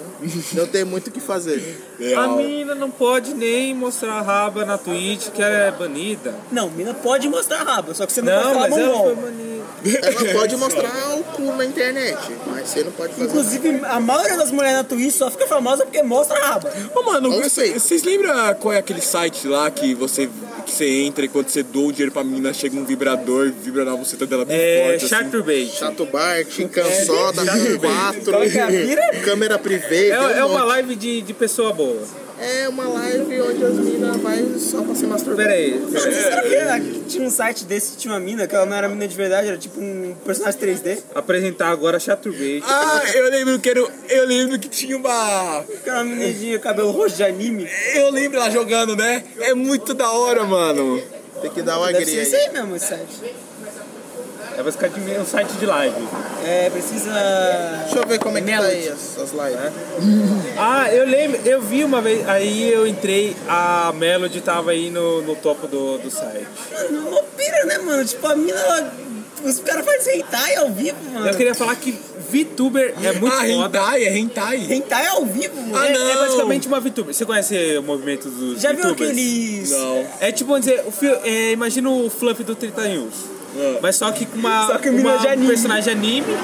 S1: não tem muito o que fazer.
S4: A
S5: Real.
S4: mina não pode nem mostrar a raba na Twitch, que ela é banida.
S2: Não, mina pode mostrar a raba, só que você não,
S4: Não,
S2: pode falar
S4: mas ela foi
S2: mongol.
S4: banida.
S1: Ela pode mostrar o cu na internet, mas você não pode fazer.
S2: Inclusive, a maioria das mulheres na Twitch só fica famosa porque mostra a raba.
S5: Ô, mano,
S1: Eu sei.
S5: vocês vocês lembram qual é aquele site lá que você, que você entra e quando você doa o dinheiro pra menina, chega um vibrador, vibra na buceta dela bem
S4: É,
S5: forte, assim.
S4: Sharkbait.
S1: Chato Bart, Cansoda,
S2: [LAUGHS]
S4: Chato Bart.
S1: 4,
S2: Qual É, que é a pira?
S1: câmera privê.
S4: É,
S1: tem um
S4: é uma
S1: monte.
S4: live de, de pessoa boa.
S1: É uma live onde as minas vai só pra se masturbar.
S4: Pera aí.
S2: Será que aqui tinha um site desse que tinha uma mina, que ela não era mina de verdade, era tipo um personagem 3D?
S4: Apresentar agora Chaturbate.
S5: Ah, eu lembro que era, eu lembro que tinha uma.
S2: Que era uma menina de cabelo roxo de anime.
S5: Eu lembro ela jogando, né? É muito da hora, mano.
S1: Tem que dar uma
S2: Deve ser
S1: alegria
S2: isso
S1: aí.
S2: aí mesmo, esse site.
S4: É basicamente um site de live.
S2: É, precisa...
S1: Deixa eu ver como é que tá aí as, as lives.
S4: Ah, eu lembro, eu vi uma vez, aí eu entrei, a Melody tava aí no, no topo do, do site.
S2: Mano, uma pira, né, mano? Tipo, a mina, ela... os caras fazem hentai ao vivo, mano.
S4: Eu queria falar que VTuber é muito
S5: ah,
S4: foda.
S5: hentai, é hentai.
S2: Hentai ao vivo, mano.
S5: Ah,
S4: É,
S5: não.
S4: é basicamente uma VTuber. Você conhece o movimento dos
S2: Já viu
S4: VTubers?
S2: aqueles...
S5: Não.
S4: É tipo, vamos dizer, o fio- é, imagina o Fluff do 30 News. Mas só que com uma,
S2: Só que
S4: uma-
S2: mina de anime.
S4: um personagem anime.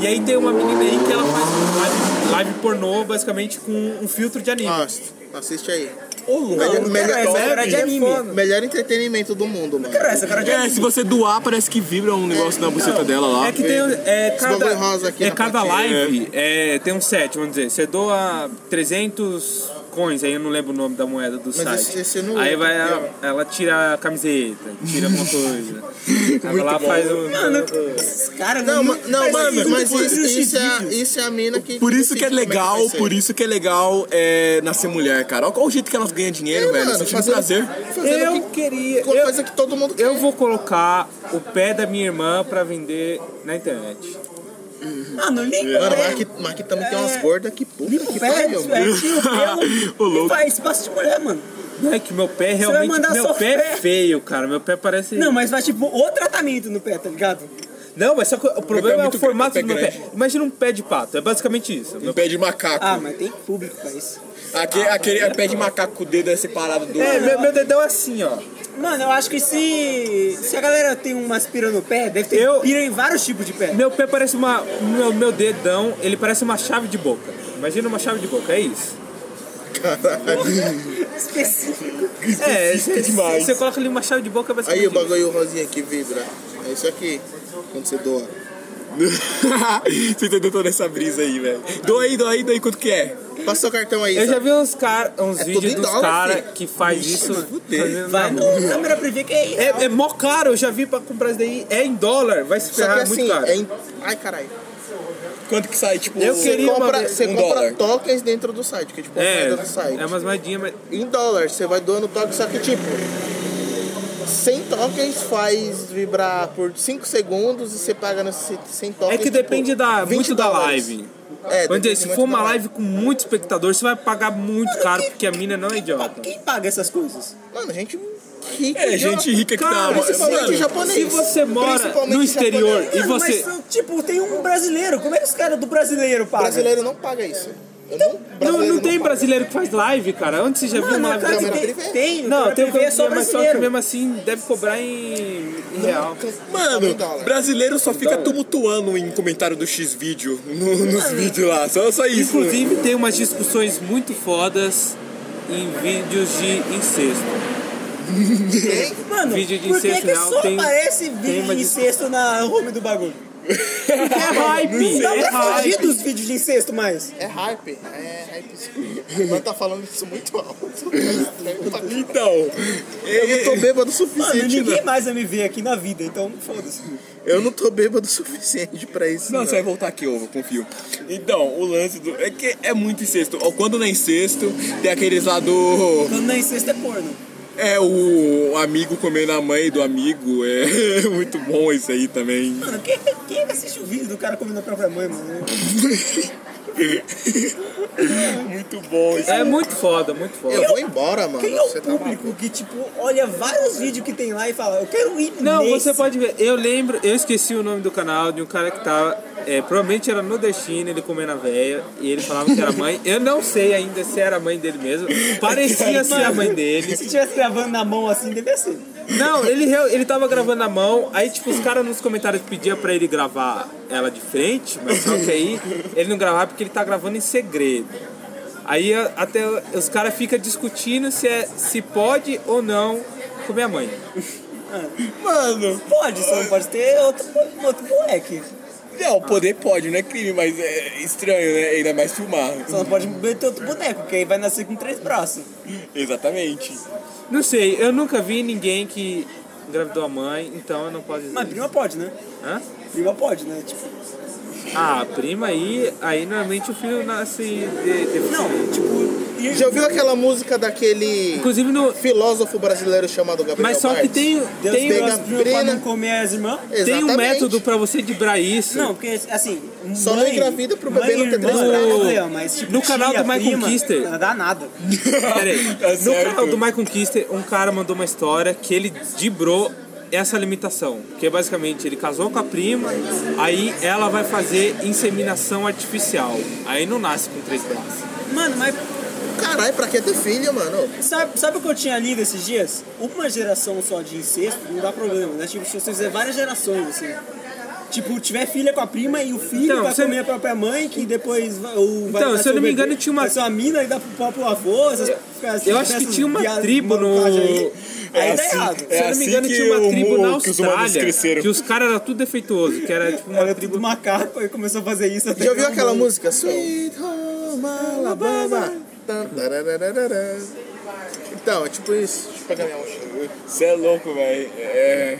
S4: E aí tem uma menina aí que ela faz live, live pornô, basicamente, com um filtro de anime.
S1: Nossa, assiste aí.
S2: Ô, louco.
S1: Melhor-
S2: Não,
S1: melhor-
S2: cara, essa cara de anime.
S1: Melhor entretenimento do mundo, mano.
S2: Cara, essa cara de
S5: É,
S2: anime.
S5: se você doar, parece que vibra um negócio na buceta dela lá.
S4: É que tem. É, cada,
S1: bagulho rosa aqui
S4: é
S1: na
S4: cada
S1: platina.
S4: live é, tem um set, vamos dizer. Você doa 300 coins, aí eu não lembro o nome da moeda do site.
S1: esse- esse não
S4: aí
S1: é,
S4: vai, ela,
S1: entendeu?
S4: ela tira a camiseta, tira uma coisa. Aí ela faz um.
S2: Mano, esses caras...
S1: Não, ma- não,
S2: parece
S1: mano,
S2: que
S1: mas
S2: tudo
S1: isso,
S2: existe
S1: isso é, a-
S2: vídeo.
S1: isso é a mina que.
S5: Por isso que é
S1: decide como
S5: legal,
S1: vai ser.
S5: por isso que é legal é, nascer mulher, cara. Olha qual o jeito que elas ganham dinheiro,
S1: É,
S5: velho.
S1: mano,
S5: Isso é um
S1: fazer-
S5: prazer. [LAUGHS]
S1: Fazendo
S4: Eu
S1: o que-
S4: queria.
S1: uma
S4: Eu,
S1: coisa que todo mundo quer.
S4: eu vou colocar o pé da minha irmã pra vender na internet.
S2: Mano, limpa
S1: Mano,
S2: o
S1: mas
S2: pé.
S1: aqui, mas aqui também tem umas
S2: É.
S1: gordas que puta
S2: Limpa
S1: que
S2: o pé,
S1: pariu. mano.
S4: é.
S2: velho,
S4: [LAUGHS]
S2: tira o
S5: Ô,
S2: pelo.
S5: louco.
S2: E faz espaço de mulher, mano.
S4: Não é que meu pé
S2: vai
S4: realmente.
S2: mandar
S4: Meu
S2: só
S4: pé é
S2: pé?
S4: feio, cara. Meu pé parece.
S2: Não, mas faz tipo o tratamento no pé, tá ligado?
S4: Não, mas só que o problema é, o
S5: muito grande,
S4: formato
S5: pé
S4: do meu pé.
S5: grande.
S4: Imagina um pé de pato, é basicamente isso.
S5: Um pé de macaco.
S2: Ah, mas tem público pra isso.
S5: Aquele, aquele pé de macaco com o dedo é separado do.
S4: É, meu, meu dedão é assim, ó.
S2: Mano, eu acho que se. Se a galera tem umas pira no pé, deve ter
S4: Eu-
S2: pira em vários tipos de pé.
S4: Meu pé parece uma. Meu, meu dedão, ele parece uma chave de boca. Imagina uma chave de boca, é isso?
S2: Específico.
S4: É, cê-
S5: demais.
S4: Você coloca ali uma chave de boca,
S1: Aí
S4: basicamente.
S1: o bagulho rosinha que vibra. É isso aqui. Quando você doa.
S5: Você entendeu toda essa brisa aí, velho. Doa aí, doa aí, doa aí, quanto que é?
S1: Passa seu cartão aí,
S4: Eu já
S1: Isa.
S4: vi uns, cara, uns
S1: É tudo
S4: vídeos
S1: em
S4: dos
S1: dólar,
S4: caras
S1: filho.
S4: que faz isso.
S5: fudeu.
S4: fazendo na
S2: Vai
S4: mão.
S2: no câmera privê que é isso.
S4: É, é mó caro, eu já vi pra comprar isso daí. É em dólar, vai se
S1: Só que
S4: ferrar, é muito
S1: assim,
S4: caro.
S1: é em... Ai, caralho.
S5: Quanto que sai, tipo,
S4: Eu
S1: Você
S4: queria uma
S1: compra,
S4: vez-
S1: você
S5: um
S1: compra
S5: dólar.
S1: tokens dentro do site, que é tipo a
S4: É,
S1: moeda do site.
S4: é umas moedinhas, mas.
S1: Em dólar, você vai doando token, só que tipo. 100 tokens faz vibrar por 5 segundos e você paga nos 100 tokens.
S4: É que depende
S1: tipo,
S4: da,
S1: 20
S4: muito da
S1: dólares.
S4: live.
S1: É,
S4: Vamos dizer,
S1: depende
S4: se
S1: muito
S4: for uma
S1: da
S4: live com muito espectador, você vai pagar muito caro, porque a mina não é idiota.
S2: Quem paga essas coisas?
S1: Mano, gente rica.
S5: É,
S1: idiota.
S5: gente rica que
S4: Cara,
S5: tá.
S1: principalmente
S5: Mano,
S1: japonês.
S4: Se você mora
S1: Principalmente
S4: no exterior
S1: japonês.
S4: e
S2: Mano,
S4: você.
S2: Mas, tipo, tem um brasileiro. Como é que os caras do brasileiro pagam?
S1: Brasileiro não paga isso. Eu não,
S4: Não,
S1: brasileiro
S4: não tem
S1: paga.
S4: brasileiro que faz live, cara. Onde você já viu uma
S2: Mano, é
S4: live?
S2: claro
S1: câmera
S2: que
S1: privê?
S2: tem. Tem, o
S4: Não,
S2: câmera
S4: tem o
S2: privê é
S4: que
S2: só
S4: mas só que
S2: brasileiro.
S4: mesmo assim deve cobrar em, em real.
S5: Mano,
S1: Em um dólar.
S5: brasileiro só fica tumultuando em comentário do X-Vídeo, no- nos vídeos lá, só, só isso.
S4: Inclusive, tem umas discussões muito fodas em vídeos de incesto.
S2: Mano,
S4: Vídeo de
S2: por que,
S4: incesto
S2: que
S4: real
S2: só
S4: tem-
S2: aparece
S4: tem
S2: vídeo
S4: uma
S2: de
S4: dis-
S2: incesto na home do bagulho?
S4: [LAUGHS] É hype,
S2: Não
S4: é
S2: dá pra fugir
S4: hype.
S2: dos vídeos de incesto mais.
S1: É hype. É hype. sim. Mas tá falando isso muito alto. [LAUGHS]
S5: Então,
S1: Eu um não tô bêbado o
S2: Mano,
S1: suficiente,
S2: ninguém
S4: tipo-
S1: não.
S2: mais vai me ver aqui na vida, então foda-se.
S1: Eu não tô bêbado o suficiente pra isso.
S5: Não,
S1: não.
S5: você vai voltar aqui, ovo, confio. Então, o lance do. É que é muito incesto. Ó, Quando não é incesto, tem aqueles lá do.
S2: Quando não é incesto é porno.
S5: É o amigo comendo a mãe do amigo. É muito bom isso aí também.
S2: Mano, quem, quem assiste o vídeo do cara comendo a própria mãe, mano?
S5: Muito bom isso.
S4: É muito foda, muito foda.
S1: Eu vou embora, mano.
S2: Quem é o
S1: Você tá maluco.
S2: público que, tipo, olha vários vídeos que tem lá e fala, eu quero ir
S4: Não,
S2: nesse.
S4: você pode ver. Eu lembro, eu esqueci o nome do canal de um cara que tava. é, provavelmente era nordestino, ele comendo a véia e ele falava que era mãe. Eu não sei
S2: [LAUGHS] É
S4: ainda se era a mãe dele mesmo. Parecia ser a mãe dele.
S2: Se tivesse gravando na mão assim, devia ser.
S4: Não, ele, re- ele tava gravando na mão, aí tipo, os caras nos comentários pediam pra ele gravar ela de frente, mas só que aí ele não gravava porque ele tá gravando em segredo. Aí a- até os caras ficam discutindo se, é, se pode ou não comer a mãe.
S2: Mano, pode, só não pode ter outro, outro moleque.
S5: Não, poder pode, não é crime, mas é estranho, né? Ainda mais filmar.
S2: Só não pode meter outro boneco, que aí vai nascer com três braços.
S5: Exatamente.
S4: Não sei, eu nunca vi ninguém que engravidou a mãe, então eu não posso dizer.
S2: Mas prima pode, né?
S4: Hã?
S2: Prima pode, né? Tipo,
S4: Ah, prima aí, aí normalmente o filho nasce de, de-
S2: não, tipo,
S1: Já ouviu aquela música daquele
S4: Inclusive no.
S1: filósofo brasileiro chamado Gabriel
S4: Mas só que
S1: Marques?
S4: tem,
S2: Deus
S4: tem,
S2: pega
S1: pega
S2: as primas pra
S1: prima.
S2: não comer as irmãs.
S4: tem um
S1: Exatamente.
S4: método pra você debrar isso.
S2: Não, porque assim.
S1: Só não
S2: mãe,
S1: engravida pro bebê
S2: mãe e
S1: não ter três
S2: irmã,
S1: braços.
S2: não é problema, mas, tipo,
S4: No canal
S2: tia,
S4: do Michael
S2: prima,
S4: Kister.
S2: Não dá nada.
S4: Pera aí.
S5: [LAUGHS] Tá
S4: no
S5: certo.
S4: canal do My Conquister, um cara mandou uma história que ele dibrou essa limitação. Que é basicamente ele casou com a prima, aí ela vai fazer inseminação artificial. Aí não nasce com três braços.
S2: Mano, mas
S1: Caralho, pra que ter filho, mano?
S2: Sabe, sabe o que eu tinha lido esses dias? Uma geração só de incesto não dá problema, né? Tipo, se você fizer várias gerações, assim. Tipo, tiver filha com a prima e o filho
S4: Então,
S2: vai
S4: se-
S2: comer a própria mãe, que depois vai, o, vai
S4: Então,
S2: nascer
S4: se eu não
S2: o
S4: me
S2: bebê,
S4: engano, tinha uma-
S2: Vai ser uma mina e dá pro próprio avô, essas, essas,
S4: eu acho que
S2: essas
S4: tinha uma
S2: via-
S4: tribo no-
S2: malucagem Aí, aí
S5: É
S2: dá
S5: assim-
S2: errado.
S5: é
S4: Se eu não me
S5: assim
S4: engano,
S5: que
S4: tinha uma
S5: o
S4: tribo
S5: mu-
S4: na
S5: que os humanos
S4: Austrália
S5: cresceram.
S4: que os caras eram tudo defeituoso, que era tipo uma
S2: Era
S4: tribo
S2: tudo macaco e começou a fazer isso até.
S1: Já ouviu aquela
S2: música?
S1: música? Sweet Home Alabama. Tan, tararararara. Então, é tipo isso. Deixa eu pegar minha mochila.
S5: Você é louco, velho. É.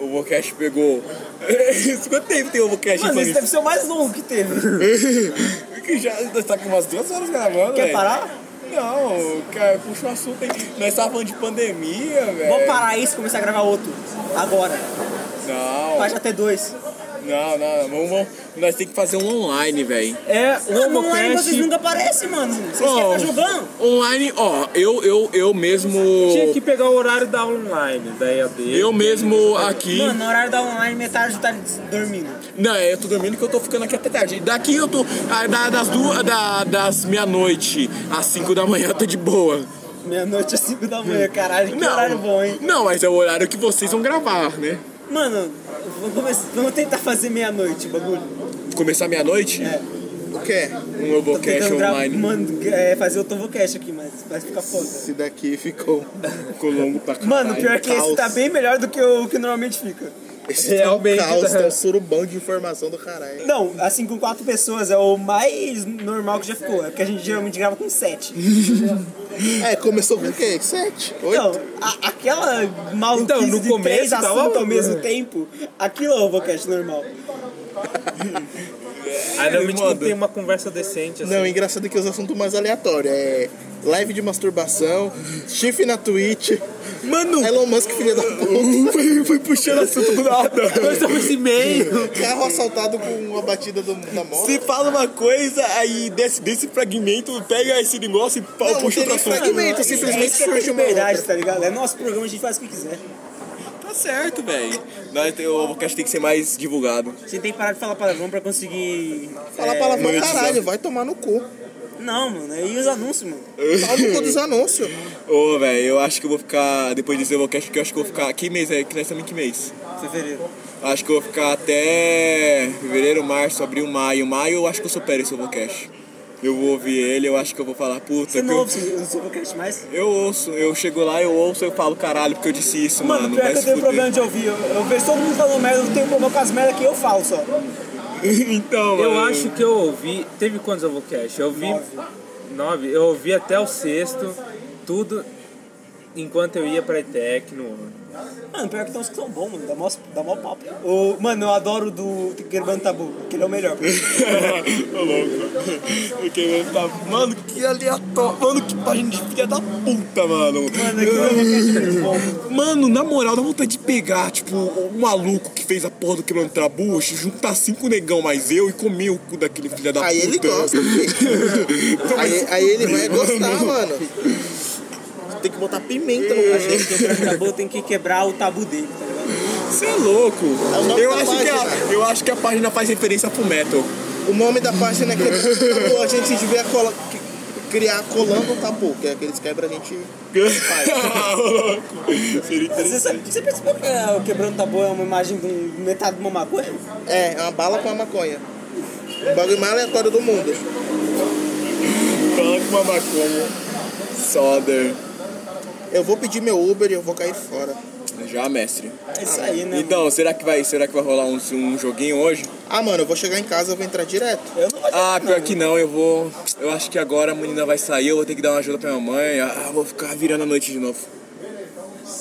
S5: O Vocast pegou. [LAUGHS] Quanto tempo tem o Vocast
S2: Mano, esse
S5: falando
S2: deve ser o mais longo que teve.
S5: isso? Que Já nós tá com umas duas horas gravando,
S2: Quer
S5: velho.
S2: parar?
S5: Não, cara, puxa o assunto aí. Nós tava falando de pandemia, velho.
S2: Vamos parar isso e começar a gravar outro. Agora.
S5: Não,
S2: Faz até dois.
S5: não, não. Vamos, vamos. Nós temos que fazer um online, velho.
S4: É um
S2: Não, online
S4: homocast.
S2: vocês nunca aparecem, mano. Vocês
S5: Oh.
S2: querem ficar tá jogando?
S5: Online, ó, eu, eu, eu mesmo.
S4: Tinha que pegar o horário da online, da EAD.
S5: Eu mesmo aqui.
S2: Mano, no horário da online, metade tá dormindo.
S5: Não, é, eu tô dormindo que eu tô ficando aqui até tarde. Daqui eu tô. ah, da- das duas. da- das meia-noite às cinco da manhã eu tô de boa.
S2: Meia-noite às 5 da manhã, caralho. Que
S5: Não.
S2: horário bom, hein?
S5: Não, mas é o horário que vocês vão gravar, né?
S2: Mano, vamos, começar- vamos tentar fazer meia-noite o bagulho.
S5: Começar meia-noite?
S2: É.
S1: O quê?
S5: Um Robocast
S2: gra-
S5: online.
S2: mano, é, fazer o Tomocast aqui, mas vai ficar foda.
S1: Esse daqui ficou.
S5: Ficou longo pra caralho.
S2: Mano, pior que esse
S1: um caos.
S2: tá bem melhor do que o que normalmente fica.
S1: Esse
S4: Realmente,
S1: tá um caos,
S4: tá.
S1: tá um surubão de informação do caralho.
S2: Não, assim, com quatro pessoas é o mais normal que já ficou. É porque a gente geralmente grava com sete.
S1: É, começou com o quê? Sete? Oito?
S2: Então, a- aquela maluquice
S4: Então, no
S2: de
S4: começo
S2: três
S4: tava-
S2: assuntos ao mesmo tempo, aquilo é o Ovocast normal.
S4: Aí realmente não
S5: manda.
S4: tem uma conversa decente assim.
S1: Não, engraçado que os assuntos mais aleatórios. É live de masturbação, chifre na Twitch,
S5: Mano,
S1: Elon Musk, filha da puta,
S5: foi, foi puxando assunto do nada.
S4: Nós estamos e-mail.
S1: carro assaltado com uma batida do, da moto.
S5: Você fala uma coisa, aí desse, desse fragmento, pega esse negócio e pau,
S1: Não,
S5: puxa
S1: não
S5: outro
S1: tem nem
S5: assunto.
S1: fragmento,
S2: Isso-
S1: simplesmente
S2: isso é
S1: surge uma
S2: liberdade,
S1: outra.
S2: tá ligado? É nosso programa, a gente faz o que quiser.
S5: Tá certo, velho. Nós tem- O podcast tem que ser mais divulgado.
S2: Você tem que parar de falar palavrão pra conseguir.
S1: Falar
S2: é,
S1: palavrão,
S5: monetização.
S1: caralho, vai tomar no cu.
S2: Não, mano, e os anúncios, mano?
S1: Fala no cu dos anúncios.
S5: Ô, velho, eu acho que eu vou ficar. Depois desse Evocast, que eu acho que eu vou ficar. Que mês é? Que nós estamos em que mês?
S2: Fevereiro.
S5: Acho que eu vou ficar até fevereiro, março, abril, maio. Maio eu acho que eu supero esse Evocast. Eu vou ouvir ele, eu acho que eu vou falar, puta.
S2: Você
S5: que
S2: não
S5: eu-
S2: ouve o Sobocast mais?
S5: Eu ouço, eu chego lá, eu ouço, eu falo, caralho, porque eu disse isso, mano.
S2: Mano, pior
S5: vai
S2: que eu
S5: se
S2: tenho
S5: fuder."
S2: problema de ouvir. Eu, eu vejo todo mundo falando merda, eu tenho problema com as merdas que eu falo só.
S5: [LAUGHS] então, mano.
S4: Eu acho que eu ouvi. Teve quantos Avocast? Eu ouvi. Nove. Eu ouvi até o sexto, tudo enquanto eu ia pra ETEC no ano.
S2: Mano, pior que tem uns que são bons, mano. Dá mó, dá mó papo. O, mano, eu adoro o do Quebrando Tabu, que ele é o melhor.
S5: Ô, louco. Porque eu tava- Mano, que aleatório. Mano, que página de filha da puta, mano.
S2: Mano, aquele Ovocast é muito bom. mano.
S5: Mano, na moral, dá vontade de pegar, tipo, um maluco que fez a porra do quebrando trabucho, juntar cinco negão mais eu e comer o cu daquele filho da
S1: Aí
S5: puta.
S1: ele gosta, filho. aí, aí ele vai gostar, mano. [LAUGHS] Tem que botar pimenta no
S2: Acho que é o Quebrando Tabu tem que quebrar o tabu dele, tá ligado?
S5: Você é louco.
S1: É o nome
S5: eu,
S1: da
S5: acho que a,
S1: página.
S5: eu acho que a página faz referência pro metal.
S1: O nome da página é que a gente devia colo- que- criar colando o tapu, que é aqueles quebra a gente faz.
S2: Você, sabe- você percebeu que é, o Quebrando Tabu é uma imagem de um, metade de uma maconha?
S1: É, é uma bala com uma maconha. O bagulho mais aleatório do mundo.
S5: Coloca uma maconha. Soda.
S1: Eu vou pedir meu Uber e eu vou cair fora.
S5: Já, mestre.
S2: É isso aí, né? mano?
S5: Então, será que vai, será que vai rolar um, um joguinho hoje?
S1: Ah, mano, eu vou chegar em casa, eu vou entrar direto.
S2: Eu não vou
S5: Ah, pior que não, eu vou. Eu acho que agora a menina vai sair, eu vou ter que dar uma ajuda pra minha mãe. Ah, vou ficar virando a noite de novo.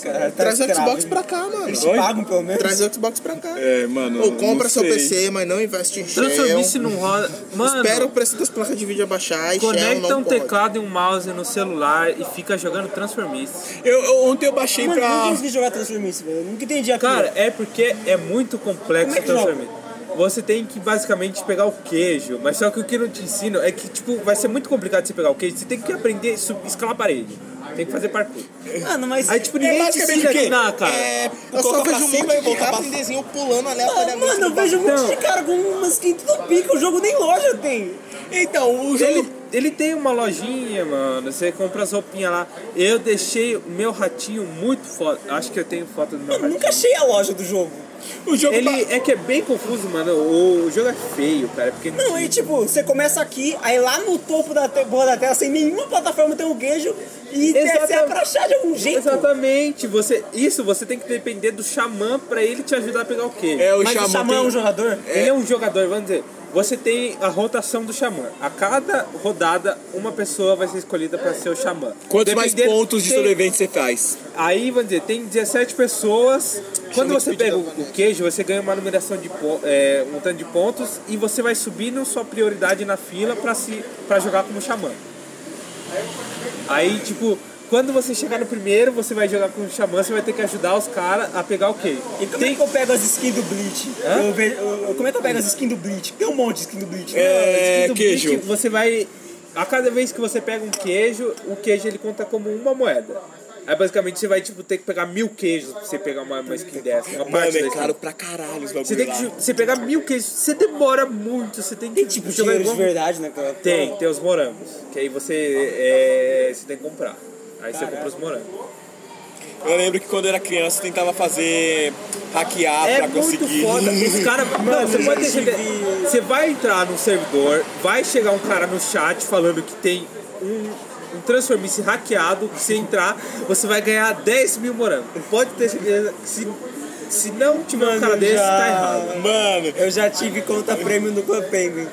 S2: cara, tá
S1: Traz o
S2: escravo,
S1: Xbox
S2: hein? É.
S1: pra cá, mano.
S2: Eles te pagam, pelo menos.
S1: Traz o Xbox pra cá.
S5: É, mano.
S1: Ou compra
S5: não
S1: seu
S5: sei.
S1: PC, mas não investe em Shell.
S4: Transformice não roda. Mano,
S1: Espera o preço das placas de vídeo abaixar e Shell
S4: conecta
S1: não
S4: um
S1: pode.
S4: teclado e um mouse no celular e fica jogando Transformice.
S5: Eu, eu- ontem eu baixei
S2: Mano, eu nunca
S5: pra.
S2: consegui jogar Transformice, velho. Eu nunca entendi a
S4: Cara, é porque é muito complexo
S2: Como é que joga?
S4: Transformice. Você tem que basicamente pegar o queijo, mas só que o que não te ensino é que tipo vai ser muito complicado você pegar o queijo. Você tem que aprender a sub- escalar a parede. Tem que fazer parkour.
S2: Mano, mas...
S4: Aí tipo
S2: é
S4: ninguém te
S2: basicamente
S4: ensina
S2: o quê?
S4: aqui na cara.
S1: É, eu só
S5: Coloca
S1: vejo
S5: pra
S1: um
S5: cima
S1: monte
S5: e
S1: de
S5: coloca
S1: cara
S5: pra-
S1: em desenho pulando
S2: Ah,
S1: aleatoriamente.
S2: mano, eu
S1: no
S2: vejo um
S1: bagulho.
S2: monte de cara com umas quentes do pico. O jogo nem loja tem.
S5: Então, o jogo.
S4: Ele, ele tem uma lojinha, mano. Você compra as roupinhas lá. Eu deixei o meu ratinho muito foda. Acho que eu tenho foto do meu
S2: Eu
S4: ratinho.
S2: nunca achei a loja do jogo.
S5: O jogo. tá-
S4: Ele
S5: ba-
S4: é que é bem confuso, mano. O, o jogo é feio, cara. Porque
S2: Não, e tipo, você começa aqui, aí lá no topo da te- borda da tela, sem nenhuma plataforma tem um queijo, e
S4: Exata-
S2: você é pra achar de algum jeito.
S4: é Exatamente. Você, isso você tem que depender do xamã pra ele te ajudar a pegar o quê?
S5: É, o
S2: Mas
S5: Xamã
S2: o Xamã é
S5: tem-
S2: um jogador?
S4: Ele é um jogador, vamos dizer. Você tem a rotação do xamã. A cada rodada, uma pessoa vai ser escolhida pra ser o xamã.
S5: Quantos mais
S4: Dependendo-
S5: pontos de
S4: tem-
S5: sobrevivente você faz?
S4: Aí, vamos dizer, tem 17 pessoas. Quando
S1: Chama
S4: você
S1: de cuidado,
S4: pega o,
S1: né?
S4: o queijo, você ganha uma numeração de po- é, um tanto de pontos e você vai subindo sua prioridade na fila pra se para jogar como xamã. Aí, tipo, quando você chegar no primeiro, você vai jogar como xamã, você vai ter que ajudar os caras a pegar o queijo.
S2: E como é que eu pego as skins do Bleach? Eu vejo- eu- como é que eu pego as skins do Bleach? Tem um monte de skin do Bleach.
S5: É,
S4: Skin do
S5: queijo.
S4: Bic, você vai. A cada vez que você pega um queijo, o queijo ele conta como uma moeda. Aí basicamente você vai tipo, ter que pegar mil queijos pra você pegar uma, uma skin dessa. Uma parte
S5: Mano, é
S4: dessa.
S5: caro pra caralho os
S4: Você
S5: bagulho.
S4: tem
S5: lá.
S4: que ju- você pegar mil queijos, você demora muito, você tem que
S2: Tem tipo dinheiro de
S4: igual-
S2: verdade, né, cara?
S4: Tem, tem os morangos. Que aí você, é, você tem que comprar. Aí você compra os morangos.
S5: Eu lembro que quando eu era criança eu tentava fazer. hackear
S4: É
S5: pra
S4: muito
S5: conseguir.
S4: foda. Os caras.
S5: [LAUGHS]
S4: Não, você
S2: eu
S4: pode
S2: já
S4: ter
S2: tive-
S4: Você vai entrar no servidor, vai chegar um cara no chat falando que tem um. Um transformice hackeado, que se entrar, você vai ganhar 10 mil morangos. Pode ter certeza que se, se não tiver um cara desse, tá errado.
S5: Mano,
S2: Eu já tive conta prêmio no Club Penguin.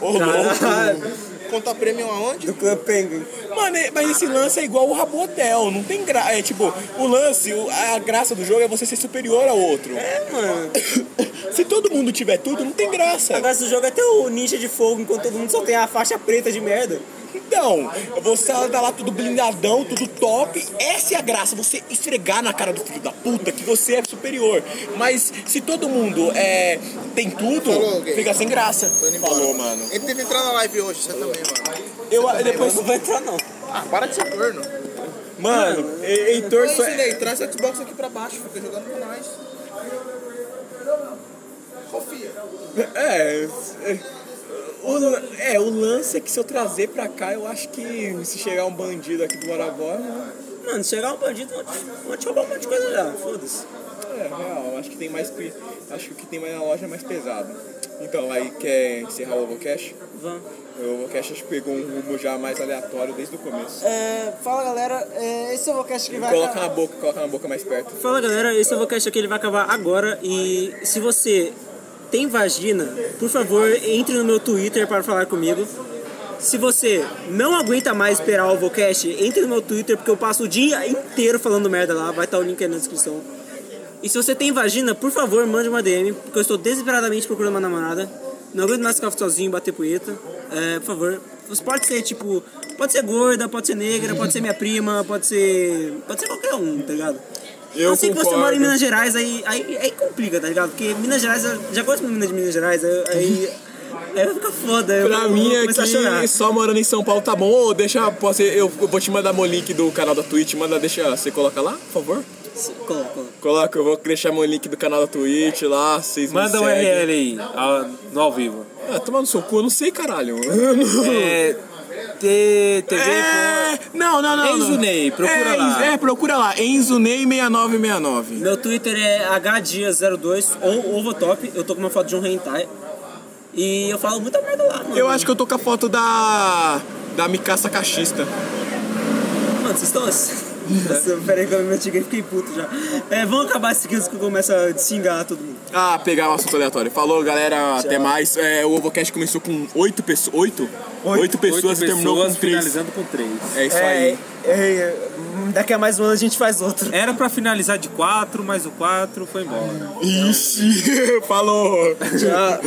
S5: ô louco.
S4: Caralho.
S1: Conta prêmio aonde?
S2: Do Club Penguin.
S5: Mano, é- mas esse lance é igual o Rabotel, não tem graça. É tipo, o lance, o- a graça do jogo é você ser superior ao outro.
S2: É, mano.
S5: [LAUGHS] Se todo mundo tiver tudo, não tem
S2: A
S5: graça.
S2: graça do jogo é ter o ninja de fogo, enquanto todo mundo só tem a faixa preta de merda.
S5: Então, você tá lá tudo blindadão, tudo top. Essa é a graça, você esfregar na cara do filho da puta que você é superior. Mas se todo mundo é, tem tudo,
S1: Falou, gay.
S5: fica sem graça.
S1: Tô indo embora.
S5: Falou, mano.
S1: Ele teve que entrar na live hoje, você também, mano.
S5: Eu, depois,
S2: Depois não vai entrar, não.
S1: Ah, para de ser
S2: [LAUGHS]
S1: corno.
S5: mano, Heitor
S1: Eu
S5: só é...
S1: ensinei, traz o Xbox aqui pra baixo, fica jogando com nós. Confia.
S5: É. é, O, lan- é, o lance é que se eu trazer pra cá, eu acho que se chegar um bandido aqui do Guarabó, né?
S2: Mano, se chegar um bandido, vão te- vão te roubar um monte de coisa já. Foda-se.
S5: É, real, eu acho que tem mais. pe- Acho que o que tem mais na loja é mais pesado. Então, aí quer encerrar o Overcash?
S2: Vamos.
S5: O Overcash acho que pegou um rumo já mais aleatório desde o começo.
S2: É, fala galera, é, esse é o Vocast que vai
S5: Coloca na boca, coloca na boca mais perto. assim,
S2: Fala galera, esse é o Vocast que ele vai acabar agora e se você tem vagina, por favor, entre no meu Twitter para falar comigo. Se você não aguenta mais esperar o Vocast, entre no meu Twitter porque eu passo o dia inteiro falando merda lá, vai estar o link aí na descrição. E se você tem vagina, por favor, mande uma DM, porque eu estou desesperadamente procurando uma namorada. Não aguento mais ficar sozinho, bater punheta. É, por favor. Você pode ser, tipo, pode ser gorda, pode ser negra, pode ser minha prima, pode ser. Pode ser qualquer um, tá ligado?
S5: Eu
S2: a não ser que você
S5: concordo.
S2: mora em Minas Gerais, aí, aí, aí complica, tá ligado? Porque Minas Gerais, eu já gosto de Minas de Minas Gerais, aí. aí aí vai ficar foda. eu
S5: Pra
S2: vou-
S5: mim
S2: vou começar a chorar.
S5: aqui, só morando em São Paulo tá bom. Ô, deixa, posso, eu, eu vou te mandar meu link do canal da Twitch, manda, deixa, você coloca lá, por favor.
S2: Cola, cola.
S5: Coloca, eu vou deixar meu link do canal da Twitch lá, vocês
S4: Manda
S5: me
S4: um
S5: seguem.
S4: RL aí, ao- no ao vivo.
S5: [LAUGHS] Ah, toma no seu cu, eu não sei, caralho. Eu não-
S4: É, T, TV.
S5: É... Não, não, não.
S4: Enzo
S5: não.
S4: Ney, procura
S5: é,
S4: lá.
S5: É, procura lá. Enzo Ney 6969.
S2: Meu Twitter é hdias02 ou ovotop. Eu tô com uma foto de um hentai. E eu falo muita merda lá, mano.
S5: Eu acho que eu tô com a foto da. Da Mikaça Cachista.
S2: Mano, vocês estão... Nossa, peraí que eu me investiguei, fiquei puto já. É, vamos acabar esse que eu começo a xingar todo mundo.
S5: Ah, pegar um assunto aleatório. Falou, galera. Até mais. É, o Ovocast começou com oito pessoas. Oito? Oito pessoas e terminou com três.
S4: É. finalizando com três.
S5: É isso aí.
S2: daqui a mais um ano a gente faz outro.
S4: Era pra finalizar de quatro, mas o quatro foi embora.
S5: Ixi, falou.
S2: Já.